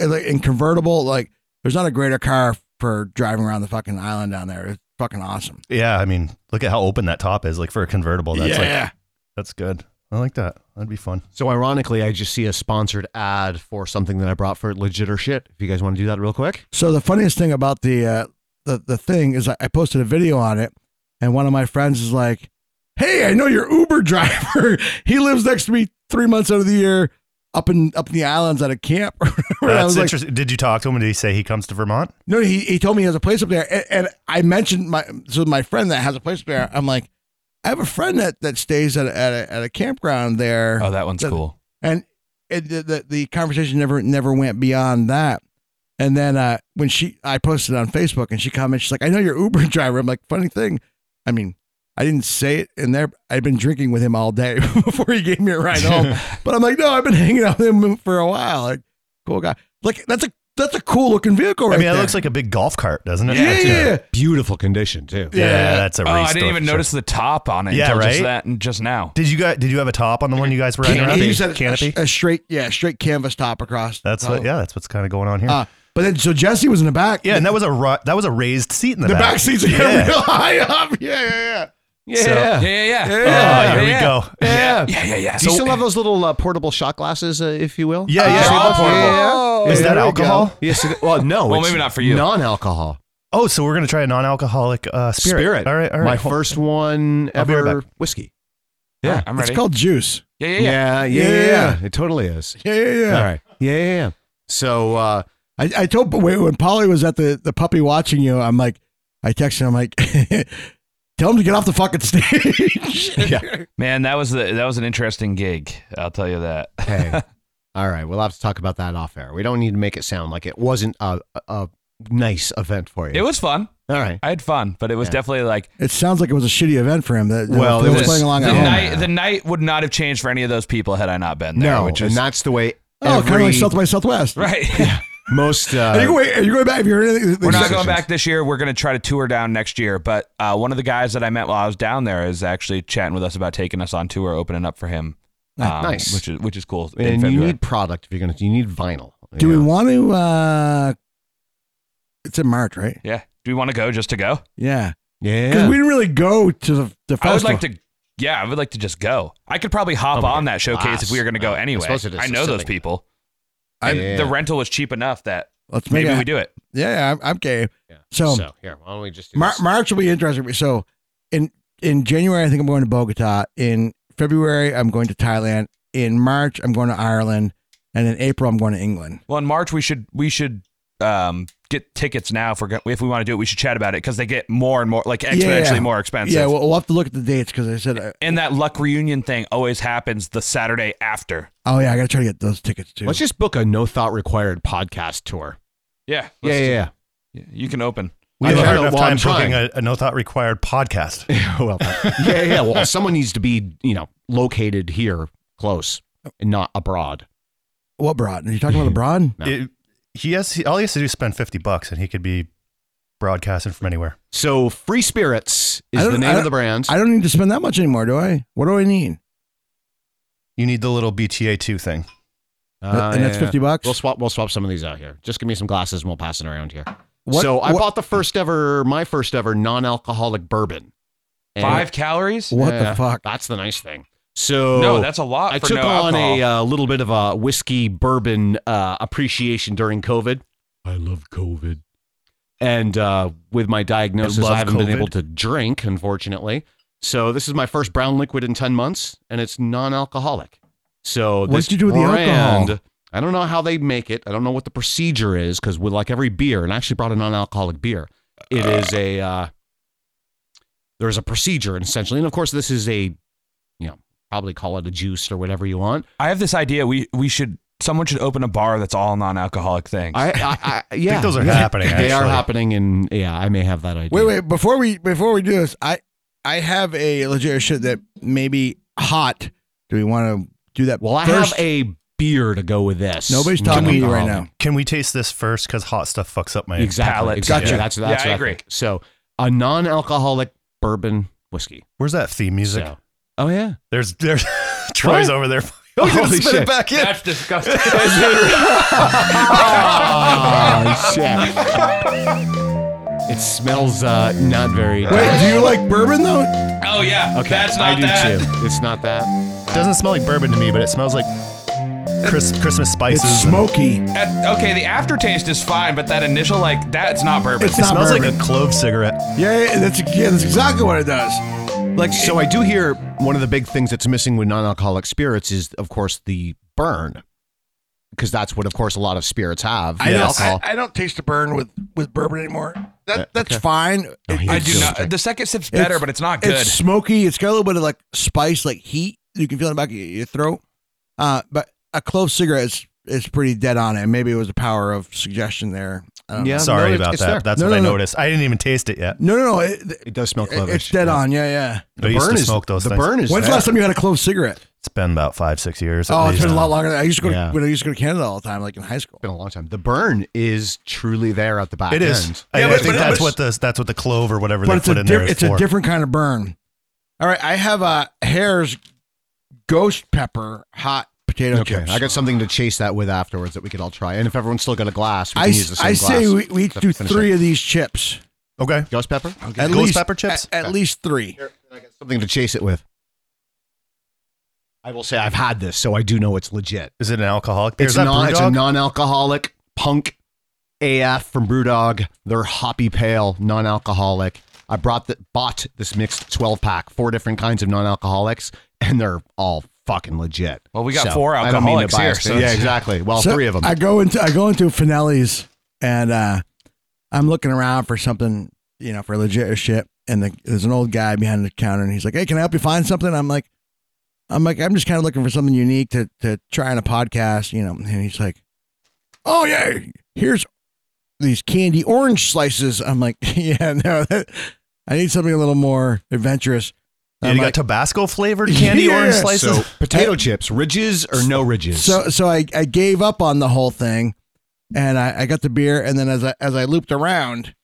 [SPEAKER 2] like in convertible. Like, there's not a greater car for driving around the fucking island down there. It's fucking awesome.
[SPEAKER 3] Yeah, I mean, look at how open that top is. Like for a convertible, that's
[SPEAKER 2] yeah.
[SPEAKER 3] like that's good. I like that. That'd be fun.
[SPEAKER 4] So ironically, I just see a sponsored ad for something that I brought for legit or shit. If you guys want to do that real quick.
[SPEAKER 2] So the funniest thing about the uh, the the thing is I I posted a video on it, and one of my friends is like, "Hey, I know your Uber [laughs] driver. he lives next to me three months out of the year, up in up in the islands at a camp." And I
[SPEAKER 3] That's
[SPEAKER 2] was like,
[SPEAKER 3] interesting. did you talk to him? Did he say he comes to Vermont?
[SPEAKER 2] "No, he he told me he has a place up there." And, and I mentioned my so my friend that has a place up there. I'm like, I have a friend that that stays at a, at a, at a campground there.
[SPEAKER 7] Oh, that one's
[SPEAKER 2] That-
[SPEAKER 7] cool.
[SPEAKER 2] and it, the, the the conversation never never went beyond that. And then uh, when she, I posted on Facebook, and she commented, she's like, "I know you're Uber [laughs] driver." I'm like, "Funny thing, I mean, I didn't say it in there. I've been drinking with him all day [laughs] before he gave me a ride
[SPEAKER 3] [laughs]
[SPEAKER 2] home, but I'm like, no, I've been hanging out with him for a while. Like, cool guy. Like that's a that's a cool looking vehicle, right
[SPEAKER 3] I mean, it
[SPEAKER 2] there.
[SPEAKER 3] looks like a big golf cart, doesn't it?
[SPEAKER 2] Yeah,
[SPEAKER 3] That's
[SPEAKER 2] yeah,
[SPEAKER 3] a-
[SPEAKER 2] yeah.
[SPEAKER 4] Beautiful condition too.
[SPEAKER 3] yeah, that's a.
[SPEAKER 7] Oh, I
[SPEAKER 3] restore
[SPEAKER 7] didn't even
[SPEAKER 3] for sure.
[SPEAKER 7] notice the top on it.
[SPEAKER 3] Yeah,
[SPEAKER 7] until Just
[SPEAKER 3] right?
[SPEAKER 7] that and just now.
[SPEAKER 3] Did you guys? Did you have a top on the one you guys were riding around?
[SPEAKER 2] He used a,
[SPEAKER 3] Canopy.
[SPEAKER 2] a straight, yeah, straight canvas top across. Oh.
[SPEAKER 3] That's
[SPEAKER 7] Oh.
[SPEAKER 3] what. Yeah, that's what's kind of going on here.
[SPEAKER 2] Uh, but then, so Jesse was in the back.
[SPEAKER 3] yeah, and that was a ru- that was a raised seat in the,
[SPEAKER 2] the
[SPEAKER 3] back.
[SPEAKER 2] back seats are
[SPEAKER 3] Yeah.
[SPEAKER 2] real [laughs] high up. Yeah, yeah, yeah.
[SPEAKER 7] Yeah, yeah, yeah.
[SPEAKER 3] Oh, here we go.
[SPEAKER 4] Yeah.
[SPEAKER 7] Yeah, yeah, yeah.
[SPEAKER 4] Do you
[SPEAKER 7] So-
[SPEAKER 4] still have those little uh, portable shot glasses, uh, if you will?
[SPEAKER 3] Yeah, yeah.
[SPEAKER 4] Disable
[SPEAKER 7] Oh,
[SPEAKER 4] portable.
[SPEAKER 7] yeah.
[SPEAKER 3] Is that
[SPEAKER 4] there we
[SPEAKER 3] alcohol?
[SPEAKER 4] go. Yes. it- well, no.
[SPEAKER 7] Well,
[SPEAKER 4] it's
[SPEAKER 7] maybe not for you.
[SPEAKER 4] Non-alcohol
[SPEAKER 3] Oh, so we're gonna try a non-alcoholic uh, spirit. All right, all right.
[SPEAKER 4] My
[SPEAKER 3] Hold-
[SPEAKER 4] first one
[SPEAKER 3] I'll be right
[SPEAKER 4] ever. Whiskey.
[SPEAKER 7] Yeah, I'm
[SPEAKER 2] It's
[SPEAKER 7] ready.
[SPEAKER 2] called juice.
[SPEAKER 7] yeah, yeah, yeah.
[SPEAKER 4] yeah,
[SPEAKER 2] Yeah, yeah.
[SPEAKER 4] It totally is.
[SPEAKER 2] Yeah, yeah, yeah.
[SPEAKER 4] All right. Yeah, yeah, yeah. So, uh,
[SPEAKER 2] I, I told wait, when Polly was at the, the puppy watching you, I'm like, I texted him, I'm like, [laughs] tell him to get off the fucking
[SPEAKER 3] [laughs]
[SPEAKER 2] stage.
[SPEAKER 7] Man, that was the that was an interesting gig. I'll tell you that.
[SPEAKER 4] hey, all right. We'll have to talk about that off air. We don't need to make it sound like it wasn't a, a- a nice event for you.
[SPEAKER 7] It was fun.
[SPEAKER 4] all right.
[SPEAKER 7] I had fun, but it was
[SPEAKER 4] Yeah.
[SPEAKER 7] definitely like
[SPEAKER 2] It sounds like it was a shitty event for him. That
[SPEAKER 4] Well,
[SPEAKER 2] that
[SPEAKER 4] it
[SPEAKER 2] was
[SPEAKER 4] was-
[SPEAKER 2] playing along
[SPEAKER 7] the
[SPEAKER 2] at home.
[SPEAKER 7] night. The night would not have changed for any of those people had I not been there.
[SPEAKER 4] No,
[SPEAKER 7] which
[SPEAKER 4] and
[SPEAKER 7] is
[SPEAKER 4] that's the way
[SPEAKER 2] Oh,
[SPEAKER 4] every,
[SPEAKER 2] kind of like South by
[SPEAKER 7] [laughs]
[SPEAKER 2] Southwest.
[SPEAKER 7] right.
[SPEAKER 4] most.
[SPEAKER 2] Are you,
[SPEAKER 4] Uh,
[SPEAKER 2] going, are you going back? Have you heard anything?
[SPEAKER 7] We're not going back this year. We're going to try to tour down next year. But uh, one of the guys that I met while I was down there is actually chatting with us about taking us on tour, opening up for him. Um,
[SPEAKER 4] nice.
[SPEAKER 7] which is which is cool. in
[SPEAKER 4] and you
[SPEAKER 7] February.
[SPEAKER 4] need product if you're gonna. You need vinyl.
[SPEAKER 2] Do we
[SPEAKER 4] Yeah.
[SPEAKER 2] want to? Uh, it's in March, right?
[SPEAKER 7] yeah. Do we want to go just to go?
[SPEAKER 2] Yeah. Because
[SPEAKER 4] Yeah.
[SPEAKER 2] we didn't really go to the, the festival.
[SPEAKER 7] I would like to. Yeah, I would like to just go. I could probably hop
[SPEAKER 4] Oh my
[SPEAKER 7] on
[SPEAKER 4] God,
[SPEAKER 7] that showcase if we were going to go
[SPEAKER 4] class. Uh,
[SPEAKER 7] anyway.
[SPEAKER 4] I suppose it is
[SPEAKER 7] I know those
[SPEAKER 4] specific.
[SPEAKER 7] people.
[SPEAKER 4] Yeah.
[SPEAKER 7] And The rental was cheap enough that
[SPEAKER 2] Let's make
[SPEAKER 7] maybe
[SPEAKER 2] it.
[SPEAKER 7] we do it.
[SPEAKER 2] Yeah, yeah, I'm, I'm game.
[SPEAKER 4] Yeah.
[SPEAKER 2] So- um,
[SPEAKER 4] here, why don't we just do
[SPEAKER 2] Mar-
[SPEAKER 4] this?
[SPEAKER 2] March will be interesting. So in in January, I think I'm going to Bogota. In February, I'm going to Thailand. In March, I'm going to Ireland, and in April, I'm going to England.
[SPEAKER 7] Well, in March we should we should um, get tickets now for if we want to do it. We should chat about it because they get more and more like exponentially
[SPEAKER 2] yeah.
[SPEAKER 7] more expensive.
[SPEAKER 2] Yeah, we'll, we'll have to look at the dates because I said, uh,
[SPEAKER 7] and that luck reunion thing always happens the Saturday after.
[SPEAKER 2] oh yeah, I got to try to get those tickets too.
[SPEAKER 4] Let's just book a no thought required podcast tour.
[SPEAKER 7] Yeah,
[SPEAKER 4] Yeah, yeah,
[SPEAKER 7] yeah. You can open.
[SPEAKER 3] We
[SPEAKER 4] I
[SPEAKER 3] have a
[SPEAKER 4] don't
[SPEAKER 3] hard
[SPEAKER 4] know
[SPEAKER 3] enough
[SPEAKER 4] why
[SPEAKER 3] time
[SPEAKER 4] I'm trying.
[SPEAKER 3] booking a, a no thought required podcast.
[SPEAKER 4] yeah. well, [laughs] yeah, yeah. Well, someone needs to be, you know, located here, close, and not abroad.
[SPEAKER 2] [laughs] what broad? Are you talking about the broad?
[SPEAKER 4] No.
[SPEAKER 3] It- he has he, all he has to do is spend fifty bucks, and he could be broadcasting from anywhere.
[SPEAKER 4] So, Free Spirits
[SPEAKER 2] I
[SPEAKER 4] is
[SPEAKER 2] don't-
[SPEAKER 4] the
[SPEAKER 2] I
[SPEAKER 4] name
[SPEAKER 2] don't-
[SPEAKER 4] of the brand.
[SPEAKER 2] I don't need to spend that much anymore, do I? What do I need?
[SPEAKER 3] You need the little BTA two thing.
[SPEAKER 4] Uh,
[SPEAKER 2] and that's
[SPEAKER 4] yeah, yeah.
[SPEAKER 2] fifty bucks.
[SPEAKER 4] We'll swap. We'll swap some of these out here. Just give me some glasses and we'll pass it around here.
[SPEAKER 2] What-
[SPEAKER 4] so I
[SPEAKER 2] what-
[SPEAKER 4] bought the first ever, my first ever non-alcoholic bourbon. And-
[SPEAKER 7] Five calories?
[SPEAKER 2] What
[SPEAKER 4] Yeah,
[SPEAKER 2] the fuck?
[SPEAKER 4] That's the nice thing. So
[SPEAKER 7] No, that's a lot.
[SPEAKER 4] I
[SPEAKER 7] for
[SPEAKER 4] took
[SPEAKER 7] no
[SPEAKER 4] on
[SPEAKER 7] alcohol.
[SPEAKER 4] a uh, little bit of a whiskey bourbon uh, appreciation during COVID. I love COVID. And uh, with my diagnosis,
[SPEAKER 3] I love
[SPEAKER 4] I haven't been
[SPEAKER 3] COVID.
[SPEAKER 4] able to drink, unfortunately. So this is my first brown liquid in 10 months, and it's non-alcoholic. So
[SPEAKER 2] What'd
[SPEAKER 4] this
[SPEAKER 2] you do with the
[SPEAKER 4] brand-
[SPEAKER 2] alcohol?
[SPEAKER 4] I don't know how they make it. I don't know what the procedure is because with like every beer, and I actually brought a non-alcoholic beer. It is a uh, there's a procedure essentially, and of course this is a, you know, probably call it a juice or whatever you want.
[SPEAKER 7] I have this idea. We we should someone should open a bar that's all non-alcoholic things.
[SPEAKER 2] [laughs]
[SPEAKER 4] I, I, I yeah, yeah. They are happening, and yeah, I may have that idea.
[SPEAKER 2] Wait, wait. Before we before we do this, I I have a legit shit that may be hot. Do we want to do that?
[SPEAKER 4] Well, I
[SPEAKER 2] first?
[SPEAKER 4] have a beer to go with this.
[SPEAKER 2] Nobody's talking to you right now.
[SPEAKER 3] Can we taste this first? Because hot stuff fucks up my
[SPEAKER 4] Exactly.
[SPEAKER 3] palate.
[SPEAKER 4] exactly. That's, that's what think. So a non-alcoholic bourbon whiskey.
[SPEAKER 3] Where's that theme music?
[SPEAKER 4] So- oh yeah.
[SPEAKER 3] There's there's [laughs] Troy's
[SPEAKER 4] What?
[SPEAKER 3] over there. [laughs] Oh, he's gonna
[SPEAKER 4] Holy
[SPEAKER 3] spit
[SPEAKER 4] shit.
[SPEAKER 3] it back
[SPEAKER 7] [laughs]
[SPEAKER 3] in.
[SPEAKER 9] That's disgusting.
[SPEAKER 4] [laughs] [laughs] Oh shit. It smells uh, not very.
[SPEAKER 2] Wait, do you like bourbon though?
[SPEAKER 9] Oh yeah.
[SPEAKER 4] Okay, I do too. It's not that.
[SPEAKER 3] [laughs] Doesn't smell like bourbon to me, but it smells like Chris, Christmas spices.
[SPEAKER 2] It's smoky.
[SPEAKER 7] At- okay, the aftertaste is fine, but that initial like that's not bourbon.
[SPEAKER 3] it smells like a clove cigarette.
[SPEAKER 2] Yeah, yeah, that's yeah, that's exactly what it does. Like
[SPEAKER 4] so, I do hear one of the big things that's missing with non-alcoholic spirits is, of course, the burn, because that's what, of course, a lot of spirits have.
[SPEAKER 2] I,
[SPEAKER 4] the
[SPEAKER 2] don't,
[SPEAKER 4] alcohol.
[SPEAKER 2] I, I don't taste the burn with, with bourbon anymore.
[SPEAKER 4] Yeah,
[SPEAKER 2] That that's
[SPEAKER 4] okay.
[SPEAKER 2] fine. It-
[SPEAKER 7] I
[SPEAKER 2] it's
[SPEAKER 7] do
[SPEAKER 2] just-
[SPEAKER 7] not. The second sip's better, but it's not good.
[SPEAKER 2] It's smoky. It's got a little bit of like spice, like heat. You can feel it in the back of your- your throat. Uh, but a clove cigarette is, is pretty dead on it. Maybe it was a power of suggestion there. I don't know.
[SPEAKER 3] Sorry
[SPEAKER 4] no, it's-
[SPEAKER 3] about
[SPEAKER 4] it's
[SPEAKER 3] that.
[SPEAKER 4] there.
[SPEAKER 3] That's
[SPEAKER 2] No,
[SPEAKER 3] what
[SPEAKER 2] no,
[SPEAKER 3] I
[SPEAKER 2] no.
[SPEAKER 3] noticed. I didn't even taste it yet.
[SPEAKER 2] No, no, no. It,
[SPEAKER 4] It does smell
[SPEAKER 2] it-
[SPEAKER 4] clovish.
[SPEAKER 2] it's dead
[SPEAKER 4] yeah.
[SPEAKER 2] on. Yeah, yeah.
[SPEAKER 3] I used
[SPEAKER 4] burn
[SPEAKER 3] to
[SPEAKER 4] is-
[SPEAKER 3] smoke those
[SPEAKER 4] the
[SPEAKER 3] things.
[SPEAKER 4] burn is
[SPEAKER 2] When's the
[SPEAKER 4] there.
[SPEAKER 2] last time you had a clove cigarette?
[SPEAKER 3] It's been about five, six years. at
[SPEAKER 2] Oh, it's
[SPEAKER 3] least.
[SPEAKER 2] been a lot longer. Than I used to go. To,
[SPEAKER 4] Yeah.
[SPEAKER 2] When I used to go to Canada all the time, like in high school.
[SPEAKER 4] Been a long time. The burn is truly there at the back.
[SPEAKER 3] It is.
[SPEAKER 4] end.
[SPEAKER 3] I,
[SPEAKER 2] Yeah,
[SPEAKER 3] I
[SPEAKER 2] but-
[SPEAKER 3] think
[SPEAKER 2] but-
[SPEAKER 3] that's
[SPEAKER 2] but-
[SPEAKER 3] what the that's what the clove or whatever
[SPEAKER 2] but
[SPEAKER 3] they
[SPEAKER 2] it's a
[SPEAKER 3] put in there
[SPEAKER 2] diff-
[SPEAKER 3] is
[SPEAKER 2] it's a
[SPEAKER 3] for.
[SPEAKER 2] different kind of burn. All right, I have a Hare's ghost pepper hot potato
[SPEAKER 4] Okay,
[SPEAKER 2] chips.
[SPEAKER 4] I got something to chase that with afterwards that we could all try. And if everyone's still got a glass, we
[SPEAKER 2] I,
[SPEAKER 4] can use the
[SPEAKER 2] s-
[SPEAKER 4] same
[SPEAKER 2] I
[SPEAKER 4] glass.
[SPEAKER 2] say we, we each
[SPEAKER 4] to
[SPEAKER 2] do
[SPEAKER 4] finish
[SPEAKER 2] three
[SPEAKER 4] it.
[SPEAKER 2] of these chips.
[SPEAKER 3] Okay.
[SPEAKER 4] Ghost pepper? Okay.
[SPEAKER 2] At
[SPEAKER 3] Ghost
[SPEAKER 2] least,
[SPEAKER 3] pepper chips?
[SPEAKER 2] At, at least three.
[SPEAKER 4] Something to chase it with. I will say I've had this, so I do know it's legit.
[SPEAKER 3] Is it an alcoholic beer?
[SPEAKER 4] It's,
[SPEAKER 3] is that
[SPEAKER 4] non, it's a
[SPEAKER 3] Brewdog?
[SPEAKER 4] non-alcoholic punk AF from BrewDog. They're hoppy pale, non-alcoholic. I brought the, bought this mixed 12 pack, four different kinds of non-alcoholics, and they're all fucking legit.
[SPEAKER 7] Well, we got
[SPEAKER 4] So,
[SPEAKER 7] four
[SPEAKER 4] I don't mean to
[SPEAKER 7] alcoholics here,
[SPEAKER 4] bias
[SPEAKER 7] so
[SPEAKER 4] things. yeah,
[SPEAKER 7] it's-
[SPEAKER 4] exactly. Well,
[SPEAKER 2] So
[SPEAKER 4] three of them.
[SPEAKER 2] I go into I go into Finelli's and uh, I'm looking around for something, you know, for legit or shit. And the, there's an old guy behind the counter, and he's like, "Hey, can I help you find something?" I'm like, "I'm like, I'm just kind of looking for something unique to to try on a podcast, you know." And he's like, "Oh yeah, here's these candy orange slices." I'm like, [laughs] "Yeah, no, that, I need something a little more adventurous."
[SPEAKER 3] Yeah,
[SPEAKER 2] I'm
[SPEAKER 3] you
[SPEAKER 2] like,
[SPEAKER 3] got Tabasco flavored candy
[SPEAKER 2] Yeah,
[SPEAKER 3] orange
[SPEAKER 2] so-
[SPEAKER 3] slices.
[SPEAKER 4] So potato chips, ridges or no ridges?
[SPEAKER 2] So so I, I gave up on the whole thing, and I, I got the beer, and then as I as I looped around,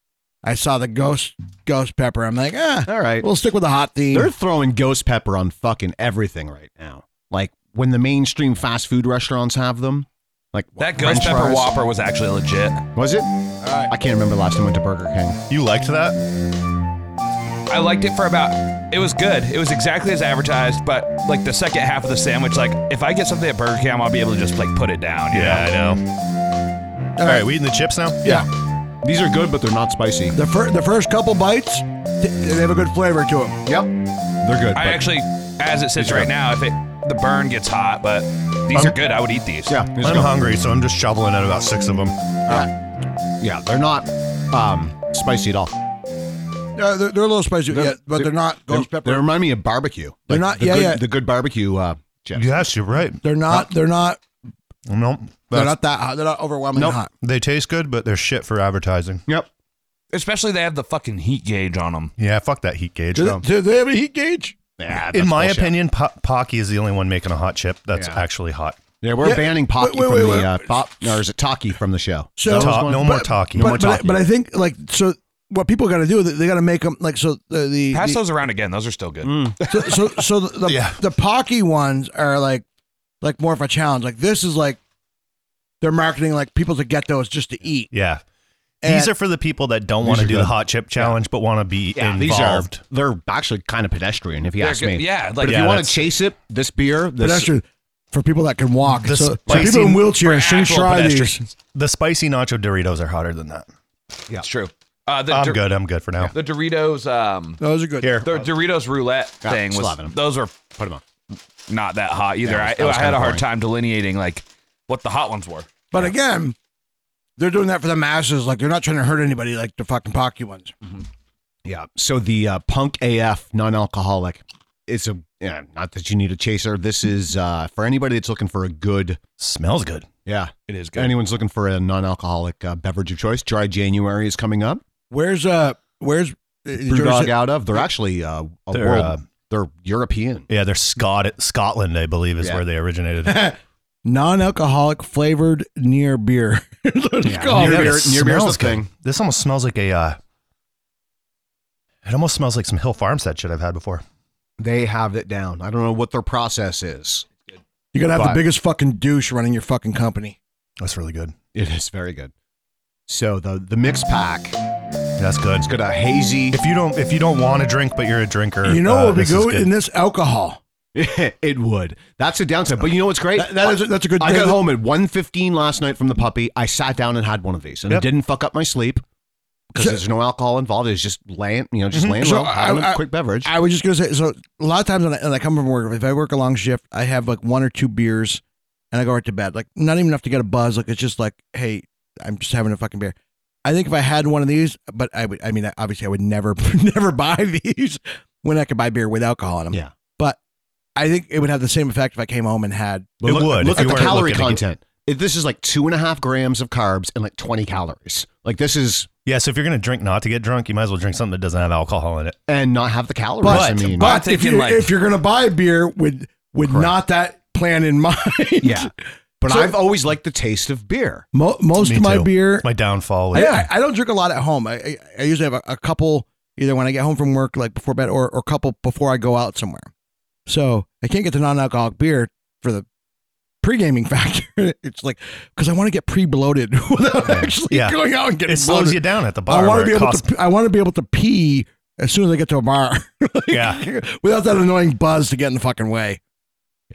[SPEAKER 2] I saw the ghost ghost pepper. I'm like, ah,
[SPEAKER 4] all right.
[SPEAKER 2] we'll stick with the hot theme.
[SPEAKER 4] They're throwing ghost pepper on fucking everything right now. Like when the mainstream fast food restaurants have them. Like
[SPEAKER 7] that
[SPEAKER 4] French
[SPEAKER 7] ghost pepper
[SPEAKER 4] fries.
[SPEAKER 7] whopper was actually legit.
[SPEAKER 4] Was it? I can't remember the last time I went to Burger King.
[SPEAKER 3] you liked that?
[SPEAKER 7] I liked it for about. It was good. It was exactly as advertised, but like the second half of the sandwich, like if I get something at Burger King, I'll be able to just like put it down. you know?
[SPEAKER 3] I know. All right, we eating the chips now?
[SPEAKER 2] yeah.
[SPEAKER 4] These are good, but they're not spicy.
[SPEAKER 2] The first the first couple bites, th- they have a good flavor to them.
[SPEAKER 4] Yep. They're good.
[SPEAKER 7] I
[SPEAKER 4] but-
[SPEAKER 7] actually, as it sits right now, if it the burn gets hot, but these are good. I would eat these.
[SPEAKER 4] Um, yeah, these are
[SPEAKER 3] I'm
[SPEAKER 4] good.
[SPEAKER 3] hungry, so I'm just shoveling at about six of them.
[SPEAKER 4] Yeah, they're not um, spicy at all.
[SPEAKER 2] Uh, they're, they're a little spicy, yeah, but they're not ghost
[SPEAKER 4] They-
[SPEAKER 2] pepper.
[SPEAKER 4] They
[SPEAKER 2] They're,
[SPEAKER 4] remind me of barbecue.
[SPEAKER 2] They're not-
[SPEAKER 4] The
[SPEAKER 2] yeah,
[SPEAKER 4] good,
[SPEAKER 2] yeah.
[SPEAKER 4] The good barbecue uh, chips.
[SPEAKER 3] Yes, you're right.
[SPEAKER 2] not they're not
[SPEAKER 3] Nope.
[SPEAKER 2] they're
[SPEAKER 3] That's-
[SPEAKER 2] not that hot. They're not overwhelmingly
[SPEAKER 3] nope.
[SPEAKER 2] hot.
[SPEAKER 3] They taste good, but they're shit for advertising.
[SPEAKER 4] Yep.
[SPEAKER 7] Especially they have the fucking heat gauge on them.
[SPEAKER 3] Yeah, fuck that heat gauge.
[SPEAKER 2] Do they, do they have a heat gauge?
[SPEAKER 4] Yeah,
[SPEAKER 3] In
[SPEAKER 4] that's
[SPEAKER 3] my
[SPEAKER 4] bullshit.
[SPEAKER 3] opinion, po- Pocky is the only one making a hot chip that's
[SPEAKER 4] Yeah.
[SPEAKER 3] actually hot.
[SPEAKER 4] Yeah, we're
[SPEAKER 2] Yeah,
[SPEAKER 4] banning Pocky
[SPEAKER 2] wait,
[SPEAKER 4] from
[SPEAKER 2] wait,
[SPEAKER 4] the
[SPEAKER 2] wait.
[SPEAKER 4] uh, pop, or is it Taki from the show?
[SPEAKER 2] So-
[SPEAKER 4] That was
[SPEAKER 3] Ta-
[SPEAKER 4] one-
[SPEAKER 3] no more talking.
[SPEAKER 2] But,
[SPEAKER 4] more
[SPEAKER 2] but,
[SPEAKER 4] talking.
[SPEAKER 2] but I think like so. What people got to do, they got to make them like so. The, the,
[SPEAKER 7] Pass
[SPEAKER 2] the
[SPEAKER 7] those around again. Those are still good.
[SPEAKER 4] Mm.
[SPEAKER 2] so so, so the the,
[SPEAKER 3] Yeah.
[SPEAKER 2] the pocky ones are like like more of a challenge. Like this is like they're marketing like people to get those just to eat.
[SPEAKER 3] yeah.
[SPEAKER 2] And-
[SPEAKER 3] These are for the people that don't want to
[SPEAKER 4] are
[SPEAKER 3] do
[SPEAKER 4] good.
[SPEAKER 3] the hot chip challenge, but want to be
[SPEAKER 4] Yeah,
[SPEAKER 3] involved.
[SPEAKER 4] these are they're actually kind of pedestrian, if you
[SPEAKER 7] They're
[SPEAKER 4] ask
[SPEAKER 7] good-
[SPEAKER 4] me.
[SPEAKER 7] Yeah,
[SPEAKER 4] But
[SPEAKER 7] like
[SPEAKER 4] if
[SPEAKER 3] Yeah,
[SPEAKER 4] you want to
[SPEAKER 3] that's-
[SPEAKER 4] chase it, this beer, this
[SPEAKER 2] Pedestrian for people that can walk.
[SPEAKER 3] The
[SPEAKER 2] so, so
[SPEAKER 3] spicy-
[SPEAKER 2] people in wheelchairs
[SPEAKER 7] for
[SPEAKER 2] should
[SPEAKER 7] actual
[SPEAKER 2] try these.
[SPEAKER 7] pedestrians.
[SPEAKER 3] the spicy nacho Doritos are hotter than that.
[SPEAKER 7] it's true. Uh, the,
[SPEAKER 3] I'm
[SPEAKER 7] Dor-
[SPEAKER 3] good. I'm good for now.
[SPEAKER 7] the Doritos, um,
[SPEAKER 2] Those are good.
[SPEAKER 3] Here.
[SPEAKER 7] the Doritos roulette
[SPEAKER 4] Yeah,
[SPEAKER 7] thing was
[SPEAKER 4] slapping 'em.
[SPEAKER 7] those were
[SPEAKER 4] put them on.
[SPEAKER 7] not that hot either.
[SPEAKER 4] Yeah, that
[SPEAKER 7] I,
[SPEAKER 4] was
[SPEAKER 7] I had
[SPEAKER 4] kinda
[SPEAKER 7] a hard
[SPEAKER 4] boring.
[SPEAKER 7] time delineating like what the hot ones were.
[SPEAKER 2] But again, they're doing that for the masses. Like they're not trying to hurt anybody. Like the fucking pocky ones.
[SPEAKER 4] Yeah. So the uh, Punk AF non-alcoholic. It's a yeah. Not that you need a chaser. This is uh, for anybody that's looking for a good.
[SPEAKER 3] Smells good.
[SPEAKER 4] Yeah,
[SPEAKER 3] It is good.
[SPEAKER 4] Anyone's looking for a non-alcoholic uh, beverage of choice. Dry January is coming up.
[SPEAKER 2] Where's uh? Where's
[SPEAKER 4] Brewdog out of? They're actually uh, a
[SPEAKER 3] They're,
[SPEAKER 4] world.
[SPEAKER 3] uh,
[SPEAKER 4] they're
[SPEAKER 3] [laughs]
[SPEAKER 4] European.
[SPEAKER 3] Yeah, they're Scot- Scotland, I believe, is
[SPEAKER 4] Yeah.
[SPEAKER 3] where
[SPEAKER 4] [laughs]
[SPEAKER 3] they originated.
[SPEAKER 2] Non-alcoholic flavored near beer. [laughs]
[SPEAKER 4] Yeah.
[SPEAKER 2] called-
[SPEAKER 4] Oh, Near, beer,
[SPEAKER 3] It
[SPEAKER 4] near beer's the
[SPEAKER 3] smells good.
[SPEAKER 4] thing.
[SPEAKER 3] This almost smells like a. Uh, it almost smells like some Hill Farmstead shit I've had before.
[SPEAKER 4] They have it down. I don't know what their process is.
[SPEAKER 2] You're gonna have
[SPEAKER 4] But-
[SPEAKER 2] the biggest fucking douche running your fucking company.
[SPEAKER 3] That's really good.
[SPEAKER 4] It is very good. So the the mix pack.
[SPEAKER 3] That's good.
[SPEAKER 4] It's got a hazy.
[SPEAKER 3] If you don't, if you don't want to drink, but you're a drinker,
[SPEAKER 2] You know
[SPEAKER 3] uh,
[SPEAKER 2] what would be
[SPEAKER 3] this is
[SPEAKER 2] good in this alcohol?
[SPEAKER 4] [laughs] it would. That's a downside. But you know what's great?
[SPEAKER 2] That- that is- that's a good-
[SPEAKER 4] I got home at 1.15 last night from the puppy. I sat down and had one of these, and
[SPEAKER 3] Yep.
[SPEAKER 4] it didn't fuck up my sleep because
[SPEAKER 2] So- Mm-hmm.
[SPEAKER 4] there's no alcohol involved. It's just laying, you know, just laying
[SPEAKER 2] So
[SPEAKER 4] low, having a
[SPEAKER 2] I- I-
[SPEAKER 4] quick beverage.
[SPEAKER 2] I was just gonna say. So a lot of times when I, when I come from work, if I work a long shift, I have like one or two beers, and I go right to bed. Like not even enough to get a buzz. Like it's just like, hey, I'm just having a fucking beer. I think if I had one of these, but I would. I mean, obviously, I would never, [laughs] never buy [laughs] these when I could buy beer with alcohol in them.
[SPEAKER 4] Yeah.
[SPEAKER 2] But I think it would have the same effect if I came home and had. [laughs]
[SPEAKER 3] It
[SPEAKER 4] look,
[SPEAKER 3] would,
[SPEAKER 4] Look
[SPEAKER 3] if
[SPEAKER 4] at
[SPEAKER 3] you
[SPEAKER 4] the
[SPEAKER 3] weren't
[SPEAKER 4] calorie
[SPEAKER 3] looking to get-
[SPEAKER 4] content. If this is like two and a half grams of carbs and like 20 calories. Like this is,
[SPEAKER 3] Yeah, so if you're gonna drink not to get drunk, you might as well drink something that doesn't have alcohol in it.
[SPEAKER 4] and not have the calories. I mean,
[SPEAKER 2] But
[SPEAKER 7] I'm
[SPEAKER 2] if
[SPEAKER 7] thinking,
[SPEAKER 2] you
[SPEAKER 7] like-
[SPEAKER 2] if you're gonna buy a beer with with
[SPEAKER 4] Correct.
[SPEAKER 2] not that plan in [laughs] mind,
[SPEAKER 4] yeah. But
[SPEAKER 2] So-
[SPEAKER 4] I've always liked the taste of beer.
[SPEAKER 2] Mo- most
[SPEAKER 3] Me
[SPEAKER 2] of my
[SPEAKER 3] too.
[SPEAKER 2] beer
[SPEAKER 3] It's my downfall. With,
[SPEAKER 2] I, I, I don't drink a lot at home. I, I, I usually have a, a couple either when I get home from work, like before bed, or or a couple before I go out somewhere. So I can't get the non-alcoholic beer for the pre-gaming [laughs] factor. It's like because I want to get pre-bloated [laughs] without actually
[SPEAKER 3] Yeah.
[SPEAKER 2] going out and getting
[SPEAKER 3] it slows
[SPEAKER 2] bloated.
[SPEAKER 3] you down at the bar.
[SPEAKER 2] I want
[SPEAKER 3] where
[SPEAKER 2] to be
[SPEAKER 3] it
[SPEAKER 2] able
[SPEAKER 3] costs-
[SPEAKER 2] to. I want to be able to pee as soon as I get to a bar. [laughs] Like,
[SPEAKER 3] Yeah.
[SPEAKER 2] without that annoying buzz to get in the fucking way.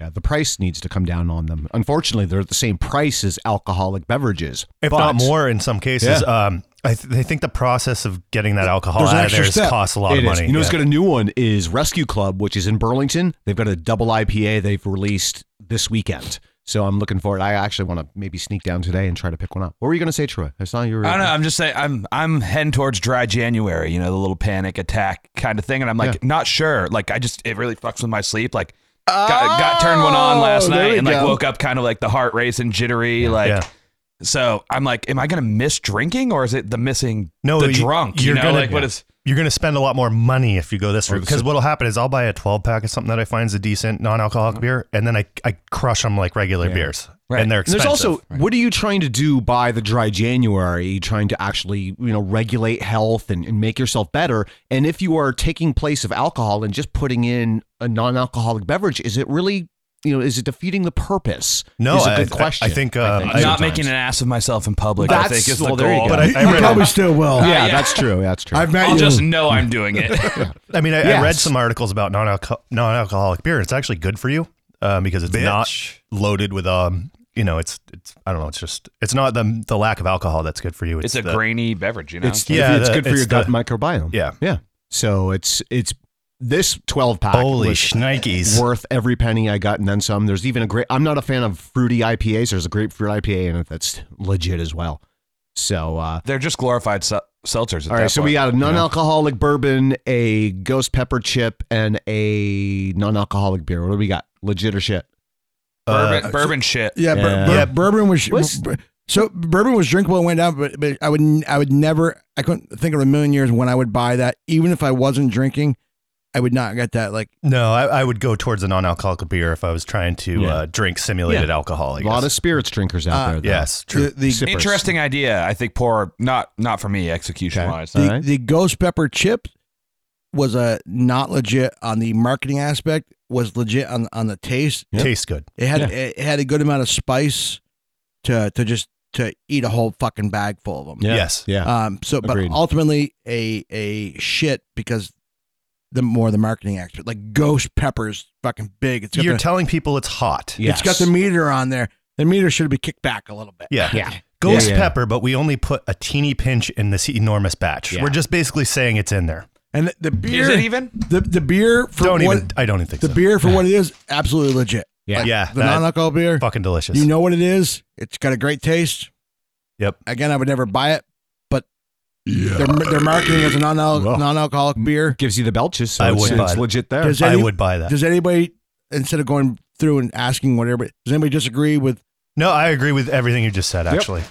[SPEAKER 4] Yeah, the price needs to come down on them. Unfortunately, they're the same price as alcoholic beverages,
[SPEAKER 3] if
[SPEAKER 4] but-
[SPEAKER 3] not more in some cases. Um, I, th- I think the process of getting that alcohol
[SPEAKER 2] There's an
[SPEAKER 3] out of
[SPEAKER 2] extra
[SPEAKER 3] there is-
[SPEAKER 2] step.
[SPEAKER 3] costs a lot of
[SPEAKER 4] It is.
[SPEAKER 3] money.
[SPEAKER 4] You know, it's
[SPEAKER 3] yeah.
[SPEAKER 4] got a new one is Rescue Club, which is in Burlington. They've got a double IPA they've released this weekend. So I'm looking forward. I actually want to maybe sneak down today and try to pick one up. What were you going to say, Troy? I saw you were.
[SPEAKER 7] I don't know. I'm just saying I'm I'm heading towards dry January, you know, the little panic attack kind of thing. And I'm like, not sure. Like I just it really fucks with my sleep. Like got, got turned one on
[SPEAKER 4] Oh,
[SPEAKER 7] last
[SPEAKER 4] there
[SPEAKER 7] night
[SPEAKER 4] we
[SPEAKER 7] and like
[SPEAKER 4] go.
[SPEAKER 7] woke up kind of like the heart racing jittery. Like
[SPEAKER 3] yeah.
[SPEAKER 7] so I'm like, am I gonna miss drinking or is it the missing
[SPEAKER 3] No,
[SPEAKER 7] the
[SPEAKER 3] you-
[SPEAKER 7] drunk? You
[SPEAKER 3] you're
[SPEAKER 7] know,
[SPEAKER 3] gonna-
[SPEAKER 7] like what is
[SPEAKER 3] You're going to spend a lot more money if you go this route because what'll happen is I'll buy a 12 pack of something that I find is a decent non-alcoholic
[SPEAKER 4] Mm-hmm.
[SPEAKER 3] beer, and then I, I crush them like regular beers,
[SPEAKER 7] Right.
[SPEAKER 3] and they're
[SPEAKER 4] And
[SPEAKER 3] expensive.
[SPEAKER 4] There's also what are you trying to do by the dry January? Are you trying to actually, you know, regulate health and, and make yourself better? And if you are taking place of alcohol and just putting in a non-alcoholic beverage, is it really, you know, is it defeating the purpose?
[SPEAKER 3] No,
[SPEAKER 4] is a
[SPEAKER 3] I-
[SPEAKER 4] good
[SPEAKER 3] I-
[SPEAKER 4] question.
[SPEAKER 3] I think, um,
[SPEAKER 7] I'm not
[SPEAKER 3] sometimes.
[SPEAKER 7] making an ass of myself in public, I
[SPEAKER 4] That's-
[SPEAKER 7] think is
[SPEAKER 4] well,
[SPEAKER 7] the
[SPEAKER 4] there you
[SPEAKER 7] goal.
[SPEAKER 4] go.
[SPEAKER 3] but I, I
[SPEAKER 2] you
[SPEAKER 3] read
[SPEAKER 2] probably still will.
[SPEAKER 4] Oh, yeah, that's true. That's true.
[SPEAKER 2] I've met
[SPEAKER 7] I'll
[SPEAKER 2] you.
[SPEAKER 7] just know I'm doing it.
[SPEAKER 3] I mean, I, I read
[SPEAKER 4] Yes.
[SPEAKER 3] some articles about non-alco- non-alcoholic beer. It's actually good for you um, because it's not loaded with um, you know, it's it's I don't know, it's just it's not the the lack of alcohol that's good for
[SPEAKER 7] [laughs]
[SPEAKER 3] you.
[SPEAKER 7] It's a
[SPEAKER 3] the,
[SPEAKER 7] grainy beverage, you know.
[SPEAKER 4] it's
[SPEAKER 3] Yeah,
[SPEAKER 4] it's
[SPEAKER 3] the-
[SPEAKER 4] good for
[SPEAKER 3] it's
[SPEAKER 4] your gut
[SPEAKER 3] the-
[SPEAKER 4] microbiome.
[SPEAKER 3] yeah.
[SPEAKER 4] yeah. So it's it's this 12 pack.
[SPEAKER 3] Holy
[SPEAKER 4] was
[SPEAKER 3] shnikes!
[SPEAKER 4] Worth every penny I got, and then some. There's even a great. I'm not a fan of fruity IPAs. There's a grapefruit IPA in it that's legit as well. So, uh,
[SPEAKER 7] They're just glorified se- seltzers. At
[SPEAKER 4] all
[SPEAKER 7] that
[SPEAKER 4] right. So we
[SPEAKER 7] point,
[SPEAKER 4] got a
[SPEAKER 7] you know?
[SPEAKER 4] non-alcoholic bourbon, a ghost pepper chip, and a non-alcoholic beer. What do we got? Legit or shit?
[SPEAKER 7] bourbon,
[SPEAKER 3] Uh,
[SPEAKER 7] bourbon shit.
[SPEAKER 2] Yeah, bur-
[SPEAKER 4] Yeah.
[SPEAKER 2] bur-
[SPEAKER 3] Yeah.
[SPEAKER 2] bourbon was
[SPEAKER 4] What's-
[SPEAKER 2] bur- so bourbon was drinkable and went down, but, but I would n- I would never I couldn't think of a million years when I would buy that. Even if I wasn't drinking, I would not get that. Like
[SPEAKER 3] No, I, I would go towards a non-alcoholic beer if I was trying to
[SPEAKER 4] Yeah.
[SPEAKER 3] uh, drink simulated
[SPEAKER 4] Yeah.
[SPEAKER 3] alcohol. I
[SPEAKER 4] a lot of
[SPEAKER 3] guess.
[SPEAKER 4] spirits drinkers out
[SPEAKER 2] Uh,
[SPEAKER 4] there. Though.
[SPEAKER 3] yes, true.
[SPEAKER 2] the the,
[SPEAKER 4] Sippers.
[SPEAKER 7] Interesting idea. I think poor, not not for me execution wise.
[SPEAKER 2] the,
[SPEAKER 4] All right.
[SPEAKER 2] the ghost pepper chip was a not legit on the marketing aspect. Was legit on on the taste.
[SPEAKER 3] Tastes good.
[SPEAKER 2] It had
[SPEAKER 4] Yeah.
[SPEAKER 2] it had a good amount of spice to to just to eat a whole fucking bag full of them.
[SPEAKER 4] Yeah.
[SPEAKER 3] Yes.
[SPEAKER 4] Yeah.
[SPEAKER 2] Um, so, but
[SPEAKER 4] Agreed.
[SPEAKER 2] ultimately, a a shit because the more the marketing expert, like Ghost Pepper's fucking big. It's got,
[SPEAKER 3] You're
[SPEAKER 2] the,
[SPEAKER 3] telling people it's hot.
[SPEAKER 4] yes.
[SPEAKER 2] it's got the meter on there. The meter should be kicked back a little bit.
[SPEAKER 3] Yeah.
[SPEAKER 4] Yeah.
[SPEAKER 3] Ghost
[SPEAKER 4] Yeah, yeah.
[SPEAKER 3] pepper, but we only put a teeny pinch in this enormous batch.
[SPEAKER 4] Yeah.
[SPEAKER 3] We're just basically saying it's in there.
[SPEAKER 2] And the, the
[SPEAKER 7] Is
[SPEAKER 2] beer,
[SPEAKER 7] it even?
[SPEAKER 2] the the beer for
[SPEAKER 3] don't
[SPEAKER 2] what
[SPEAKER 3] even. I don't even think
[SPEAKER 2] the
[SPEAKER 3] so.
[SPEAKER 2] beer for what it is, absolutely legit.
[SPEAKER 4] Yeah.
[SPEAKER 2] Like,
[SPEAKER 3] Yeah,
[SPEAKER 2] the
[SPEAKER 3] that-
[SPEAKER 2] non-alcohol beer,
[SPEAKER 3] Fucking delicious.
[SPEAKER 2] you know what it is. It's got a great taste.
[SPEAKER 3] Yep.
[SPEAKER 2] Again, I would never buy it, but Yeah. They're, they're marketing it as a non-al- non-alcoholic beer.
[SPEAKER 4] Gives you the belches, so
[SPEAKER 3] I
[SPEAKER 4] it's,
[SPEAKER 3] would buy
[SPEAKER 4] it's
[SPEAKER 3] it.
[SPEAKER 4] legit there.
[SPEAKER 2] Does any- Does anybody instead of going through and asking what everybody does anybody disagree with?
[SPEAKER 3] No, I agree with everything you just said. Actually,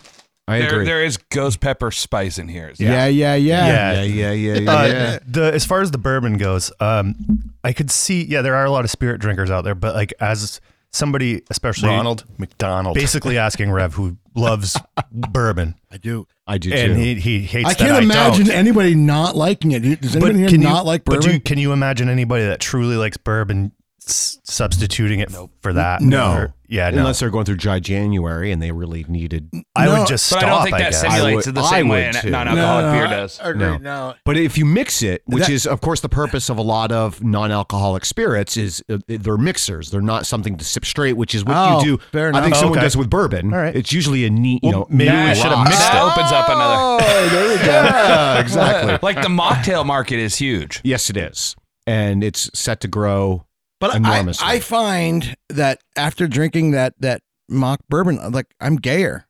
[SPEAKER 7] There, there is ghost pepper spice in here.
[SPEAKER 2] Yeah, yeah, yeah.
[SPEAKER 4] yeah, yeah,
[SPEAKER 3] Uh, The as far as the bourbon goes, um, I could see. Yeah, there are a lot of spirit drinkers out there, but like as somebody, especially
[SPEAKER 11] Ronald McDonald.
[SPEAKER 3] basically asking Rev who loves bourbon.
[SPEAKER 2] I do.
[SPEAKER 4] I do
[SPEAKER 3] and
[SPEAKER 4] too.
[SPEAKER 3] he he hates.
[SPEAKER 2] I
[SPEAKER 3] that
[SPEAKER 2] can't imagine
[SPEAKER 3] don't.
[SPEAKER 2] anybody not liking it. Does anybody here
[SPEAKER 3] you-
[SPEAKER 2] not like
[SPEAKER 3] But do,
[SPEAKER 2] bourbon?
[SPEAKER 3] you- can you imagine anybody that truly likes bourbon s- substituting it for that?
[SPEAKER 4] No.
[SPEAKER 3] Or- yeah, no.
[SPEAKER 4] Unless they're going through dry January and they really needed.
[SPEAKER 3] I would just
[SPEAKER 7] but
[SPEAKER 3] stop.
[SPEAKER 7] I don't think that [laughs]
[SPEAKER 3] guess.
[SPEAKER 7] simulates it the same way
[SPEAKER 4] would
[SPEAKER 7] a
[SPEAKER 4] too.
[SPEAKER 7] non-alcoholic
[SPEAKER 2] No, no,
[SPEAKER 7] beer
[SPEAKER 2] I-
[SPEAKER 7] does.
[SPEAKER 2] I agree,
[SPEAKER 4] No.
[SPEAKER 2] no.
[SPEAKER 4] But if you mix it, which
[SPEAKER 2] That-
[SPEAKER 4] is of course the purpose of a lot of non-alcoholic spirits, is uh, they're mixers. They're not something to sip straight, which is what
[SPEAKER 2] Oh,
[SPEAKER 4] you do.
[SPEAKER 2] fair
[SPEAKER 4] I think
[SPEAKER 2] enough.
[SPEAKER 4] someone
[SPEAKER 3] Okay.
[SPEAKER 4] does with bourbon.
[SPEAKER 3] All right.
[SPEAKER 4] It's usually a neat, you
[SPEAKER 3] Well,
[SPEAKER 4] know.
[SPEAKER 3] maybe we
[SPEAKER 4] neat
[SPEAKER 3] should have
[SPEAKER 4] lot.
[SPEAKER 3] mixed
[SPEAKER 7] That opens up another.
[SPEAKER 4] Oh, there you
[SPEAKER 7] [laughs]
[SPEAKER 4] go. yeah, exactly.
[SPEAKER 7] Like the mocktail market is huge.
[SPEAKER 4] Yes, it is, and it's set to grow.
[SPEAKER 2] But I,
[SPEAKER 4] enormously.
[SPEAKER 2] I find that after drinking that that mock bourbon, I'm like I'm gayer.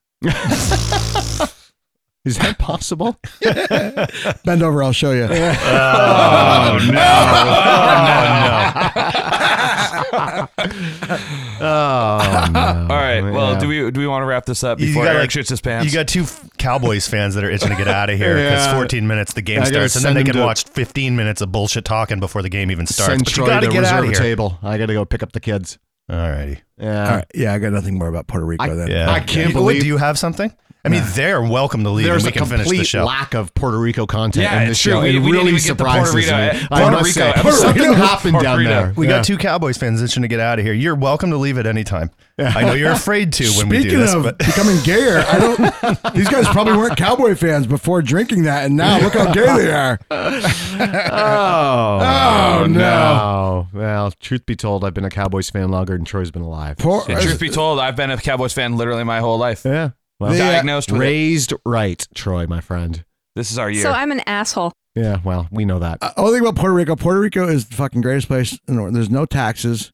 [SPEAKER 4] Is that possible?
[SPEAKER 2] Bend over, I'll show you.
[SPEAKER 4] [laughs]
[SPEAKER 3] Oh, no. [laughs] Oh,
[SPEAKER 4] Oh, no.
[SPEAKER 7] All right. Well,
[SPEAKER 4] Yeah.
[SPEAKER 7] do we do we want to wrap this up
[SPEAKER 3] You
[SPEAKER 7] before
[SPEAKER 3] got,
[SPEAKER 7] Eric
[SPEAKER 3] like-
[SPEAKER 7] shoots his
[SPEAKER 3] no.
[SPEAKER 7] pants?
[SPEAKER 3] You got two f- Cowboys fans that are itching to
[SPEAKER 4] [laughs]
[SPEAKER 3] get out of here because
[SPEAKER 4] Yeah.
[SPEAKER 3] 14 minutes the game
[SPEAKER 4] I gotta
[SPEAKER 3] starts and then
[SPEAKER 4] send
[SPEAKER 3] they
[SPEAKER 4] them
[SPEAKER 3] can
[SPEAKER 4] to-
[SPEAKER 3] watch 15 minutes of bullshit talking before the game even starts.
[SPEAKER 4] Send
[SPEAKER 3] But you
[SPEAKER 4] Troy
[SPEAKER 3] got to
[SPEAKER 4] to
[SPEAKER 3] get out
[SPEAKER 4] reserve
[SPEAKER 3] of
[SPEAKER 4] a
[SPEAKER 3] here.
[SPEAKER 4] table. I got to go pick up the kids.
[SPEAKER 3] Alrighty.
[SPEAKER 4] Yeah.
[SPEAKER 2] All right. Yeah, I got nothing more about Puerto Rico
[SPEAKER 4] I-
[SPEAKER 2] then.
[SPEAKER 3] Yeah.
[SPEAKER 4] I can't
[SPEAKER 3] You- what,
[SPEAKER 4] believe-
[SPEAKER 3] Do you have something? I mean, they're welcome to leave.
[SPEAKER 4] There's
[SPEAKER 3] and we
[SPEAKER 4] a
[SPEAKER 3] can finish the
[SPEAKER 4] complete
[SPEAKER 3] show.
[SPEAKER 4] lack of Puerto Rico content
[SPEAKER 7] Yeah,
[SPEAKER 4] in this
[SPEAKER 7] it's true.
[SPEAKER 4] show.
[SPEAKER 7] We-
[SPEAKER 4] it
[SPEAKER 7] we didn't
[SPEAKER 4] really
[SPEAKER 7] even get the Puerto
[SPEAKER 4] surprises
[SPEAKER 7] Rico-
[SPEAKER 4] me. I
[SPEAKER 7] Puerto
[SPEAKER 4] must
[SPEAKER 7] Rico
[SPEAKER 4] say,
[SPEAKER 7] episode.
[SPEAKER 4] something happened
[SPEAKER 7] Puerto
[SPEAKER 4] down
[SPEAKER 7] Rico.
[SPEAKER 4] there.
[SPEAKER 3] We
[SPEAKER 4] Yeah.
[SPEAKER 3] got two Cowboys fans itching to get out of here. You're welcome to leave at any time. I know you're afraid to when we do
[SPEAKER 2] Speaking
[SPEAKER 3] this,
[SPEAKER 2] of
[SPEAKER 3] but
[SPEAKER 2] becoming gayer, I don't. these guys probably weren't cowboy fans before drinking that, and now look how gay they are.
[SPEAKER 4] Oh,
[SPEAKER 2] Oh, no.
[SPEAKER 4] no. Well, truth be told, I've been a Cowboys fan longer than Troy's been alive.
[SPEAKER 2] Poor-
[SPEAKER 4] So-
[SPEAKER 7] Truth be told, I've been a Cowboys fan literally my whole life.
[SPEAKER 4] yeah. Well,
[SPEAKER 2] They- uh,
[SPEAKER 7] Diagnosed with it.
[SPEAKER 4] raised right, Troy, my friend.
[SPEAKER 7] This is our year.
[SPEAKER 9] So I'm an asshole.
[SPEAKER 4] Yeah, well, we know that.
[SPEAKER 2] Uh, only thing about Puerto Rico, Puerto Rico is the fucking greatest place. In the world. There's no taxes.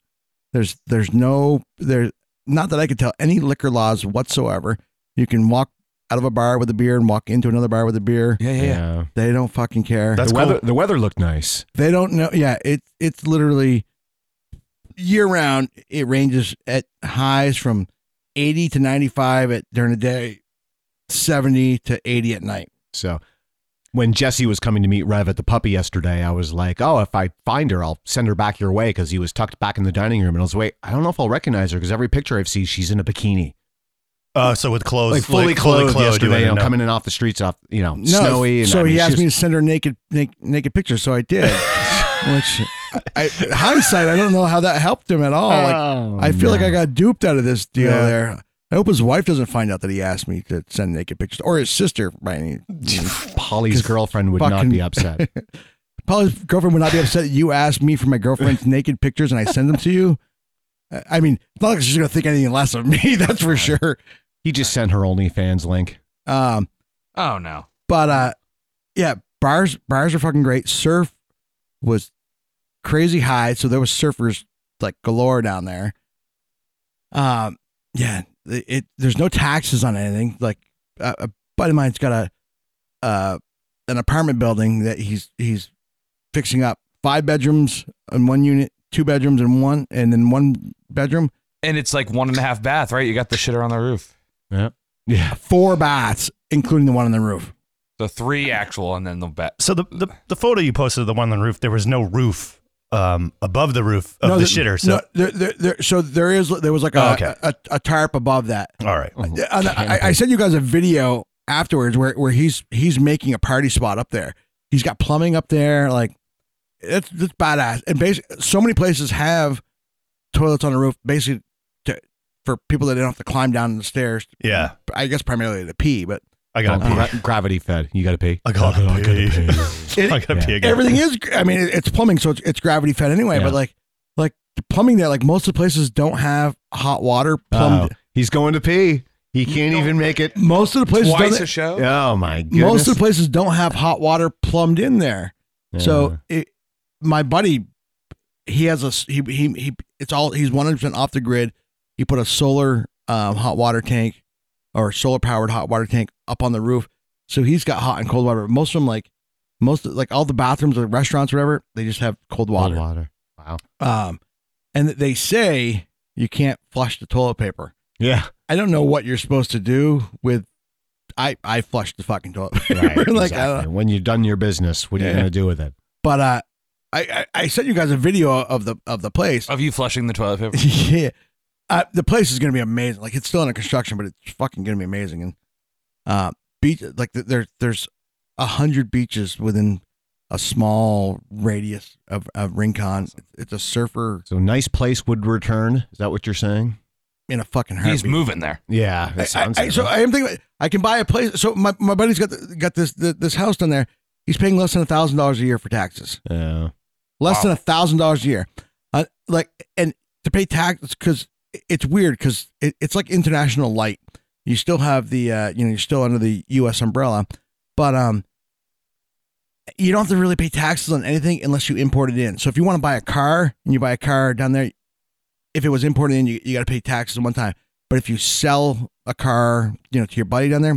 [SPEAKER 2] There's there's no there. Not that I could tell any liquor laws whatsoever. You can walk out of a bar with a beer and walk into another bar with a beer.
[SPEAKER 7] yeah, yeah, yeah.
[SPEAKER 2] They don't fucking care.
[SPEAKER 3] That's
[SPEAKER 4] the
[SPEAKER 3] cool.
[SPEAKER 4] weather the weather looked nice.
[SPEAKER 2] They don't know. Yeah, it it's literally year round. It ranges at highs from eighty to ninety five at during the day, seventy to eighty at night.
[SPEAKER 4] So when Jesse was coming to meet Rev at the puppy yesterday, I was like, "Oh, if I find her, I'll send her back your way." Because he was tucked back in the dining room, and I was wait, I don't know if I'll recognize her because every picture I've seen, she's in a bikini,
[SPEAKER 3] uh, so with clothes,
[SPEAKER 4] like fully clothed,
[SPEAKER 3] you
[SPEAKER 4] yesterday,
[SPEAKER 3] wouldn't
[SPEAKER 4] you know,
[SPEAKER 3] know.
[SPEAKER 4] coming in off the streets, off you know,
[SPEAKER 2] No,
[SPEAKER 4] snowy. And
[SPEAKER 2] so
[SPEAKER 4] I mean,
[SPEAKER 2] he asked
[SPEAKER 4] she's-
[SPEAKER 2] me to send her naked naked, naked pictures, so I
[SPEAKER 4] [laughs]
[SPEAKER 2] did. Which, I, hindsight, I don't know how that helped him at all. Like,
[SPEAKER 4] Oh,
[SPEAKER 2] I feel like
[SPEAKER 4] no.
[SPEAKER 2] I got duped out of this deal
[SPEAKER 3] Yeah.
[SPEAKER 2] there. I hope his wife doesn't find out that he asked me to send naked pictures, or his sister by any
[SPEAKER 4] [laughs] Polly's girlfriend would not
[SPEAKER 2] fucking-
[SPEAKER 4] be upset.
[SPEAKER 2] Probably his girlfriend would not be upset that you asked me for my
[SPEAKER 4] [laughs]
[SPEAKER 2] girlfriend's naked pictures and I send them to you. I- I mean, it's not like she's gonna think anything less of me. [laughs] That's for sure.
[SPEAKER 4] he just sent her OnlyFans link.
[SPEAKER 2] Um,
[SPEAKER 7] Oh no.
[SPEAKER 2] but uh, yeah, bars bars are fucking great. Surf was crazy high, so there was surfers like galore down there. Um, yeah, it, it there's no taxes on anything. Like uh, a buddy of mine's got a uh an apartment building that he's he's fixing up. Five bedrooms in one unit, two bedrooms in one, and then one bedroom,
[SPEAKER 7] And it's like one and a half bath, right? You got the shitter on the roof.
[SPEAKER 4] Yeah,
[SPEAKER 2] four baths, including the one on the roof.
[SPEAKER 7] The three actual and then the bat.
[SPEAKER 3] So the, the the photo you posted of the one on the roof, there was no roof um, above the roof of the,
[SPEAKER 2] there-
[SPEAKER 3] shitter. So
[SPEAKER 2] no, there, there, there, so there is there was like a,
[SPEAKER 3] Oh, okay. Mm-hmm.
[SPEAKER 2] a, a tarp above that.
[SPEAKER 3] all right,
[SPEAKER 2] And I, I sent you guys a video afterwards where, where he's he's making a party spot up there. He's got plumbing up there, like it's it's badass. And basically, so many places have toilets on the roof, basically to, for people that don't have to climb down the stairs.
[SPEAKER 3] yeah,
[SPEAKER 2] I guess primarily to pee, but
[SPEAKER 3] I gotta pee.
[SPEAKER 4] Uh, Gra- gravity fed. You got to pee. Uh,
[SPEAKER 3] I gotta [laughs] pee. I gotta pee again.
[SPEAKER 2] everything is. I mean, it- it's plumbing, so it's, it's gravity fed anyway.
[SPEAKER 4] Yeah.
[SPEAKER 2] But like like the plumbing there, like most of the places don't have hot water plumbed.
[SPEAKER 4] Oh, he's going to pee. He can't even make it.
[SPEAKER 2] Most of the places don't-
[SPEAKER 7] Twice a show.
[SPEAKER 4] Oh my goodness.
[SPEAKER 2] most of the places don't have hot water plumbed in there.
[SPEAKER 4] Yeah.
[SPEAKER 2] So it, my buddy, he has a s- he he he. It's all he's one hundred percent off the grid. He put a solar um, hot water tank or solar powered hot water tank up on the roof, So he's got hot and cold water. But Most of them, like most like all the bathrooms or restaurants, or whatever, they just have cold water.
[SPEAKER 9] Cold water. Wow.
[SPEAKER 2] Um, and they say you can't flush the toilet paper.
[SPEAKER 4] Yeah.
[SPEAKER 2] I don't know what you're supposed to do with. I I flushed the fucking
[SPEAKER 4] [laughs]
[SPEAKER 2] toilet paper. [laughs] like I don't-
[SPEAKER 4] exactly. when you've done your business, what are you
[SPEAKER 2] Yeah.
[SPEAKER 4] going to do with it?
[SPEAKER 2] but uh, I, I I sent you guys a video of the of the place.
[SPEAKER 4] Oh.
[SPEAKER 7] Of you flushing the toilet paper.
[SPEAKER 2] [laughs] yeah. Uh, the place is going to be amazing. Like it's still under construction, but it's fucking going to be amazing. And uh, beach like th- there there's a hundred beaches within a small radius of, of Rincon. It's a surfer
[SPEAKER 4] So nice place would return. Is that what you're saying?
[SPEAKER 2] in a fucking heartbeat.
[SPEAKER 7] moving there.
[SPEAKER 4] Yeah,
[SPEAKER 2] I-
[SPEAKER 4] that sounds
[SPEAKER 2] I-
[SPEAKER 4] it,
[SPEAKER 2] so
[SPEAKER 4] right?
[SPEAKER 2] I am thinking I can buy a place. So my, my buddy's got the, got this the, this house down there. He's paying less than a thousand dollars a year for taxes.
[SPEAKER 4] Yeah.
[SPEAKER 2] Less than a thousand dollars a year. Uh, like and to pay taxes because it's weird because it, it's like international light. You still have the uh, you know you're still under the U.S. umbrella, but um, you don't have to really pay taxes on anything unless you import it in. So if you want to buy a car and you buy a car down there, if it was imported in, you, you got to pay taxes one time. But if you sell a car, you know, to your buddy down there,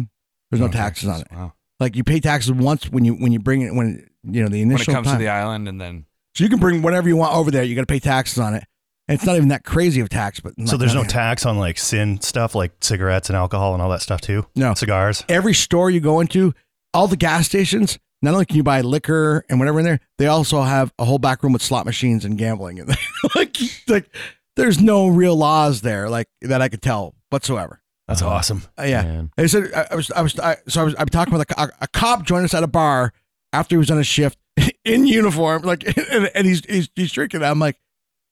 [SPEAKER 2] there's no, taxes on it.
[SPEAKER 7] Wow.
[SPEAKER 2] Like you pay taxes once when you when you bring it when you know the
[SPEAKER 7] When it
[SPEAKER 2] initial
[SPEAKER 7] comes
[SPEAKER 2] time.
[SPEAKER 7] to the island, and then
[SPEAKER 2] so you can bring whatever you want over there. You got to pay taxes on it, and it's not even that crazy of tax. But
[SPEAKER 3] So there's no
[SPEAKER 2] tax.
[SPEAKER 3] tax on like sin stuff, like cigarettes and alcohol and all that stuff too.
[SPEAKER 2] No.
[SPEAKER 3] cigars.
[SPEAKER 2] Every store you go into, all the gas stations, not only can you buy liquor and whatever in there, they also have a whole back room with slot machines and gambling in there. [laughs] like, like there's no real laws there, like that I could tell whatsoever.
[SPEAKER 3] That's awesome.
[SPEAKER 2] Uh, yeah. They said I, I was I was I, so I was I'm talking with a, co- a cop joined us at a bar after he was on a shift [laughs] in uniform, like [laughs] and, and he's, he's he's drinking. I'm like,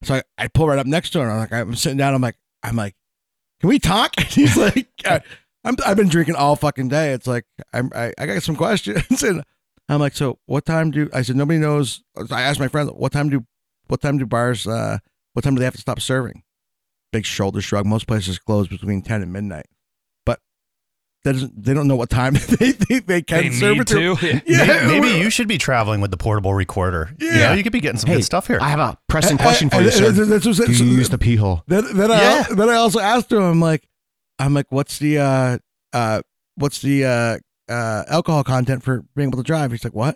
[SPEAKER 2] so I, I pull right up next to him. I'm like, I'm sitting down. I'm like, I'm like, can we talk? [laughs] And he's like, I, I'm I've been drinking all fucking day. It's like I'm I, I got some questions [laughs] and I'm like, so what time do I said nobody knows? I asked my friend what time do what time do bars uh what time do they have to stop serving? Big shoulder shrug. Most places close between ten and midnight, but that doesn't, they don't know what time [laughs] they they, they can
[SPEAKER 7] They
[SPEAKER 2] serve
[SPEAKER 7] need
[SPEAKER 2] it to.
[SPEAKER 7] to? Yeah.
[SPEAKER 3] May- maybe,
[SPEAKER 2] we-
[SPEAKER 3] you should be traveling with the portable recorder. Yeah, you, know, you could be getting some
[SPEAKER 4] Hey,
[SPEAKER 3] good stuff here.
[SPEAKER 4] I have a pressing
[SPEAKER 2] Uh,
[SPEAKER 4] question
[SPEAKER 2] uh,
[SPEAKER 4] for you,
[SPEAKER 2] uh,
[SPEAKER 4] sir.
[SPEAKER 2] uh, that's what's-
[SPEAKER 4] Do
[SPEAKER 2] so-
[SPEAKER 4] you use the pee hole?
[SPEAKER 2] Then, then
[SPEAKER 3] Yeah.
[SPEAKER 2] I then I also asked him, I'm like, I'm like, what's the uh uh what's the uh uh alcohol content for being able to drive? He's like, what?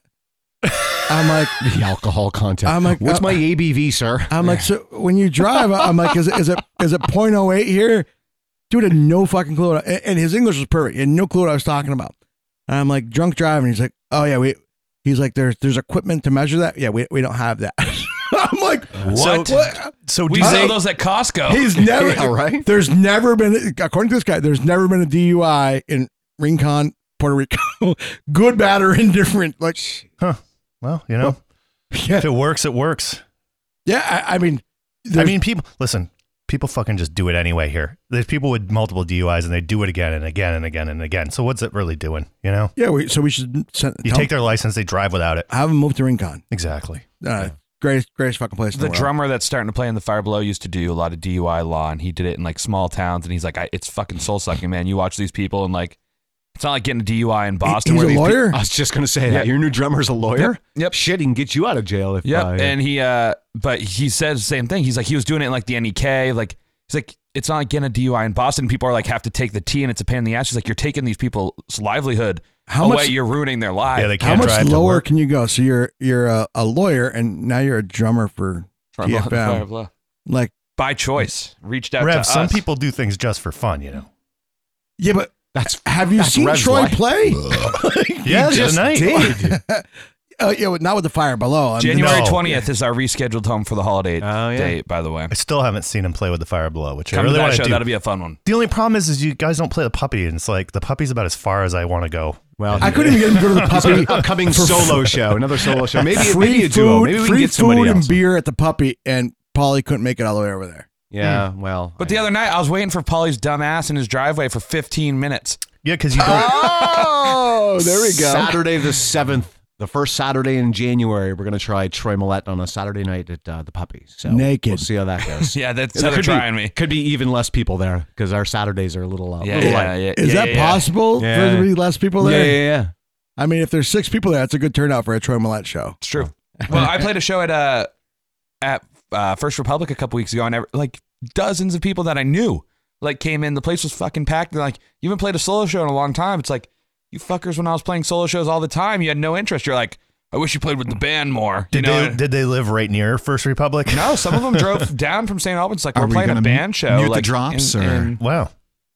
[SPEAKER 2] I'm
[SPEAKER 4] [laughs]
[SPEAKER 2] like,
[SPEAKER 4] The alcohol content.
[SPEAKER 2] I'm like,
[SPEAKER 4] What's
[SPEAKER 2] uh,
[SPEAKER 4] my ABV,
[SPEAKER 2] [laughs]
[SPEAKER 4] sir?
[SPEAKER 2] I'm like, so when you drive, I'm like, is it is it is it point oh eight here? Dude had no fucking clue. what I- and- And his English was perfect. He had no clue what I was talking about. And I'm like, drunk driving. He's like, oh yeah, we. He's like, there's there's equipment to measure that. Yeah, we, we don't have that. [laughs] I'm like,
[SPEAKER 7] [laughs] What?
[SPEAKER 3] So
[SPEAKER 7] we
[SPEAKER 3] do
[SPEAKER 7] sell
[SPEAKER 3] they,
[SPEAKER 7] those at Costco.
[SPEAKER 2] He's never
[SPEAKER 4] Yeah, right?
[SPEAKER 2] There's never been, according to this guy, there's never been a DUI in Rincon, Puerto Rico. [laughs] Good, bad, or indifferent. Like,
[SPEAKER 3] well, you know,
[SPEAKER 2] yeah,
[SPEAKER 3] if it works, it works.
[SPEAKER 2] yeah. I, I mean,
[SPEAKER 3] I
[SPEAKER 2] there's-
[SPEAKER 3] mean, people listen. People fucking just do it anyway. Here, there's people with multiple DUIs and they do it again and again and again and again. So what's it really doing? You know,
[SPEAKER 2] yeah. We, so we should send,
[SPEAKER 3] you
[SPEAKER 2] tell
[SPEAKER 3] take their license, they drive without it.
[SPEAKER 2] have him move to Rincon.
[SPEAKER 3] Exactly.
[SPEAKER 2] Uh, Greatest, greatest fucking place. in
[SPEAKER 7] the
[SPEAKER 2] the world.
[SPEAKER 7] drummer that's starting to play in the fire below used to do a lot of DUI law, and he did it in like small towns. And he's like, I, "It's fucking soul sucking, man. You watch these people, and like, it's not like getting a DUI in Boston.
[SPEAKER 2] He's
[SPEAKER 7] where
[SPEAKER 2] a
[SPEAKER 7] these pe-
[SPEAKER 2] lawyer.
[SPEAKER 4] I was just going to say
[SPEAKER 7] Yeah.
[SPEAKER 4] that. Your new drummer's a lawyer?
[SPEAKER 7] Yep.
[SPEAKER 4] Shit, he can get you out of jail if
[SPEAKER 7] Yep.
[SPEAKER 4] uh,
[SPEAKER 7] And he, uh, but he said the same thing. He's like, he was doing it in like the NEK. Like, he's like, it's not like getting a DUI in Boston. People are like, have to take the T and it's a pain in the ass. He's like, you're taking these people's livelihood
[SPEAKER 2] How
[SPEAKER 7] away.
[SPEAKER 2] much-
[SPEAKER 7] you're ruining their lives.
[SPEAKER 3] Yeah, they
[SPEAKER 2] How
[SPEAKER 3] can't
[SPEAKER 2] much
[SPEAKER 3] drive to
[SPEAKER 2] lower
[SPEAKER 3] work.
[SPEAKER 2] can you go? So you're you're a, a lawyer, and now you're a drummer for
[SPEAKER 7] Fire below-
[SPEAKER 2] TFM.
[SPEAKER 7] fire below.
[SPEAKER 2] like,
[SPEAKER 7] By choice, reached out
[SPEAKER 3] Rev,
[SPEAKER 7] to
[SPEAKER 3] some
[SPEAKER 7] us.
[SPEAKER 3] people do things just for fun. You know.
[SPEAKER 2] yeah, but
[SPEAKER 4] That's
[SPEAKER 2] have you
[SPEAKER 4] that's
[SPEAKER 2] seen
[SPEAKER 4] Rev's
[SPEAKER 2] Troy
[SPEAKER 4] life.
[SPEAKER 2] play?
[SPEAKER 3] Yeah, the
[SPEAKER 4] just
[SPEAKER 3] other night.
[SPEAKER 4] did.
[SPEAKER 2] [laughs] uh, yeah, but not with the fire below. I mean,
[SPEAKER 7] January
[SPEAKER 3] No.
[SPEAKER 7] 20th is our rescheduled home for the holiday
[SPEAKER 4] Oh, yeah.
[SPEAKER 7] date, by the way.
[SPEAKER 3] I still haven't seen him play with the fire below, which
[SPEAKER 7] Come
[SPEAKER 3] I really
[SPEAKER 7] to that
[SPEAKER 3] want
[SPEAKER 7] show.
[SPEAKER 3] to do.
[SPEAKER 7] That'll be a fun one.
[SPEAKER 3] the only problem is, is you guys don't play the puppy, and it's like the puppy's about as far as I want to go.
[SPEAKER 4] Well,
[SPEAKER 2] I couldn't even get him to go to the
[SPEAKER 4] [laughs] He's got
[SPEAKER 2] puppy.
[SPEAKER 4] an upcoming [laughs]
[SPEAKER 3] [laughs]
[SPEAKER 4] solo show, another solo show. Maybe,
[SPEAKER 2] free
[SPEAKER 4] maybe a
[SPEAKER 2] food,
[SPEAKER 4] duo. Maybe we
[SPEAKER 2] free
[SPEAKER 4] can get somebody
[SPEAKER 2] food
[SPEAKER 4] else.
[SPEAKER 2] and beer at the puppy, and Polly couldn't make it all the way over there.
[SPEAKER 4] Oh, Yeah, well.
[SPEAKER 7] But the other night, I was waiting for Polly's dumb ass in his driveway for 15 minutes.
[SPEAKER 3] Yeah, because you don't.
[SPEAKER 4] Oh,
[SPEAKER 2] there we go.
[SPEAKER 4] Saturday the seventh, the first Saturday in January, we're gonna try Troy Millette on a Saturday night at uh, the Puppy. So
[SPEAKER 2] Naked.
[SPEAKER 4] We'll see how that
[SPEAKER 7] [laughs]
[SPEAKER 4] goes.
[SPEAKER 7] Yeah, that's
[SPEAKER 4] And
[SPEAKER 7] how
[SPEAKER 4] there
[SPEAKER 7] they're
[SPEAKER 4] could be-
[SPEAKER 7] trying me.
[SPEAKER 4] Could be even less people there because our Saturdays are a little. Uh,
[SPEAKER 7] Yeah,
[SPEAKER 4] little
[SPEAKER 7] yeah,
[SPEAKER 4] light.
[SPEAKER 7] yeah. yeah,
[SPEAKER 2] Is that
[SPEAKER 7] yeah.
[SPEAKER 2] possible
[SPEAKER 4] Yeah.
[SPEAKER 2] for there to be less people
[SPEAKER 4] yeah,
[SPEAKER 2] there?
[SPEAKER 4] yeah, yeah.
[SPEAKER 2] I mean, if there's six people there, that's a good turnout for a Troy Millette show.
[SPEAKER 7] It's true.
[SPEAKER 3] Oh.
[SPEAKER 7] [laughs] well, I played a show at uh at uh, First Republic a couple weeks ago, and I, like dozens of people that I knew like came in. The place was fucking packed. They're like, "You haven't played a solo show in a long time." It's like, you fuckers, when I was playing solo shows all the time, you had no interest. You're like, I wish you played with the band more.
[SPEAKER 3] Did
[SPEAKER 7] you know?
[SPEAKER 3] they did they live right near First Republic?
[SPEAKER 7] No, some of them drove down from St. Albans. Like
[SPEAKER 3] Are
[SPEAKER 7] we're
[SPEAKER 3] we
[SPEAKER 7] playing a
[SPEAKER 3] gonna
[SPEAKER 7] band
[SPEAKER 3] mute-
[SPEAKER 7] show.
[SPEAKER 3] mute the
[SPEAKER 7] like,
[SPEAKER 3] drops, or- wow.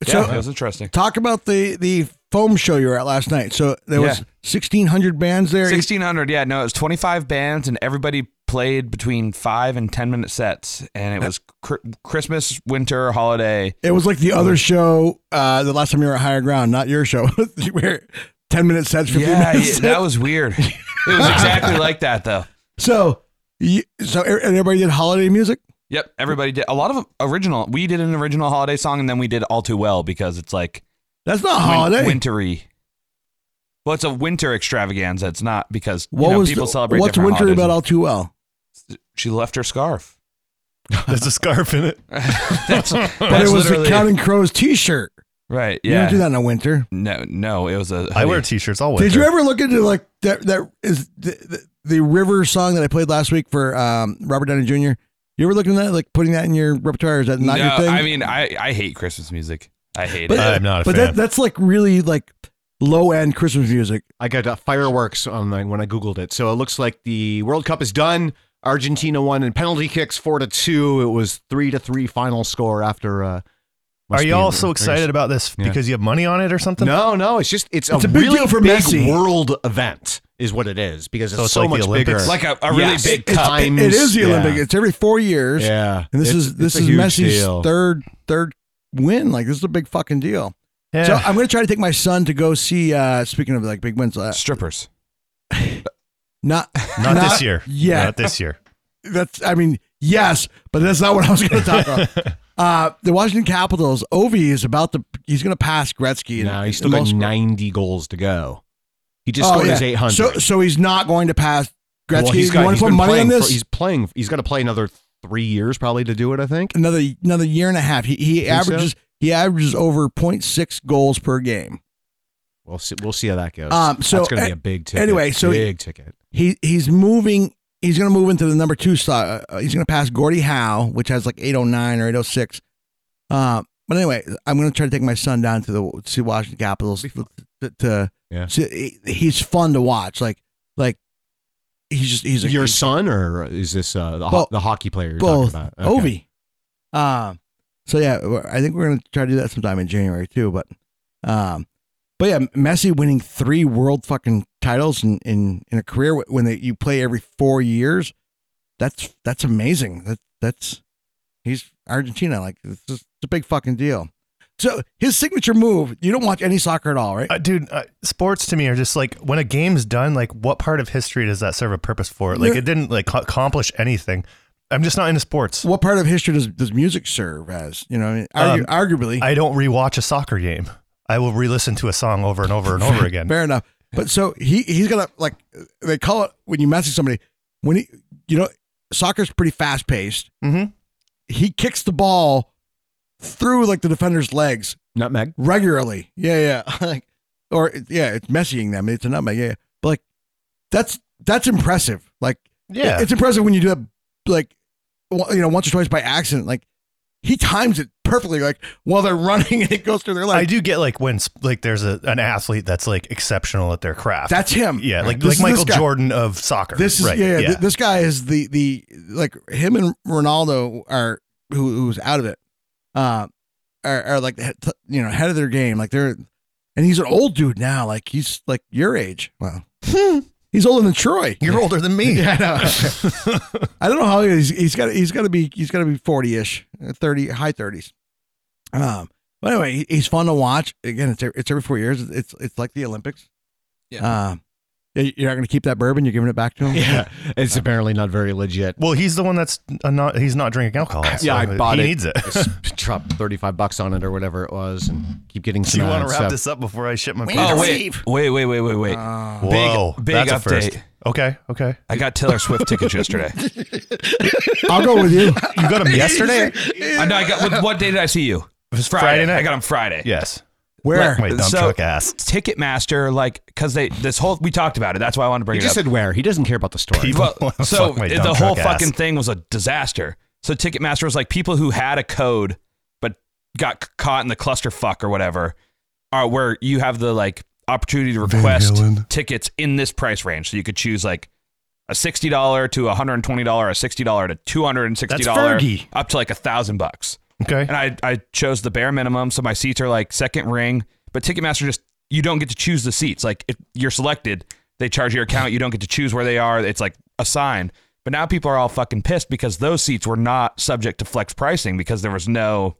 [SPEAKER 7] Yeah,
[SPEAKER 2] So-
[SPEAKER 7] it was interesting.
[SPEAKER 2] Talk about the the foam show you were at last night. So there was
[SPEAKER 7] Yeah.
[SPEAKER 2] 1,600 bands there.
[SPEAKER 7] Sixteen hundred, yeah, no, it was twenty five bands, and everybody played between five and ten minute sets, and it was cr- Christmas, winter, holiday.
[SPEAKER 2] It was like the other show, uh, the last time you were at Higher Ground, not your show, [laughs] where 10 minute sets, 15
[SPEAKER 7] Yeah,
[SPEAKER 2] minutes.
[SPEAKER 7] yeah, that was
[SPEAKER 2] [laughs]
[SPEAKER 7] weird. It was exactly like that, though.
[SPEAKER 2] So, you, so e- everybody did holiday music?
[SPEAKER 7] Yep, everybody did a lot of original. We did an original holiday song, and then we did all too well because it's like
[SPEAKER 2] That's not
[SPEAKER 7] win-
[SPEAKER 2] holiday.
[SPEAKER 7] wintery. Well, it's a winter extravaganza. It's not because you
[SPEAKER 2] What
[SPEAKER 7] know,
[SPEAKER 2] was
[SPEAKER 7] people
[SPEAKER 2] the-
[SPEAKER 7] celebrate.
[SPEAKER 2] what's
[SPEAKER 7] different
[SPEAKER 2] winter
[SPEAKER 7] holidays.
[SPEAKER 2] about all too well?
[SPEAKER 7] She left her
[SPEAKER 2] [laughs]
[SPEAKER 7] scarf.
[SPEAKER 3] [laughs] There's a scarf in
[SPEAKER 4] [laughs]
[SPEAKER 3] it.
[SPEAKER 7] That's, that's
[SPEAKER 2] But it was the
[SPEAKER 7] literally-
[SPEAKER 2] Counting Crows T-shirt.
[SPEAKER 7] Right.
[SPEAKER 2] You
[SPEAKER 7] Yeah.
[SPEAKER 2] don't do that in the winter.
[SPEAKER 7] No, no, it was a.
[SPEAKER 3] I wear
[SPEAKER 7] hoodie.
[SPEAKER 3] t-shirts all
[SPEAKER 2] Did you ever look into like that? That is the, the, the River song that I played last week for um, Robert Downey Jr. You ever looking at that, like putting that in your repertoire? Is that not
[SPEAKER 7] no,
[SPEAKER 2] your thing?
[SPEAKER 7] I mean, I, I hate Christmas music. I hate
[SPEAKER 2] But-
[SPEAKER 7] it.
[SPEAKER 3] I'm not a
[SPEAKER 2] but
[SPEAKER 3] fan.
[SPEAKER 2] that, that's like really like low end Christmas music.
[SPEAKER 4] I got uh, fireworks on the, when I googled it. So it looks like the World Cup is done. Argentina won in penalty kicks, four to two. It was three to three final score after. Uh, must
[SPEAKER 3] Are
[SPEAKER 4] be
[SPEAKER 3] you all
[SPEAKER 4] in-
[SPEAKER 3] so
[SPEAKER 4] I guess-
[SPEAKER 3] excited about this
[SPEAKER 4] Yeah.
[SPEAKER 3] because you have money on it or something?
[SPEAKER 4] No, no. It's just it's,
[SPEAKER 3] It's
[SPEAKER 4] a,
[SPEAKER 3] a big
[SPEAKER 4] really
[SPEAKER 3] deal for
[SPEAKER 4] big
[SPEAKER 3] Messi.
[SPEAKER 4] world event is what it is because it's so,
[SPEAKER 3] So it's like the
[SPEAKER 4] much
[SPEAKER 3] Olympics?
[SPEAKER 4] bigger,
[SPEAKER 7] Like a- a really big
[SPEAKER 2] It's-
[SPEAKER 7] cup.
[SPEAKER 2] it-
[SPEAKER 4] times-
[SPEAKER 2] it is the
[SPEAKER 4] yeah.
[SPEAKER 2] Olympic. It's every four years.
[SPEAKER 4] Yeah,
[SPEAKER 2] and this
[SPEAKER 4] It's-
[SPEAKER 2] is this
[SPEAKER 4] it's
[SPEAKER 2] is
[SPEAKER 4] a huge
[SPEAKER 2] Messi's
[SPEAKER 4] deal.
[SPEAKER 2] third third win. Like this is a big fucking deal.
[SPEAKER 3] Yeah.
[SPEAKER 2] So I'm gonna try to take my son to go see. uh Speaking of like big wins, uh,
[SPEAKER 7] Strippers.
[SPEAKER 2] not [laughs]
[SPEAKER 3] not, this year.
[SPEAKER 2] Yeah,
[SPEAKER 3] Not this year.
[SPEAKER 2] that's I mean, yes, but that's not what I was going to talk
[SPEAKER 4] [laughs]
[SPEAKER 2] about. Uh, the Washington Capitals, Ovi is about to he's going to pass Gretzky. in-
[SPEAKER 4] No, he's
[SPEAKER 2] in
[SPEAKER 4] still
[SPEAKER 2] the
[SPEAKER 4] got
[SPEAKER 2] most-
[SPEAKER 4] ninety goals to go. He just
[SPEAKER 2] Oh,
[SPEAKER 4] scored his
[SPEAKER 2] yeah.
[SPEAKER 4] eight hundred.
[SPEAKER 2] So so he's not going to pass Gretzky.
[SPEAKER 4] Well, he's
[SPEAKER 2] you
[SPEAKER 4] got-
[SPEAKER 2] want
[SPEAKER 4] he's
[SPEAKER 2] to put
[SPEAKER 4] been
[SPEAKER 2] money on
[SPEAKER 4] playing for-
[SPEAKER 2] this?
[SPEAKER 4] he's playing. He's got to play another three years probably to do it. I think.
[SPEAKER 2] another another year and a half. He he
[SPEAKER 4] Think so?
[SPEAKER 2] averages he averages over 0.6 goals per game.
[SPEAKER 4] We'll see. We'll see how that goes.
[SPEAKER 2] Um, so
[SPEAKER 4] that's going to be
[SPEAKER 2] a-
[SPEAKER 4] a big ticket.
[SPEAKER 2] anyway, so-
[SPEAKER 4] big ticket.
[SPEAKER 2] He he's moving. He's going to move into the number two slot. Uh, he's going to pass Gordie Howe, which has like 809 or 806. Uh, but anyway, I'm going to try to take my son down to the to Washington Capitals to, to
[SPEAKER 4] Yeah.
[SPEAKER 2] see- he- he's fun to watch. Like like he's just he's a
[SPEAKER 4] Your son, or is this uh, the, ho-
[SPEAKER 2] Both.
[SPEAKER 4] the hockey player? You're
[SPEAKER 2] both
[SPEAKER 4] talking about? Okay.
[SPEAKER 2] Ovi. Um, so yeah, we're- I think we're going to try to do that sometime in January too. But um, but yeah, Messi winning three world fucking titles in in, in a career wh- when they, you play every four years, that's that's amazing. That that's he's Argentina. Like it's, just, it's a big fucking deal. So his signature move. You don't watch any soccer at all, right?
[SPEAKER 3] Uh, dude, uh, sports to me are just like when a game's done, like what part of history does that serve a purpose for? Like
[SPEAKER 2] You're-
[SPEAKER 3] it didn't like co- accomplish anything. I'm just not into sports.
[SPEAKER 2] What part of history does does music serve as? You know, what I mean, Argu-
[SPEAKER 3] Um,
[SPEAKER 2] arguably,
[SPEAKER 3] [laughs] I don't rewatch a soccer game. I will re-listen to a song over and over and over again.
[SPEAKER 2] Fair enough. But so he he's gonna like they call it when you message somebody when he you know soccer's pretty fast paced.
[SPEAKER 3] Mhm.
[SPEAKER 2] He kicks the ball through like the defender's legs
[SPEAKER 4] [laughs] Nutmeg.
[SPEAKER 2] regularly. Yeah,
[SPEAKER 3] [laughs]
[SPEAKER 2] yeah. like or yeah, it's messying them. It's a nutmeg. Yeah, yeah. But like that's that's impressive. Like
[SPEAKER 3] Yeah.
[SPEAKER 2] it's impressive when you do that like w- you know once or twice by accident. Like he times it perfectly. Like while they're [laughs] running and it goes through their legs.
[SPEAKER 3] I do get like when sp- like there's a, an athlete that's like exceptional at their craft.
[SPEAKER 2] That's him.
[SPEAKER 3] yeah, like
[SPEAKER 2] This
[SPEAKER 3] like
[SPEAKER 2] is this
[SPEAKER 3] Michael
[SPEAKER 2] guy.
[SPEAKER 3] Jordan of soccer.
[SPEAKER 2] This is
[SPEAKER 3] right?
[SPEAKER 2] yeah, yeah, th- this guy is the the like him and Ronaldo are who who's out of it. Uh, are, are like the head- t- you know head of their game. Like they're and he's an old dude now. Like he's like your age. Wow, he's older than Troy.
[SPEAKER 3] You're older than me.
[SPEAKER 2] Yeah, I know. I don't know how old he is. He's got he's got to be he's got to be forty ish, thirty high thirties. Um, but anyway, he- he's fun to watch. Again, it's every- it's every four years. It's it's like the Olympics.
[SPEAKER 7] Yeah.
[SPEAKER 2] Um, y- you're not going to keep that bourbon. You're giving it back to him.
[SPEAKER 4] Yeah, it's apparently not very legit.
[SPEAKER 3] [laughs] Well, he's the one that's uh, not. He's not drinking alcohol. so
[SPEAKER 4] yeah, I bought
[SPEAKER 3] he
[SPEAKER 4] it.
[SPEAKER 3] needs it. [laughs]
[SPEAKER 4] Just dropped thirty-five bucks on it or whatever it was, and keep getting.
[SPEAKER 3] Do you
[SPEAKER 4] some
[SPEAKER 3] want
[SPEAKER 4] ad
[SPEAKER 3] to wrap
[SPEAKER 4] stuff.
[SPEAKER 3] this up before I ship my?
[SPEAKER 7] Oh
[SPEAKER 3] pants?
[SPEAKER 7] wait, wait, wait, wait, wait, wait.
[SPEAKER 2] Uh,
[SPEAKER 3] Whoa,
[SPEAKER 7] big
[SPEAKER 3] that's a
[SPEAKER 7] update.
[SPEAKER 3] first. Okay, okay.
[SPEAKER 7] I got Taylor
[SPEAKER 2] [laughs]
[SPEAKER 7] Swift tickets yesterday.
[SPEAKER 2] I'll go with
[SPEAKER 4] [laughs]
[SPEAKER 2] you.
[SPEAKER 3] You got him yesterday.
[SPEAKER 7] I know. I got. What, what day did I see you? It was Friday.
[SPEAKER 3] Friday night.
[SPEAKER 7] I got them Friday.
[SPEAKER 3] yes.
[SPEAKER 2] Where?
[SPEAKER 3] My dumb
[SPEAKER 7] So-
[SPEAKER 3] truck ass.
[SPEAKER 7] Ticketmaster, like, because they this whole we talked about it. That's why I wanted to bring
[SPEAKER 4] He
[SPEAKER 7] it
[SPEAKER 4] just
[SPEAKER 7] up.
[SPEAKER 4] said where he doesn't care about the story. [laughs]
[SPEAKER 7] [laughs]
[SPEAKER 3] People- [laughs]
[SPEAKER 7] well,
[SPEAKER 3] Fuck
[SPEAKER 7] so
[SPEAKER 3] my
[SPEAKER 7] the
[SPEAKER 3] dump
[SPEAKER 7] whole
[SPEAKER 3] truck ass.
[SPEAKER 7] [laughs] fucking thing was a disaster. So Ticketmaster was like, people who had a code but got c- caught in the clusterfuck or whatever, are where you have the like opportunity to request tickets in this price range. So you could choose like a sixty dollar to a hundred and twenty dollar, a sixty dollar to two hundred and sixty dollar,
[SPEAKER 3] That's Fergie.
[SPEAKER 7] up to like a thousand bucks.
[SPEAKER 3] Okay.
[SPEAKER 7] And I I chose the bare minimum, so my seats are like second ring. But Ticketmaster just you don't get to choose the seats. Like if you're selected, they charge your account. You don't get to choose where they are. It's like assigned. But now people are all fucking pissed because those seats were not subject to flex pricing because there was no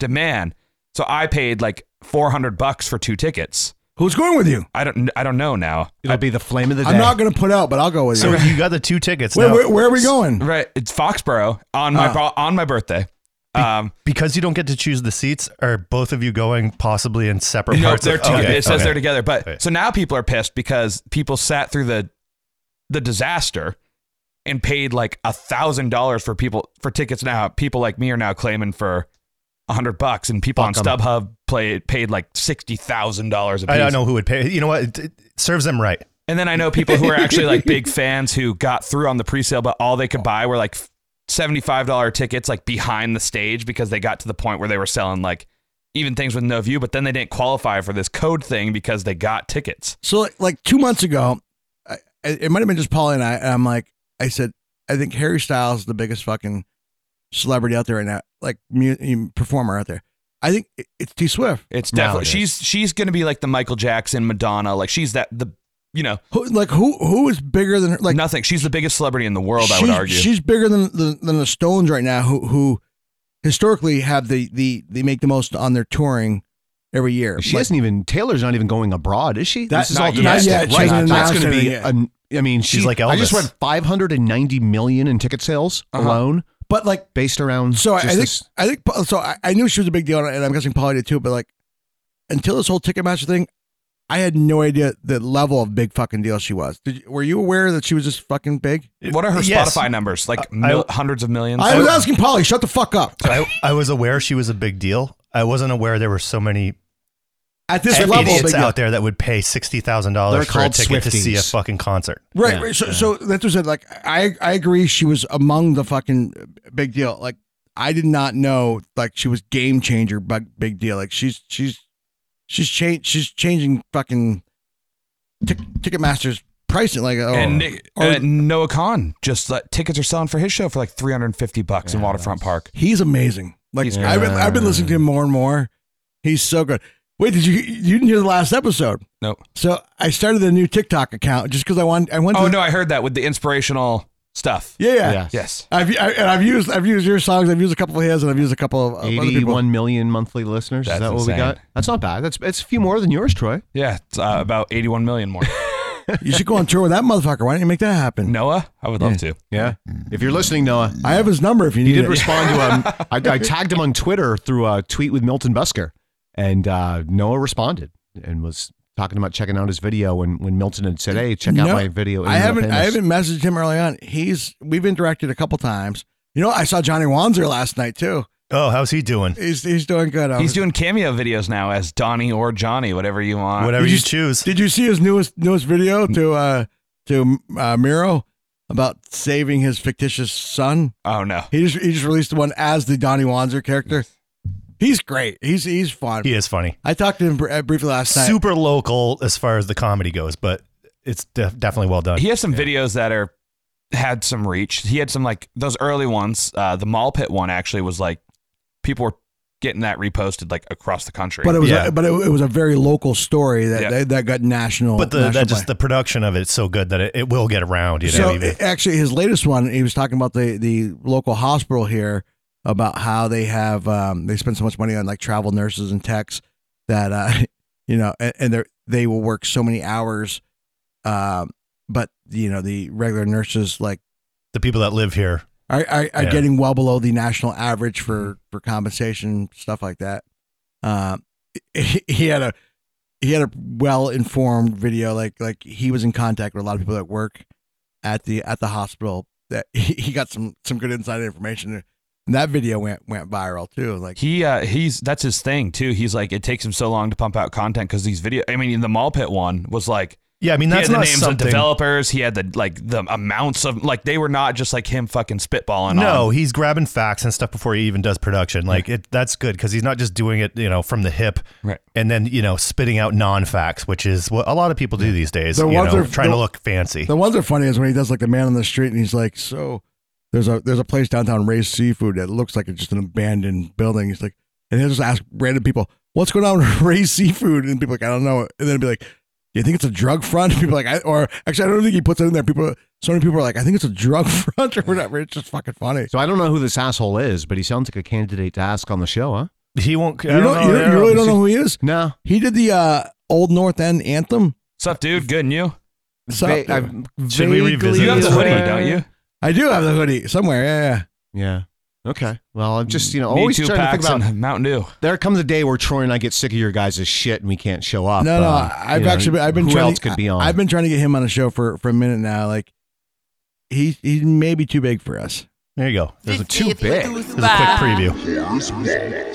[SPEAKER 7] demand. So I paid like four hundred bucks for two tickets.
[SPEAKER 2] Who's going with you?
[SPEAKER 7] I don't. I don't know now.
[SPEAKER 4] It'll be the flame of the
[SPEAKER 2] I'm not going to put out, but I'll go with
[SPEAKER 3] So
[SPEAKER 2] you.
[SPEAKER 3] you got the two tickets.
[SPEAKER 2] Where-
[SPEAKER 3] now.
[SPEAKER 2] where- where are we going?
[SPEAKER 7] Right, it's Foxborough on my
[SPEAKER 3] Oh.
[SPEAKER 7] on my birthday. Um,
[SPEAKER 3] Because you don't get to choose the seats, are both of you going possibly in separate
[SPEAKER 7] no,
[SPEAKER 3] parts?
[SPEAKER 7] they're
[SPEAKER 3] of-
[SPEAKER 7] together.
[SPEAKER 3] Okay,
[SPEAKER 7] It says
[SPEAKER 3] okay.
[SPEAKER 7] they're together. But
[SPEAKER 3] Okay.
[SPEAKER 7] so now people are pissed because people sat through the the disaster and paid like a thousand dollars for people for tickets. Now people like me are now claiming for a hundred bucks, and people
[SPEAKER 3] Fuck
[SPEAKER 7] on
[SPEAKER 3] 'em.
[SPEAKER 7] StubHub play, paid like sixty thousand dollars a piece.
[SPEAKER 3] I don't know who would pay. You know what? It, it serves them right.
[SPEAKER 7] And then I know people who are actually like big fans who got through on the pre-sale, but all they could buy were like seventy-five dollar tickets, like behind the stage, because they got to the point where they were selling like even things with no view. But then they didn't qualify for this code thing because they got tickets.
[SPEAKER 2] So like, like two months ago, I, I- it might have been just Polly and I. And I'm like, I said, I think Harry Styles is the biggest fucking celebrity out there right now, like mu- um, performer out there. I think it- it's T Swift.
[SPEAKER 7] It's definitely
[SPEAKER 2] Nowadays.
[SPEAKER 7] she's she's gonna be like the Michael Jackson, Madonna, like she's that the you know
[SPEAKER 2] Who, like who who is bigger than her? Like
[SPEAKER 7] nothing. She's the biggest celebrity in the world. I would
[SPEAKER 2] she's,
[SPEAKER 7] argue.
[SPEAKER 2] she's bigger than the than the Stones right now, who who historically have the the they make the most on their touring every year.
[SPEAKER 4] She
[SPEAKER 2] Like,
[SPEAKER 4] hasn't even Taylor's not even going abroad, is she?
[SPEAKER 2] That-
[SPEAKER 4] this is
[SPEAKER 2] not
[SPEAKER 4] all
[SPEAKER 2] yet.
[SPEAKER 4] domestic,
[SPEAKER 2] Not yet. She
[SPEAKER 4] right?
[SPEAKER 2] hasn't
[SPEAKER 4] That's going to
[SPEAKER 2] announced
[SPEAKER 4] be.
[SPEAKER 2] anything
[SPEAKER 4] An, I mean,
[SPEAKER 3] She's
[SPEAKER 4] she-
[SPEAKER 3] like
[SPEAKER 4] I just
[SPEAKER 3] Elvis.
[SPEAKER 4] read 590 million in ticket sales
[SPEAKER 7] Uh-huh.
[SPEAKER 4] alone,
[SPEAKER 2] but like
[SPEAKER 4] based around.
[SPEAKER 2] So I, I
[SPEAKER 4] just
[SPEAKER 2] think
[SPEAKER 4] this-
[SPEAKER 2] I think so. I, I knew she was a big deal, and I'm guessing Polly did too. But like, until this whole Ticketmaster thing, I had no idea the level of big fucking deal she was. Did you, were you aware that she was just fucking big?
[SPEAKER 7] what are her
[SPEAKER 3] Yes.
[SPEAKER 7] Spotify numbers? Like mil- hundreds of millions.
[SPEAKER 2] I was asking Polly, shut the fuck up.
[SPEAKER 3] I, I was aware she was a big deal. I wasn't aware there were so many
[SPEAKER 2] At this
[SPEAKER 3] idiots
[SPEAKER 2] level, big deal.
[SPEAKER 3] out there that would pay sixty thousand
[SPEAKER 4] They're
[SPEAKER 3] dollars for a
[SPEAKER 4] called
[SPEAKER 3] ticket to see a
[SPEAKER 4] Swifties.
[SPEAKER 3] fucking concert.
[SPEAKER 2] Right, right. So, so that's what I said. Like, I I agree. She was among the fucking big deal. Like, I did not know like she was game changer, but big deal. Like, she's she's she's changed. She's changing fucking tick Ticketmaster's pricing. Like, oh,
[SPEAKER 7] and Nick,
[SPEAKER 2] or-
[SPEAKER 7] uh, Noah Khan just like, tickets are selling for his show for like 350 bucks in Waterfront Park.
[SPEAKER 2] he's amazing. Like,
[SPEAKER 7] He's
[SPEAKER 2] I've been I've been listening to him more and more. He's so good. Wait, did you you didn't hear the last episode?
[SPEAKER 7] Nope.
[SPEAKER 2] So I started a new TikTok account just because I want I went.
[SPEAKER 7] Oh
[SPEAKER 2] to,
[SPEAKER 7] no, I heard that with the inspirational stuff.
[SPEAKER 2] Yeah, yeah.
[SPEAKER 4] Yeah.
[SPEAKER 7] Yes.
[SPEAKER 2] I've I, and I've used I've used your songs. I've used a couple of his, and I've used a couple of uh, other people.
[SPEAKER 4] 81 million monthly listeners.
[SPEAKER 7] That's
[SPEAKER 4] is that what
[SPEAKER 7] insane.
[SPEAKER 4] we got? That's not bad. That's it's a few more than yours, Troy.
[SPEAKER 7] Yeah, it's, uh, about 81 million more.
[SPEAKER 2] You should go on tour with that motherfucker. Why don't you make that happen?
[SPEAKER 7] Noah, I would love to.
[SPEAKER 4] Yeah. If you're listening, Noah,
[SPEAKER 2] I have his number if you need
[SPEAKER 4] he did
[SPEAKER 2] it.
[SPEAKER 4] respond to him.
[SPEAKER 2] [laughs]
[SPEAKER 4] I, I tagged him on Twitter through a tweet with Milton Busker, and uh, Noah responded and was talking about checking out his video when when Milton had said, "Hey, check out
[SPEAKER 2] No,
[SPEAKER 4] my video."
[SPEAKER 2] I haven't. I
[SPEAKER 4] Internet Famous."
[SPEAKER 2] haven't messaged him early on. He's we've interacted a couple times. You know, I saw Johnny Wanzer last night too.
[SPEAKER 3] Oh, how's he doing?
[SPEAKER 2] He's he's doing good. I
[SPEAKER 7] He's
[SPEAKER 2] was-
[SPEAKER 7] doing cameo videos now as Donnie or Johnny, whatever you want.
[SPEAKER 3] Whatever
[SPEAKER 2] did
[SPEAKER 3] you,
[SPEAKER 2] you-
[SPEAKER 3] choose.
[SPEAKER 2] Did you see his newest newest video to uh to uh, Miro about saving his fictitious son?
[SPEAKER 7] Oh no.
[SPEAKER 2] He just he just released one as the Donnie Wanzer character. He's great. He's he's fun.
[SPEAKER 3] He is funny.
[SPEAKER 2] I talked to him br- uh, briefly last night.
[SPEAKER 3] Super local as far as the comedy goes, but it's def- definitely well done.
[SPEAKER 7] He has some videos that are had some reach. He had some like those early ones. Uh, the mall pit one actually was like people were getting that reposted like across the country.
[SPEAKER 2] But it was
[SPEAKER 3] Yeah.
[SPEAKER 2] a, but it, it was a very local story that
[SPEAKER 7] Yeah.
[SPEAKER 2] that, that got national.
[SPEAKER 3] but the
[SPEAKER 2] national
[SPEAKER 3] that just
[SPEAKER 2] play.
[SPEAKER 3] the production of it's so good that it, it will get around. You know,
[SPEAKER 2] so
[SPEAKER 3] even.
[SPEAKER 2] it- actually his latest one he was talking about the the local hospital here about how they have um, they spend so much money on like travel nurses and techs that uh, [laughs] you know and, and they they will work so many hours, um, but you know the regular nurses like
[SPEAKER 3] the people that live here.
[SPEAKER 2] are, are, are
[SPEAKER 3] Yeah.
[SPEAKER 2] getting well below the national average for for compensation stuff like that. Um, he, [laughs] he had a he had a well informed video like like he was in contact with a lot of people that work at the at the hospital that [laughs] he, he got some some good inside information and that video went went viral too like
[SPEAKER 7] He uh, he's that's his thing too. He's like it takes him so long to pump out content because these video. I mean, the mall pit one was like
[SPEAKER 3] Yeah, I mean
[SPEAKER 7] He had
[SPEAKER 3] that's
[SPEAKER 7] the
[SPEAKER 3] not
[SPEAKER 7] names
[SPEAKER 3] something.
[SPEAKER 7] of developers. He had the like the amounts of like they were not just like him fucking spitballing.
[SPEAKER 3] No,
[SPEAKER 7] on.
[SPEAKER 3] he's grabbing facts and stuff before he even does production. Like it, that's good because he's not just doing it, you know, from the hip,
[SPEAKER 7] right?
[SPEAKER 3] And then you know, spitting out non-facts, which is what a lot of people do these days.
[SPEAKER 2] The
[SPEAKER 3] you
[SPEAKER 2] ones
[SPEAKER 3] know,
[SPEAKER 2] are-
[SPEAKER 3] trying
[SPEAKER 2] the-
[SPEAKER 3] to look fancy.
[SPEAKER 2] The ones that are funny is when he does like the man on the street and he's like, so there's a there's a place downtown raised seafood that looks like it's just an abandoned building. He's like, and he'll just ask random people, what's going on with [laughs] raised seafood? And people are like, I don't know. And then be like, do you think it's a drug front? [laughs] And people are like, I, or actually, I don't think he puts it in there. People, so many people are like, I think it's a drug [laughs] front or whatever. It's just fucking funny.
[SPEAKER 4] So I don't know who this asshole is, but he sounds like a candidate to ask on the show, huh?
[SPEAKER 3] He won't.
[SPEAKER 2] You, don't, you, don't- you really don't know who he is?
[SPEAKER 4] No.
[SPEAKER 2] He did the uh, Old North End anthem.
[SPEAKER 7] What's up, dude? Good and you?
[SPEAKER 2] So,
[SPEAKER 4] Va- I'm
[SPEAKER 3] Should we revisit
[SPEAKER 7] You have the
[SPEAKER 3] this?
[SPEAKER 7] hoodie, don't you?
[SPEAKER 2] I do have the hoodie somewhere. Yeah, yeah.
[SPEAKER 4] Yeah. Okay. Well, I'm just you know
[SPEAKER 7] Me
[SPEAKER 4] always
[SPEAKER 7] too,
[SPEAKER 4] trying to
[SPEAKER 7] Pax
[SPEAKER 4] think about.
[SPEAKER 7] and Mountain Dew.
[SPEAKER 4] There comes a day where Troy and I get sick of your guys' shit and we can't show up.
[SPEAKER 2] No, no,
[SPEAKER 4] Uh,
[SPEAKER 2] I've
[SPEAKER 4] you know,
[SPEAKER 2] actually been, I've been
[SPEAKER 4] who
[SPEAKER 2] trying
[SPEAKER 4] else
[SPEAKER 2] to,
[SPEAKER 4] could be on?
[SPEAKER 2] I've been trying to get him on a show for for a minute now. Like he's he's maybe too big for us.
[SPEAKER 3] There you go. There's a
[SPEAKER 4] too big.
[SPEAKER 3] There's a quick preview.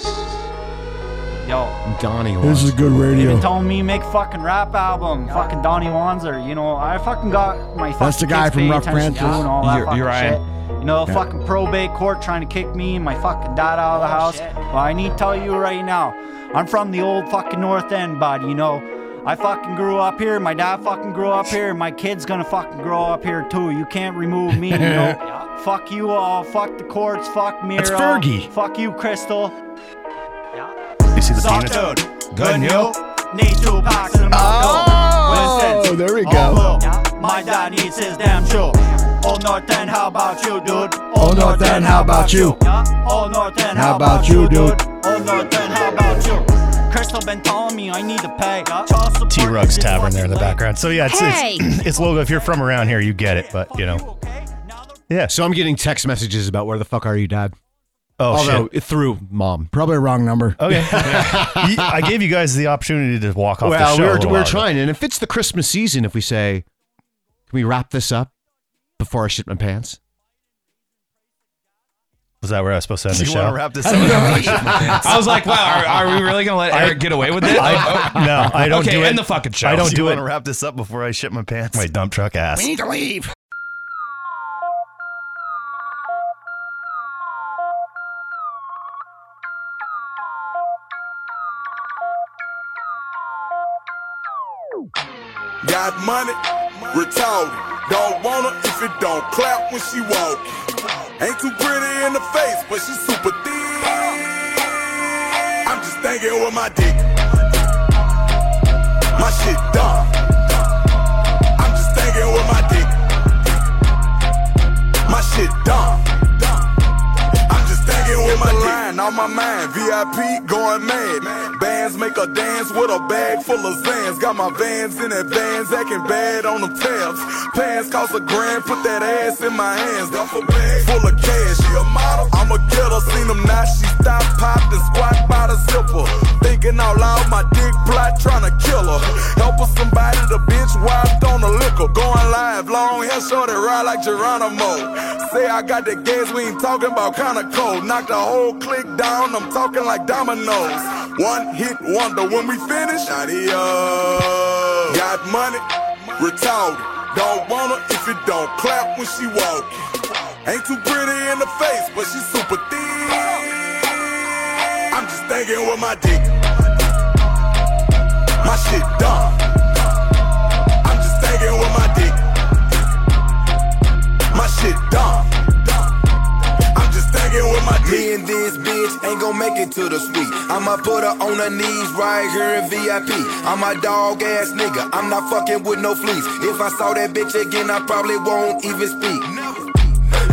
[SPEAKER 9] Yo,
[SPEAKER 4] Donnie.
[SPEAKER 2] This is good
[SPEAKER 9] they
[SPEAKER 2] radio.
[SPEAKER 9] told me make fucking rap album, fucking Donnie Wanzer. You know, I fucking got my fucking
[SPEAKER 2] That's the guy
[SPEAKER 9] kids
[SPEAKER 2] from
[SPEAKER 9] paying
[SPEAKER 2] Rough
[SPEAKER 9] attention to
[SPEAKER 2] Branches.
[SPEAKER 9] and all that
[SPEAKER 7] Uri-
[SPEAKER 9] fucking
[SPEAKER 7] Uriah.
[SPEAKER 9] shit. You know,
[SPEAKER 2] Yeah.
[SPEAKER 9] fucking probate court trying to kick me and my fucking dad out of the house. Well, I need to tell you right now, I'm from the old fucking North End, bud. You know. I fucking grew up here. My dad fucking grew up here. My kid's gonna fucking grow up here too. You can't remove me. You
[SPEAKER 2] [laughs]
[SPEAKER 9] know. fuck you all. Fuck the courts. Fuck Miro.
[SPEAKER 3] That's Fergie.
[SPEAKER 9] Fuck you, Crystal.
[SPEAKER 3] You see the
[SPEAKER 9] Soft
[SPEAKER 3] penis?
[SPEAKER 9] dude.
[SPEAKER 3] Good
[SPEAKER 9] new. Need two packs in
[SPEAKER 2] Oh, there we go.
[SPEAKER 9] My dad needs his damn shoe. Old North End, how about you, dude?
[SPEAKER 2] Old North End, how about you?
[SPEAKER 9] Old North End,
[SPEAKER 2] How
[SPEAKER 9] how
[SPEAKER 2] about
[SPEAKER 9] about
[SPEAKER 2] you,
[SPEAKER 9] you,
[SPEAKER 2] dude?
[SPEAKER 9] dude? Old North End, Oh, how about you? Crystal been telling me I need to pay. Child support
[SPEAKER 3] T Rug's
[SPEAKER 9] is
[SPEAKER 3] Tavern there in the
[SPEAKER 9] fucking
[SPEAKER 3] background. So yeah, it's
[SPEAKER 9] Hey!
[SPEAKER 3] [clears throat] it's, it's logo. If you're from around here, you get it. But you know, yeah.
[SPEAKER 4] So I'm getting text messages about where the fuck are you, Dad?
[SPEAKER 3] Oh
[SPEAKER 4] Although
[SPEAKER 3] shit.
[SPEAKER 4] it through mom. Uh,
[SPEAKER 2] Probably a wrong number.
[SPEAKER 3] Okay. You- I gave you guys the opportunity to walk off the
[SPEAKER 4] Well,
[SPEAKER 3] show.
[SPEAKER 4] we
[SPEAKER 3] a
[SPEAKER 4] we're
[SPEAKER 3] little
[SPEAKER 4] we we're
[SPEAKER 3] while ago.
[SPEAKER 4] trying, and it fits the Christmas season if we say, "Can we wrap this up before I shit my pants?"
[SPEAKER 3] Was that where I was supposed to end
[SPEAKER 11] Do [laughs]
[SPEAKER 3] the
[SPEAKER 11] you
[SPEAKER 3] show?
[SPEAKER 11] want to wrap
[SPEAKER 3] [laughs]
[SPEAKER 11] this up?
[SPEAKER 7] I was like, wow, are, are we really gonna let
[SPEAKER 3] I-
[SPEAKER 7] Eric get away with it?
[SPEAKER 3] I- no, I don't
[SPEAKER 7] okay,
[SPEAKER 3] do it.
[SPEAKER 7] end the fucking show.
[SPEAKER 3] I don't
[SPEAKER 11] Do
[SPEAKER 3] do
[SPEAKER 11] you
[SPEAKER 3] it.
[SPEAKER 11] want to wrap this up before I shit my pants?
[SPEAKER 3] My dump truck ass.
[SPEAKER 2] to leave.
[SPEAKER 10] Got money, retarded. Don't want her if it don't clap when she walk. Ain't too pretty in the face, but she's super thick. I'm just thinking with my dick. My shit dumb. I'm just thinking with my dick. My shit dumb. I'm just thinking with my line on my mind. VIP going mad. Bands make a dance with a bag full of Zans. Got my vans in advance, acting bad on them tabs. Pants cost a grand, put that ass in my hands. Dump a bag full of cash. She a model, I'm a killer. Seen them now, she stop, popped and squat by the zipper. Thinking out loud, my dick plot trying to kill her. Help her somebody, the bitch wiped on the liquor. Going live, long hair, short and ride like Geronimo. Say I got the gas, we ain't talking about kinda cold. Knock the whole click down, I'm talking like dominoes. One hit wonder when we finish. Adios. Got money, retarded. Don't want her if it don't clap when she walk. Ain't too pretty in the face, but she's super thick. I'm just thinking with my dick. My shit dumb. I'm just thinking with my dick. My shit dumb. I'm just thinking with my dick.
[SPEAKER 13] Me and this bitch ain't gon' make it to the suite. I'ma put her on her knees right here in VIP. I'm a dog ass nigga. I'm not fucking with no fleas. If I saw that bitch again, I probably won't even speak.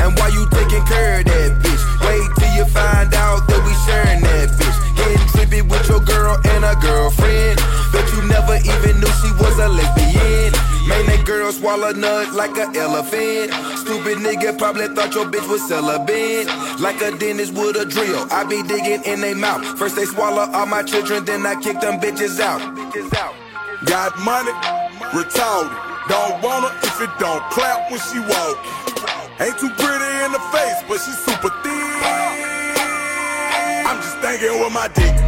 [SPEAKER 13] And why you taking care of that bitch? Wait till you find out that we sharing that bitch. Getting trippy with your girl and her girlfriend. Bet you never even knew she was a lesbian. Made that girl swallow nut like an elephant. Stupid nigga probably thought your bitch was celibate. Like a dentist with a drill, I be digging in they mouth. First they swallow all my children, then I kick them bitches out. Bitches out.
[SPEAKER 10] Got money, retarded. Don't want her if it don't clap when she walk. Ain't too pretty in the face, but she's super thick. I'm just thinking with my dick.